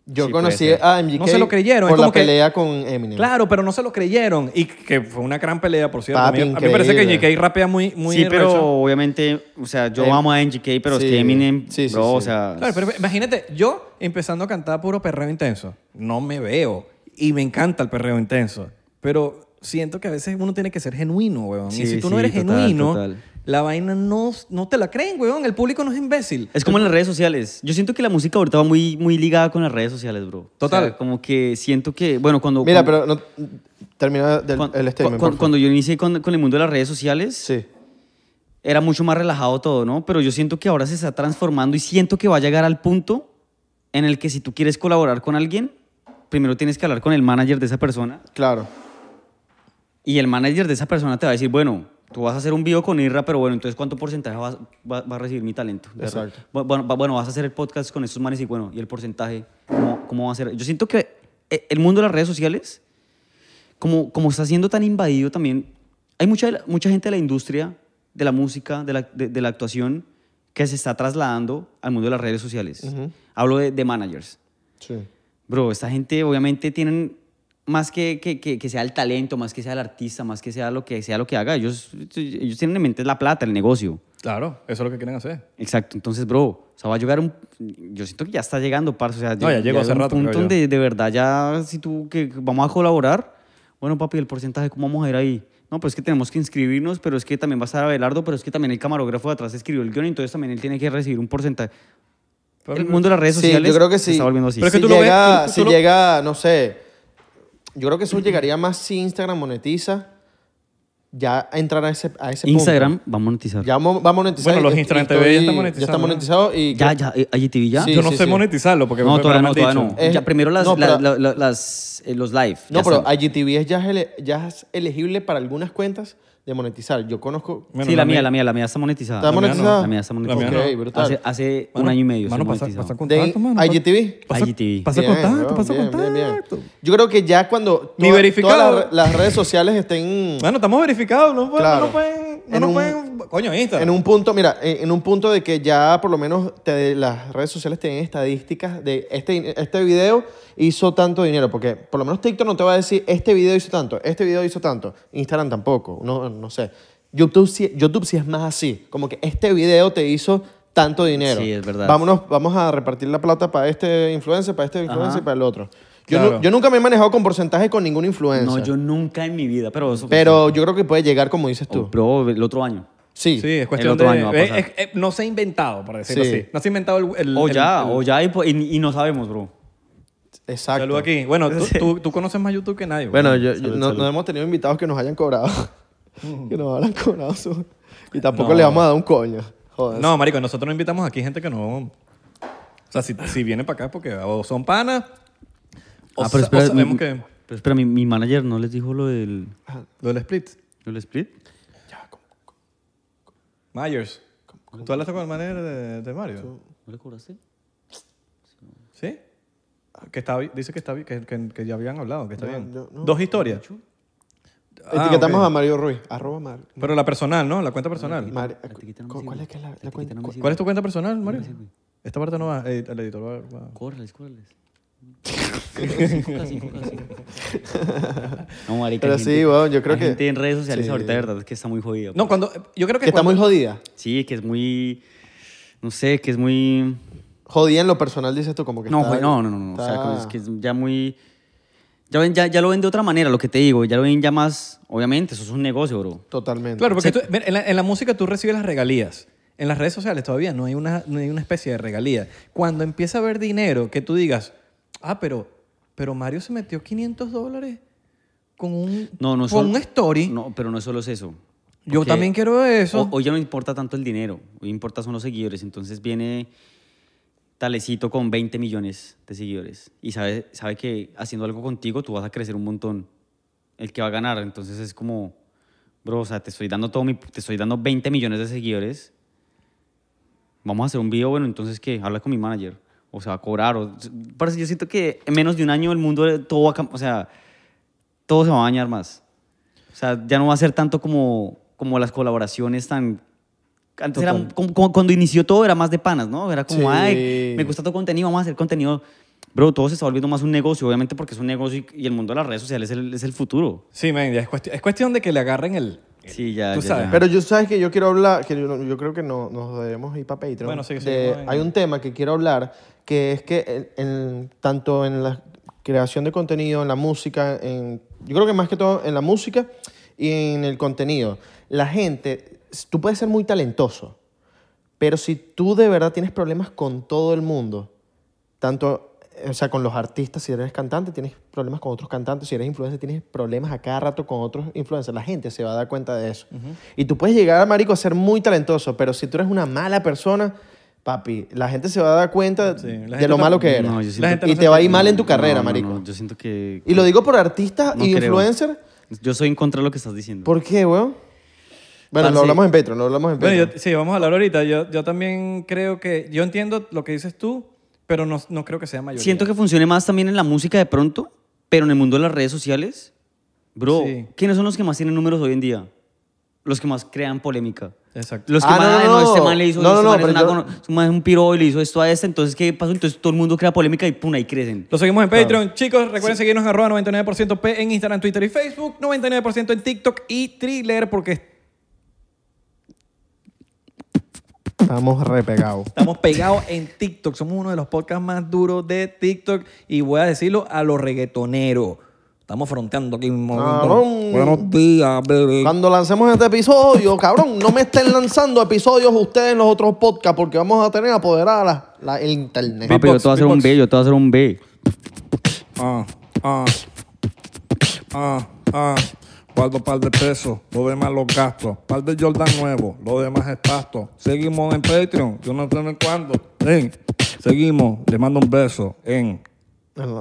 [SPEAKER 4] Yo
[SPEAKER 1] Sí,
[SPEAKER 4] conocí
[SPEAKER 1] puede ser.
[SPEAKER 4] a MGK
[SPEAKER 3] No se lo creyeron, es
[SPEAKER 4] por la
[SPEAKER 3] como que-
[SPEAKER 4] pelea con Eminem.
[SPEAKER 3] Claro, pero no se lo creyeron. Y que fue una gran pelea, por cierto.
[SPEAKER 4] Papi,
[SPEAKER 3] a, mí, a mí me parece que
[SPEAKER 4] increíble.
[SPEAKER 3] JK rapea muy, muy
[SPEAKER 1] sí, pero
[SPEAKER 3] recho.
[SPEAKER 1] obviamente, o sea, yo
[SPEAKER 4] Em-
[SPEAKER 1] amo a NGK, pero
[SPEAKER 4] sí.
[SPEAKER 1] es que Eminem,
[SPEAKER 4] Sí, sí,
[SPEAKER 1] bro,
[SPEAKER 4] sí.
[SPEAKER 1] o sea...
[SPEAKER 3] Claro, pero imagínate, yo empezando a cantar puro perreo intenso. No me veo. Y me encanta el perreo intenso. Pero siento que a veces uno tiene que ser genuino, weón. y
[SPEAKER 1] Sí,
[SPEAKER 3] si tú
[SPEAKER 1] sí,
[SPEAKER 3] no eres
[SPEAKER 1] total,
[SPEAKER 3] genuino,
[SPEAKER 1] total.
[SPEAKER 3] la vaina no, no te la creen, weón. El público no es imbécil.
[SPEAKER 1] Es como en las redes sociales. Yo siento que la música ahorita va muy, muy ligada con las redes sociales, bro.
[SPEAKER 3] Total.
[SPEAKER 1] O sea, como que siento que, bueno, cuando...
[SPEAKER 4] Mira,
[SPEAKER 1] cuando-
[SPEAKER 4] pero no, termina del,
[SPEAKER 1] cuan-
[SPEAKER 4] el statement,
[SPEAKER 1] cuan-
[SPEAKER 4] por favor.
[SPEAKER 1] cuando yo inicié con, con el mundo de las redes sociales,
[SPEAKER 4] Sí.
[SPEAKER 1] era mucho más relajado todo, ¿no? Pero yo siento que ahora se está transformando y siento que va a llegar al punto en el que si tú quieres colaborar con alguien, primero tienes que hablar con el manager de esa persona
[SPEAKER 4] Claro.
[SPEAKER 1] y el manager de esa persona te va a decir, bueno, tú vas a hacer un video con Irra, pero bueno, entonces ¿cuánto porcentaje vas, va, va a recibir mi talento? De verdad.
[SPEAKER 4] Exacto.
[SPEAKER 1] Bu- Bueno, va- bueno, vas a hacer el podcast con estos manes y bueno, ¿y el porcentaje? ¿Cómo, cómo va a ser? Yo siento que eh, el mundo de las redes sociales, como, como está siendo tan invadido también, hay mucha, de la- mucha gente de la industria, de la música, de la, de, de la actuación, que se está trasladando al mundo de las redes sociales.
[SPEAKER 4] Ujú.
[SPEAKER 1] Hablo de- de managers.
[SPEAKER 4] Sí.
[SPEAKER 1] Bro, esta gente obviamente tienen más que, que, que- que sea el talento, más que sea el artista, más que sea lo que sea lo que haga. Ellos, ellos tienen en mente la plata, el negocio.
[SPEAKER 3] Claro, eso es lo que quieren hacer.
[SPEAKER 1] Exacto. Entonces, bro, o sea, va a llegar un... Yo siento que ya está llegando, parce. O sea,
[SPEAKER 3] No, ya llegó hace
[SPEAKER 1] un
[SPEAKER 3] rato,
[SPEAKER 1] punto
[SPEAKER 3] creo yo.
[SPEAKER 1] donde de verdad ya, si tú, que que vamos a colaborar, bueno, papi, el porcentaje, ¿cómo vamos a ir ahí? No, pues es que tenemos que inscribirnos, pero es que también va a estar Abelardo, pero es que también el camarógrafo de atrás escribió el guión, entonces también él tiene que recibir un porcentaje.
[SPEAKER 3] Pero-
[SPEAKER 1] el mundo de las redes
[SPEAKER 4] Sí,
[SPEAKER 1] sociales
[SPEAKER 4] yo creo que
[SPEAKER 1] se
[SPEAKER 4] sí.
[SPEAKER 1] está volviendo así.
[SPEAKER 3] Pero es que
[SPEAKER 4] si
[SPEAKER 3] tú lo
[SPEAKER 4] llega,
[SPEAKER 3] ves, tú-
[SPEAKER 4] si
[SPEAKER 3] tú lo-
[SPEAKER 4] llega, no sé. Yo creo que eso llegaría más si Instagram monetiza. Ya entrar a ese, a ese
[SPEAKER 1] Instagram
[SPEAKER 4] punto.
[SPEAKER 1] va a monetizar.
[SPEAKER 4] Ya mo- va a monetizar.
[SPEAKER 3] Bueno, los
[SPEAKER 4] y- y
[SPEAKER 3] Instagram
[SPEAKER 4] estoy-
[SPEAKER 3] TV ya están
[SPEAKER 4] Ya
[SPEAKER 3] monetizando,
[SPEAKER 4] está
[SPEAKER 3] ¿no?
[SPEAKER 4] monetizado y
[SPEAKER 1] Ya, ya, eh, IGTV ya.
[SPEAKER 4] Sí,
[SPEAKER 3] Yo no sé
[SPEAKER 4] sí.
[SPEAKER 3] monetizarlo porque
[SPEAKER 1] no,
[SPEAKER 3] me-
[SPEAKER 1] todavía
[SPEAKER 3] me
[SPEAKER 1] no,
[SPEAKER 3] han
[SPEAKER 1] todavía
[SPEAKER 3] dicho.
[SPEAKER 1] no.
[SPEAKER 4] Eh,
[SPEAKER 1] ya, primero las,
[SPEAKER 4] no, pero-
[SPEAKER 1] la- la- la- las, eh, los live.
[SPEAKER 4] No,
[SPEAKER 1] ya
[SPEAKER 4] pero
[SPEAKER 1] están.
[SPEAKER 4] IGTV es ya, es ele- ya es elegible para algunas cuentas de monetizar. Yo conozco.
[SPEAKER 3] Bueno,
[SPEAKER 1] sí, la,
[SPEAKER 3] la
[SPEAKER 1] mía,
[SPEAKER 3] mía-
[SPEAKER 1] la mía, la mía está monetizada.
[SPEAKER 4] ¿Está
[SPEAKER 1] La mía no,
[SPEAKER 4] monetizada?
[SPEAKER 1] La mía está
[SPEAKER 3] La mía
[SPEAKER 1] monetizada.
[SPEAKER 4] no. Ok, brutal.
[SPEAKER 1] Hace, hace
[SPEAKER 3] Mano,
[SPEAKER 1] un año y medio.
[SPEAKER 3] Mano,
[SPEAKER 1] está
[SPEAKER 3] pasa,
[SPEAKER 1] monetizado.
[SPEAKER 3] pasa
[SPEAKER 4] De
[SPEAKER 3] contacto, mano.
[SPEAKER 4] IGTV.
[SPEAKER 3] Pasa,
[SPEAKER 1] IGTV.
[SPEAKER 3] pasa
[SPEAKER 4] Bien,
[SPEAKER 3] contacto,
[SPEAKER 4] weón,
[SPEAKER 3] pasa
[SPEAKER 4] bien,
[SPEAKER 3] contacto.
[SPEAKER 4] bien, bien. Yo creo que ya cuando
[SPEAKER 3] Ni
[SPEAKER 4] toda-
[SPEAKER 3] verificado.
[SPEAKER 4] todas las, las redes sociales estén
[SPEAKER 3] Bueno, estamos verificados, no, pueden-
[SPEAKER 4] Mm. Claro.
[SPEAKER 3] no pueden, no
[SPEAKER 4] En
[SPEAKER 3] nos
[SPEAKER 4] un-
[SPEAKER 3] pueden, coño, Instagram.
[SPEAKER 4] en un punto, mira, en, en un punto de que ya por lo menos te- las redes sociales tienen estadísticas de este, este video hizo tanto dinero, porque por lo menos TikTok no te va a decir este video hizo tanto, este video hizo tanto, Instagram tampoco, no, no sé. YouTube sí, YouTube sí es más así, como que este video te hizo tanto dinero.
[SPEAKER 1] Sí, es verdad.
[SPEAKER 4] Vámonos, vamos a repartir la plata para este influencer, para este influencer
[SPEAKER 1] Ajá.
[SPEAKER 4] y para el otro. Yo, nu-
[SPEAKER 3] Claro.
[SPEAKER 4] yo nunca me he manejado con porcentaje con ningún influencer.
[SPEAKER 1] No, yo nunca en mi vida, pero eso.
[SPEAKER 4] Pero yo creo que puede llegar como dices tú.
[SPEAKER 1] Oh, bro, el otro año.
[SPEAKER 4] Sí.
[SPEAKER 3] Sí, es cuestión
[SPEAKER 1] El otro
[SPEAKER 3] de...
[SPEAKER 1] año va a
[SPEAKER 3] eh,
[SPEAKER 1] pasar.
[SPEAKER 3] eh, eh, no se ha inventado, por decirlo
[SPEAKER 4] Sí. Oh,
[SPEAKER 3] así. No se ha inventado el... el-
[SPEAKER 1] O
[SPEAKER 3] el-
[SPEAKER 1] ya,
[SPEAKER 3] el-
[SPEAKER 1] o ya, y, po- y- y no sabemos, bro.
[SPEAKER 4] Exacto.
[SPEAKER 3] Salud aquí. Bueno, tú, tú, tú conoces más YouTube que nadie.
[SPEAKER 4] Bueno,
[SPEAKER 3] weón.
[SPEAKER 4] yo, yo-
[SPEAKER 1] Salud,
[SPEAKER 4] no,
[SPEAKER 1] salud. Ah,
[SPEAKER 4] no hemos tenido invitados que nos hayan cobrado. que nos hayan cobrado su... Y tampoco
[SPEAKER 3] No.
[SPEAKER 4] le vamos a dar un coño. Joder.
[SPEAKER 3] No, marico, nosotros no invitamos aquí gente que no... O sea, si, si vienen para acá porque o son panas o,
[SPEAKER 1] Ah, pero
[SPEAKER 3] sa- o
[SPEAKER 1] espera.
[SPEAKER 3] sabemos
[SPEAKER 4] mm,
[SPEAKER 1] mi-
[SPEAKER 3] que...
[SPEAKER 1] Pero espera, mi, mi manager no les dijo lo del,
[SPEAKER 3] Lo del split.
[SPEAKER 1] lo del split.
[SPEAKER 3] Myers. ¿Tú hablaste con el manager de, de Mario?
[SPEAKER 1] ¿No le cobraste?
[SPEAKER 3] ¿Sí? Que está, bi- dice que, está, bi- que, que, que ya habían hablado, que está
[SPEAKER 4] No,
[SPEAKER 3] bien.
[SPEAKER 4] yo no.
[SPEAKER 3] Dos historias. Ah,
[SPEAKER 4] Etiquetamos
[SPEAKER 3] ok.
[SPEAKER 4] a Mario Ruiz. Arroba Mario.
[SPEAKER 3] Pero la personal, ¿no? La cuenta personal.
[SPEAKER 4] Mario-
[SPEAKER 1] etiqueta no me
[SPEAKER 4] ¿cu- ¿Cuál
[SPEAKER 1] sirve.
[SPEAKER 4] es que es la, la
[SPEAKER 1] etiqueta
[SPEAKER 4] cuenta?
[SPEAKER 1] no me
[SPEAKER 4] ¿Cu-
[SPEAKER 1] sirve.
[SPEAKER 3] ¿Cuál es tu cuenta personal, Mario? Esta parte no va. eh, El editor va. va.
[SPEAKER 1] Córrales, córrales. No, marica,
[SPEAKER 4] Pero
[SPEAKER 1] hay
[SPEAKER 4] sí,
[SPEAKER 1] gente-
[SPEAKER 4] weón, yo creo
[SPEAKER 1] hay
[SPEAKER 4] que-
[SPEAKER 1] gente en redes sociales
[SPEAKER 4] Sí.
[SPEAKER 1] ahorita, de verdad, es que está muy jodida.
[SPEAKER 3] No, cuando. Yo creo que.
[SPEAKER 4] Que está
[SPEAKER 3] cuando-
[SPEAKER 4] muy jodida.
[SPEAKER 1] Sí, que es muy. No sé, que es muy.
[SPEAKER 4] Jodida en lo personal, dices tú, como que
[SPEAKER 1] No,
[SPEAKER 4] está-
[SPEAKER 1] jue- no, no, no. no, O sea,
[SPEAKER 4] está-
[SPEAKER 1] como es que es ya muy. Ya, ven, ya, ya lo ven de otra manera, lo que te digo. Ya lo ven ya más. Obviamente, eso es un negocio, bro.
[SPEAKER 4] Totalmente.
[SPEAKER 3] Claro, porque tú- mira, en, la, en la música tú recibes las regalías. En las redes sociales todavía no hay, una, no hay una especie de regalía. Cuando empieza a haber dinero que tú digas, ah, pero, pero Mario se metió 500 dólares con un,
[SPEAKER 1] No, no
[SPEAKER 3] con
[SPEAKER 1] solo-
[SPEAKER 3] un story.
[SPEAKER 1] No, pero no solo es eso.
[SPEAKER 3] yo
[SPEAKER 1] Porque
[SPEAKER 3] también quiero eso.
[SPEAKER 1] ho- Hoy ya no importa tanto el dinero. Hoy importa son los seguidores. Entonces viene Talecito con 20 millones de seguidores. Y sabe, sabe que haciendo algo contigo tú vas a crecer un montón. El que va a ganar. Entonces es como. Bro, o sea, te estoy dando todo mi. Te estoy dando 20 millones de seguidores. Vamos a hacer un video. Bueno, entonces, ¿qué? Habla con mi manager. o se va a cobrar. O, parce, yo siento que en menos de un año el mundo, todo va a cam- o sea, todo se va a bañar más. O sea, ya no va a ser tanto como, como las colaboraciones tan... Antes era,
[SPEAKER 4] Total.
[SPEAKER 1] como- como cuando inició todo era más de panas, ¿no? Era como,
[SPEAKER 4] Sí.
[SPEAKER 1] ay, me gusta tu contenido, vamos a hacer contenido. Bro, todo se está volviendo más un negocio, obviamente porque es un negocio y, y el mundo de las redes sociales es el, es el futuro.
[SPEAKER 3] Sí, man, ya es, cuestión, es cuestión de que le agarren el...
[SPEAKER 1] Sí, ya,
[SPEAKER 3] Tú
[SPEAKER 1] ya,
[SPEAKER 3] sabes.
[SPEAKER 1] ya.
[SPEAKER 4] Pero yo sabes que yo quiero hablar, que yo, no- yo creo que no, nos debemos ir para Patreon.
[SPEAKER 3] Bueno, sí, sí,
[SPEAKER 4] de-
[SPEAKER 3] bueno.
[SPEAKER 4] Hay un tema que quiero hablar, que es que en, en- tanto en la creación de contenido, en la música, en, yo creo que más que todo en la música y en el contenido, la gente, tú puedes ser muy talentoso, pero si tú de verdad tienes problemas con todo el mundo, tanto, o sea, con los artistas, si eres cantante, tienes problemas con otros cantantes, si eres influencer, tienes problemas a cada rato con otros influencers. La gente se va a dar cuenta de eso. Y tú puedes llegar, marico, a ser muy talentoso, pero si tú eres una mala persona, papi, la gente se va a dar cuenta
[SPEAKER 3] Sí, la gente
[SPEAKER 4] de lo
[SPEAKER 3] no-
[SPEAKER 4] malo que eres.
[SPEAKER 1] No, yo
[SPEAKER 3] La
[SPEAKER 1] siento
[SPEAKER 3] gente
[SPEAKER 1] que-
[SPEAKER 4] y
[SPEAKER 3] no
[SPEAKER 4] te
[SPEAKER 3] se-
[SPEAKER 4] va a ir mal en tu
[SPEAKER 1] No,
[SPEAKER 4] carrera,
[SPEAKER 1] no,
[SPEAKER 4] marico.
[SPEAKER 1] no, yo siento que...
[SPEAKER 4] Y lo digo por artistas
[SPEAKER 1] No
[SPEAKER 4] y
[SPEAKER 1] creo.
[SPEAKER 4] influencer.
[SPEAKER 1] Yo soy en contra de lo que estás diciendo.
[SPEAKER 4] ¿Por qué, weón? Bueno,
[SPEAKER 1] Parce-
[SPEAKER 4] lo hablamos en Patreon, lo hablamos en Patreon.
[SPEAKER 3] Bueno, yo- sí, vamos a hablar ahorita. Yo, yo también creo que... Yo entiendo lo que dices tú, pero no, no creo que sea mayoría.
[SPEAKER 1] Siento que funcione más también en la música de pronto, pero en el mundo de las redes sociales, bro,
[SPEAKER 3] Sí.
[SPEAKER 1] ¿quiénes son los que más tienen números hoy en día? Los que más crean polémica.
[SPEAKER 3] Exacto.
[SPEAKER 1] Los que
[SPEAKER 4] Ah,
[SPEAKER 1] más,
[SPEAKER 4] no,
[SPEAKER 1] "Ay,
[SPEAKER 4] no,
[SPEAKER 1] este man le hizo,
[SPEAKER 4] no,
[SPEAKER 1] este
[SPEAKER 4] no,
[SPEAKER 1] man es
[SPEAKER 4] pero
[SPEAKER 1] una
[SPEAKER 4] yo-
[SPEAKER 1] gono- este man es un piro y le hizo esto a este, entonces ¿qué pasó? Entonces todo el mundo crea polémica y pum, ahí crecen.
[SPEAKER 3] Lo seguimos en Patreon. Chicos, recuerden seguirnos en arroba 99% P en Instagram, Twitter y Facebook, 99% en TikTok y Thriller porque
[SPEAKER 4] Estamos repegados.
[SPEAKER 3] estamos pegados en TikTok. Somos uno de los podcasts más duros de TikTok y voy a decirlo a los reggaetoneros. Estamos fronteando aquí un momento.
[SPEAKER 4] Cabrón.
[SPEAKER 3] Buenos días, bebé.
[SPEAKER 4] Cuando lancemos este episodio, cabrón, no me estén lanzando episodios ustedes en los otros podcasts porque vamos a tener apoderada la, la- el internet.
[SPEAKER 1] Papi, yo te voy a hacer un B, yo te voy a hacer un B.
[SPEAKER 5] Ah, ah, ah, ah. Guardo par de pesos, lo demás los gastos. Par de Jordan nuevo, lo demás es pasto. Seguimos en Patreon, yo no sé en cuándo. Ey, seguimos, le mando un beso en,
[SPEAKER 4] El,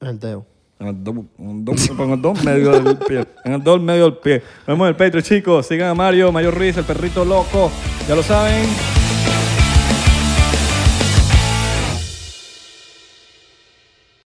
[SPEAKER 4] el dedo.
[SPEAKER 5] en el do, en el do, en el do medio del pie.
[SPEAKER 3] En el dos medio del pie. Nos vemos en el Patreon, chicos. Sigan a Mario, Mayor Ruiz, el perrito loco. Ya lo saben.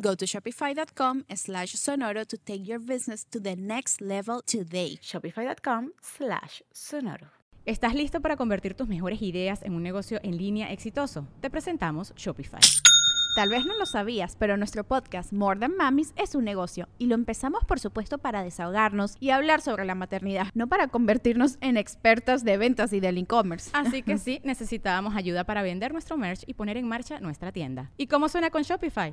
[SPEAKER 6] Go to shopify.com slash sonoro to take your business to the next level today.
[SPEAKER 7] Shopify.com slash sonoro.
[SPEAKER 8] ¿Estás listo para convertir tus mejores ideas en un negocio en línea exitoso? Te presentamos Shopify.
[SPEAKER 9] Tal vez no lo sabías, pero nuestro podcast More Than Mamis es un negocio y lo empezamos por supuesto para desahogarnos y hablar sobre la maternidad, no para convertirnos en expertas de ventas y del e-commerce. Ah,
[SPEAKER 8] Así que sí, necesitábamos ayuda para vender nuestro merch y poner en marcha nuestra tienda. ¿Y cómo suena con Shopify?